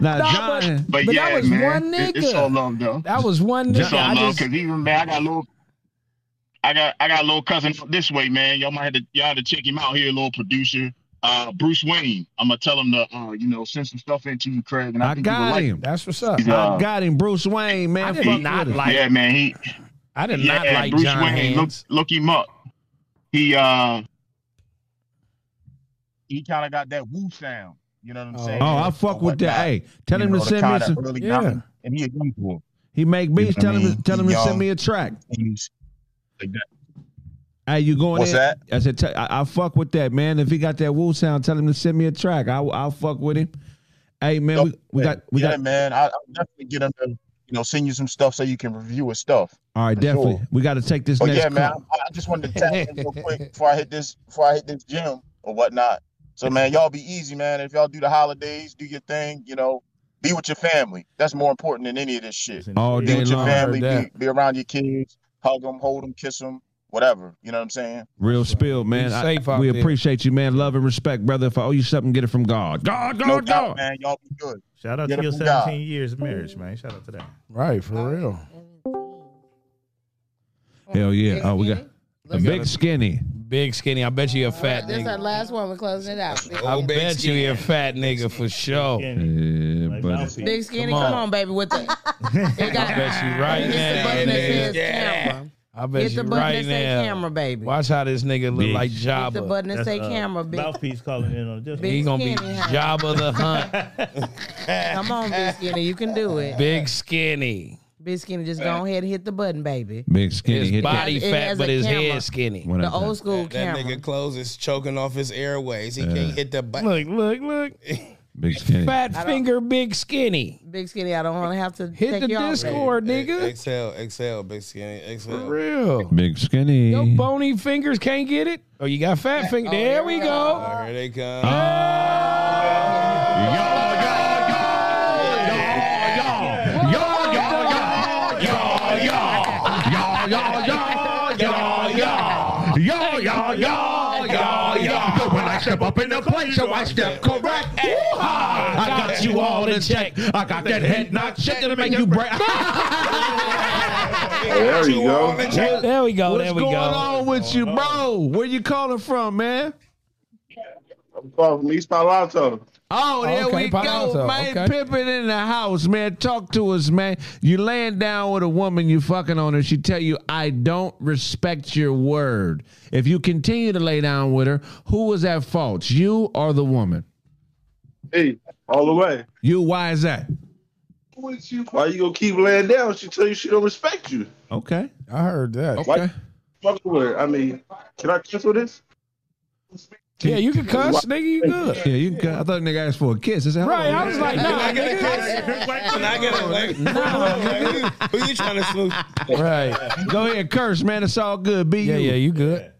Nah, Nah, John. but- but that was one it- it's nigga. all love though. That was one It's nigga. all I love just- because even man, I got a little, I got I got a little cousin up this way, man. Y'all might have to y'all have to check him out here, little producer. Uh, Bruce Wayne. I'm gonna tell him to uh, you know send some stuff into you, Craig. And I, I think you will got like him. it. That's what's up. He's, uh, I got him, Bruce Wayne, man. I did Fuck not with him. like- Yeah, man, he. I did not Yeah, like Bruce John Wayne. Look, Hands. look him up. He uh, he kind of got that woo sound. You know what I'm saying? Oh, I fuck with that. Hey, tell him to send me some. Really Yeah. And he a young boy. He make beats. I Tell him, mean, tell him to young send me a track. Like that. Hey, you going? What's in? that? I said, tell- I, I fuck with that man. If he got that Wu sound, tell him to send me a track. I, I'll fuck with him. Hey man, we, we got we yeah, got. man. I, I'll definitely get him to, you know, send you some stuff so you can review his stuff. All right, For definitely. sure. We got to take this But next. Oh, yeah, man, call. I, I just wanted to tap in real quick before I hit this before I hit this gym or whatnot. So man, y'all be easy, man. If y'all do the holidays, do your thing, you know, be with your family. That's more important than any of this shit. All be day with your long, family, heard be, be around your kids, hug them, hold them, kiss them, whatever. You know what I'm saying? Real spill, man. I- safe out we there. appreciate you, man. Love and respect, brother. If I owe you something, get it from God. God. no doubt, man. Y'all be good. Shout out Get to it your from God. 17 years marriage, man. Shout out to that. Right, for real. Hell yeah. Oh, we got a We got big a- skinny. Big skinny. I bet you a fat This is nigga. our last one. We're closing it out. I bet you a fat nigga for sure. Yeah, buddy. Big skinny, come on, baby, with the. They I got bet you right Hit the now. button that says nigga. camera. I bet Hit the you button right that say now. camera, baby. Watch how this nigga look like Jabba. the button that That's, say uh, camera, bitch. Mouthpiece calling in on this. Big He gonna be skinny, huh? Jabba the Hunt. come on, big skinny, you can do it. Big skinny. Big skinny, just go ahead and hit the button, baby. Big skinny. His hit that. body It fat, has but a his camera. head skinny. What The old school That, that camera. nigga clothes is choking off his airways. He can't hit the button. Look, look, look. Big skinny. Fat I don't- finger, big skinny. Big skinny, I don't want to have to Hit take the you off. Discord, nigga. Exhale, exhale, big skinny. Exhale. real. Big skinny. Your bony fingers can't get it. Oh, you got fat finger. There we go. Oh, here they come. Yo, yo, yo, yo, yo. But when I step up in the place, so I step correct. Woo-ha! I got you all in check. I got that head not shit that'll make you break. There you go. There we go. What's there we going go. on with you, bro? Where you calling from, man? Oh, I'm calling from East Palo Alto. Oh, there Okay, we Palo Alto, go, man. okay. Pippin in the house, man. Talk to us, man. You laying down with a woman, you fucking on her. She tell you, I don't respect your word. If you continue to lay down with her, who was at fault? You or the woman? Hey, all the way. You. Why is that? Why you gonna keep laying down? She tell you she don't respect you. Okay. I heard that. Why you fucking with her? I mean, can I cancel this? Yeah, you can cuss, Why- nigga. You good. Yeah, you. Can, I thought nigga asked for a kiss. I said, hold Right, on, I was like, nah, Can I get away? Who you trying to smooth? Right. Go ahead, curse, man. It's all good. Be yeah, you. yeah, you good.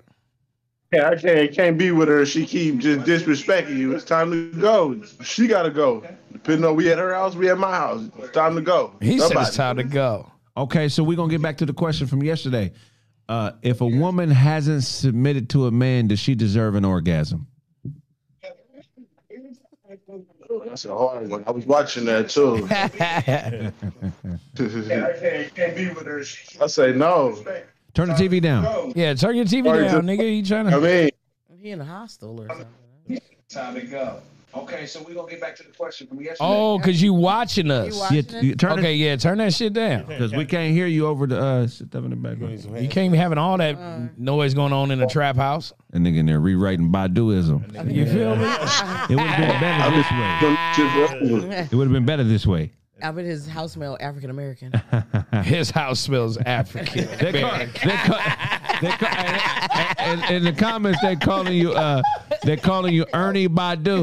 Yeah, I can't can't be with her. She keep just disrespecting you. It's time to go. She gotta go. Depending on we at her house, we at my house. It's time to go. He said Somebody. it's time to go. Okay, so we're gonna get back to the question from yesterday. Uh, if a woman hasn't submitted to a man, does she deserve an orgasm? That's a hard one. I was watching that too. can't be with her. I say no. Turn the TV down. Yeah, turn your TV Sorry, just- down, nigga. You trying to? I mean, He in a hostel or something. time to go. Okay, so we're gonna get back to the question from yesterday. oh, cause you watching us. watching Yeah, us? you turn it- okay, yeah, turn that shit down. Because we can't hear you over the uh, stuff in the background. You can't be having all that noise going on in a trap house. A nigga in there rewriting Baduism. You feel me? It would have been better this way. It would have been better this way. I bet his house smell African American. His house smells African. They ca- and- and- in the comments, they calling you. Uh, they calling you Ernie Badu.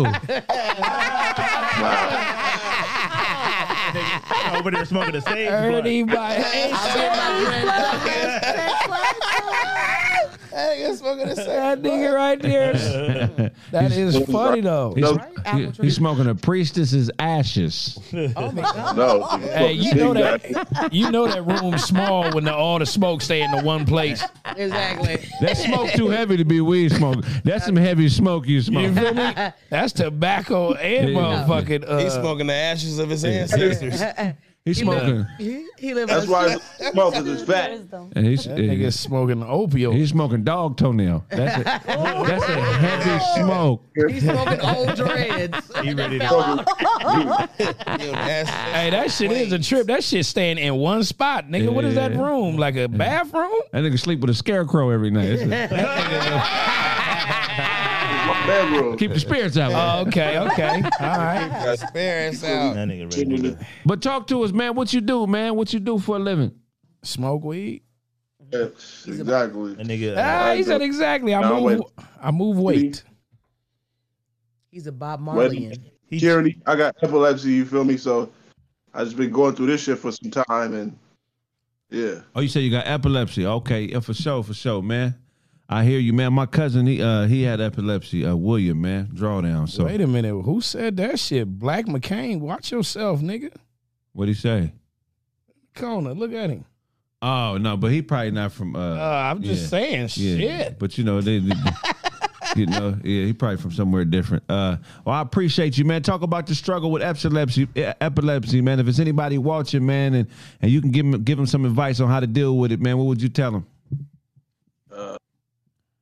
Over there smoking a sage blunt. Ernie by That nigga smoking the that nigga right there. That He's- is funny though. He's, he- he's smoking a priestess's ashes. Oh my god. No. Hey, you know that you know that room's small when the, all the smoke stay in the one place. exactly. That smoke too heavy to be weed smoke. That's some heavy smoke you smoke. You feel me? That's tobacco and Yeah. motherfucking. Uh, He's smoking the ashes of his ancestors. He's smoking. He, he live That's on why the it's smoke is it's fat. And he's, that nigga smoking opioid. he's smoking dog toenail. That's a, that's a heavy smoke. He's smoking old dreads. You ready to Hey, that shit is a trip. That shit staying in one spot, nigga. What is that Yeah. room? Like a bathroom? That nigga sleep with a scarecrow every night. That's a- bedroom. Keep the spirits out. Oh, okay, okay. All right. spirits out. That But talk to us, man. What you do, man? What you do for a living? Smoke weed. Exactly. That nigga. Ah, he said exactly. I No, move. I move weight. He's a Bob Well, Marley. Charity, I got epilepsy. You feel me? So I just been going through this shit for some time, and yeah, Oh, you say you got epilepsy? Okay, yeah, for sure, for sure, man. I hear you, man. My cousin, he uh he had epilepsy. Uh, William, man, drawdown. So Wait a minute. Who said that shit? Black McCain. Watch yourself, nigga. what'd he say? Kona. Look at him. Oh no, but he probably not from. Uh, Uh, I'm just saying, shit. But you know, they, they- you know, yeah, he probably from somewhere different. Uh, well, I appreciate you, man. Talk about the struggle with epilepsy, e- epilepsy, man. If it's anybody watching, man, and and you can give him give him some advice on how to deal with it, man. What would you tell him? uh,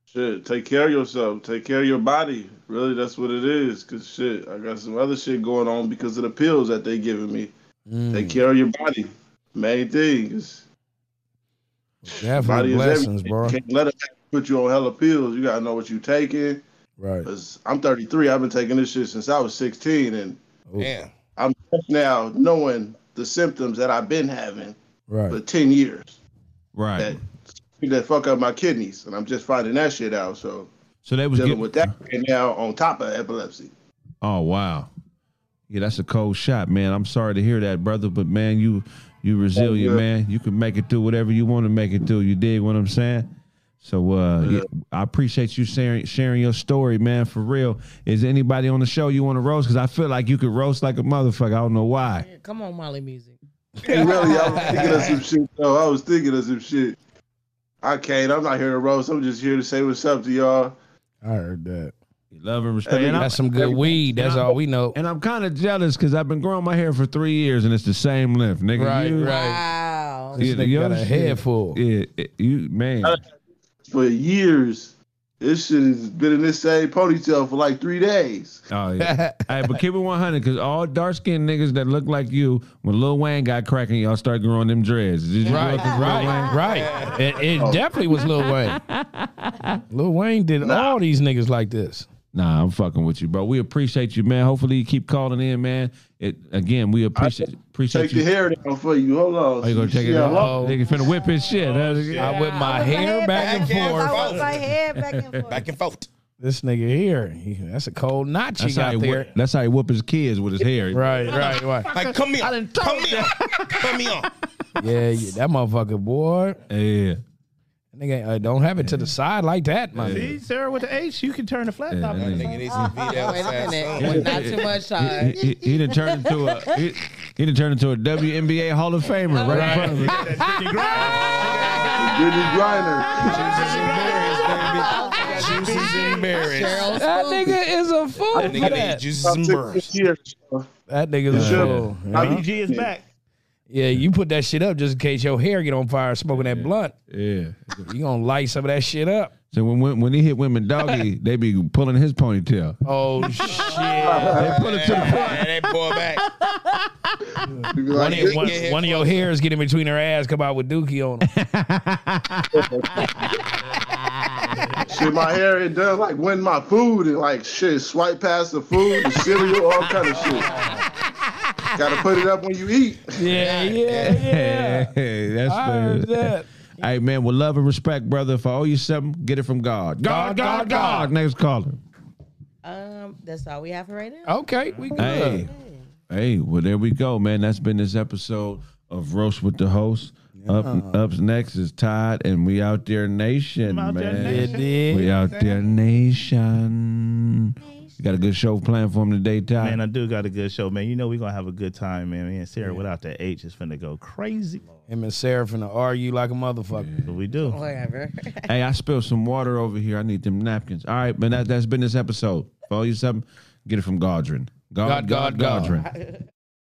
shit. Take care of yourself. Take care of your body. Really, that's what it is. Cause shit, I got some other shit going on because of the pills that they giving me. Mm. Take care of your body. Main thing is Definitely blessings, everything. bro. You can't let it put you on hella pills. You gotta know what you taking. Right. Cause I'm 33. I've been taking this shit since I was 16, and Damn. I'm now knowing the symptoms that I've been having Right. for 10 years. Right. That, that fuck up my kidneys, and I'm just finding that shit out. So So they was dealing giving- with that right now on top of epilepsy. Oh wow, yeah, that's a cold shot, man. I'm sorry to hear that, brother, but man, you you resilient, Yeah. man. You can make it through whatever you want to make it through. You dig what I'm saying? So uh, yeah, I appreciate you sharing sharing your story, man. For real, is anybody on the show you want to roast? Because I feel like you could roast like a motherfucker. I don't know why. Yeah, Come on, Molly music. Hey, really, I was thinking of some shit, though. I was thinking of some shit. I can't. I'm not here to roast. I'm just here to say what's up to y'all. I heard that. Love and respect. Hey, And I'm- that's some good weed. That's and I'm- all we know. And I'm kind of jealous because I've been growing my hair for three years and it's the same length, nigga. Right, You- Wow. Yeah, This nigga your got a shit- head full. Yeah, it- you man. For years, this shit has been in this same ponytail for like three days. Oh yeah. hey, but keep it one hundred because all dark skinned niggas that look like you, when Lil Wayne got cracking, y'all start growing them dreads. Did you grow Right, up with Lil right, Wayne? right. It, it definitely was Lil Wayne. Lil Wayne did all these niggas like this. Nah, I'm fucking with you, bro. We appreciate you, man. Hopefully you keep calling in, man. It again, we appreciate appreciate Take you. the hair down for you. Hold on. Oh, you gonna take it Yeah, out? hello. Oh, nigga finna whip his shit. Oh, I whip my hair back and forth. Back and forth. This nigga here, he- that's a cold notch he That's how, got he there. whip, that's how he whip his kids with his hair. Right, right, right. Like, come here. Come here. Come here. Yeah, yeah, that motherfucker, boy. Yeah. Nigga, uh, don't have it to the side like that, my See, nigga. Sarah, with the H, you can turn the flat Yeah, top. that nigga Nigga needs to be there Wait a minute. With not too much He, time. he, he done turned into a he, he done turned into a WNBA Hall of Famer right, in front of us. Diddy Griner. Juices and berries. That nigga is a fool. That nigga for needs that. juices and berries. That nigga's a Yeah. fool. you know? IBG is back. Yeah, you put that shit up just in case your hair get on fire smoking that blunt. Yeah. You gonna light some of that shit up. So when when, when he hit women doggy, they be pulling his ponytail. Oh shit. They pull it to the front. Man, that boy back. One, Like, of- one- get hit one of your hairs get in between her ass, come out with Dookie on them. Shit, my hair it done like win my food and like shit, swipe past the food, the cereal, all kind of shit. Gotta put it up when you eat. Yeah, yeah, yeah. Hey, that's I heard fair. that. Hey man, with love and respect, brother. If I owe you something, get it from God. God, God, God. God, God. Next caller. Um, that's all we have for right now. Okay, we good. Hey, hey. Well, there we go, man. That's been this episode of Roast with the Host. Up, up next is Todd, and we out there nation, out there man. nation. Yeah, We out there nation. You got a good show planned for him today, Todd. Man, I do got a good show, man. You know we're gonna have a good time, man. Me and Sarah without that H is finna go crazy. Him and Sarah finna argue like a motherfucker. But we do. Whatever. hey, I spilled some water over here. I need them napkins. All right, man. That, that's been this episode. If I owe you something, get it from Godrin. God, God, God, God, God. Godrin.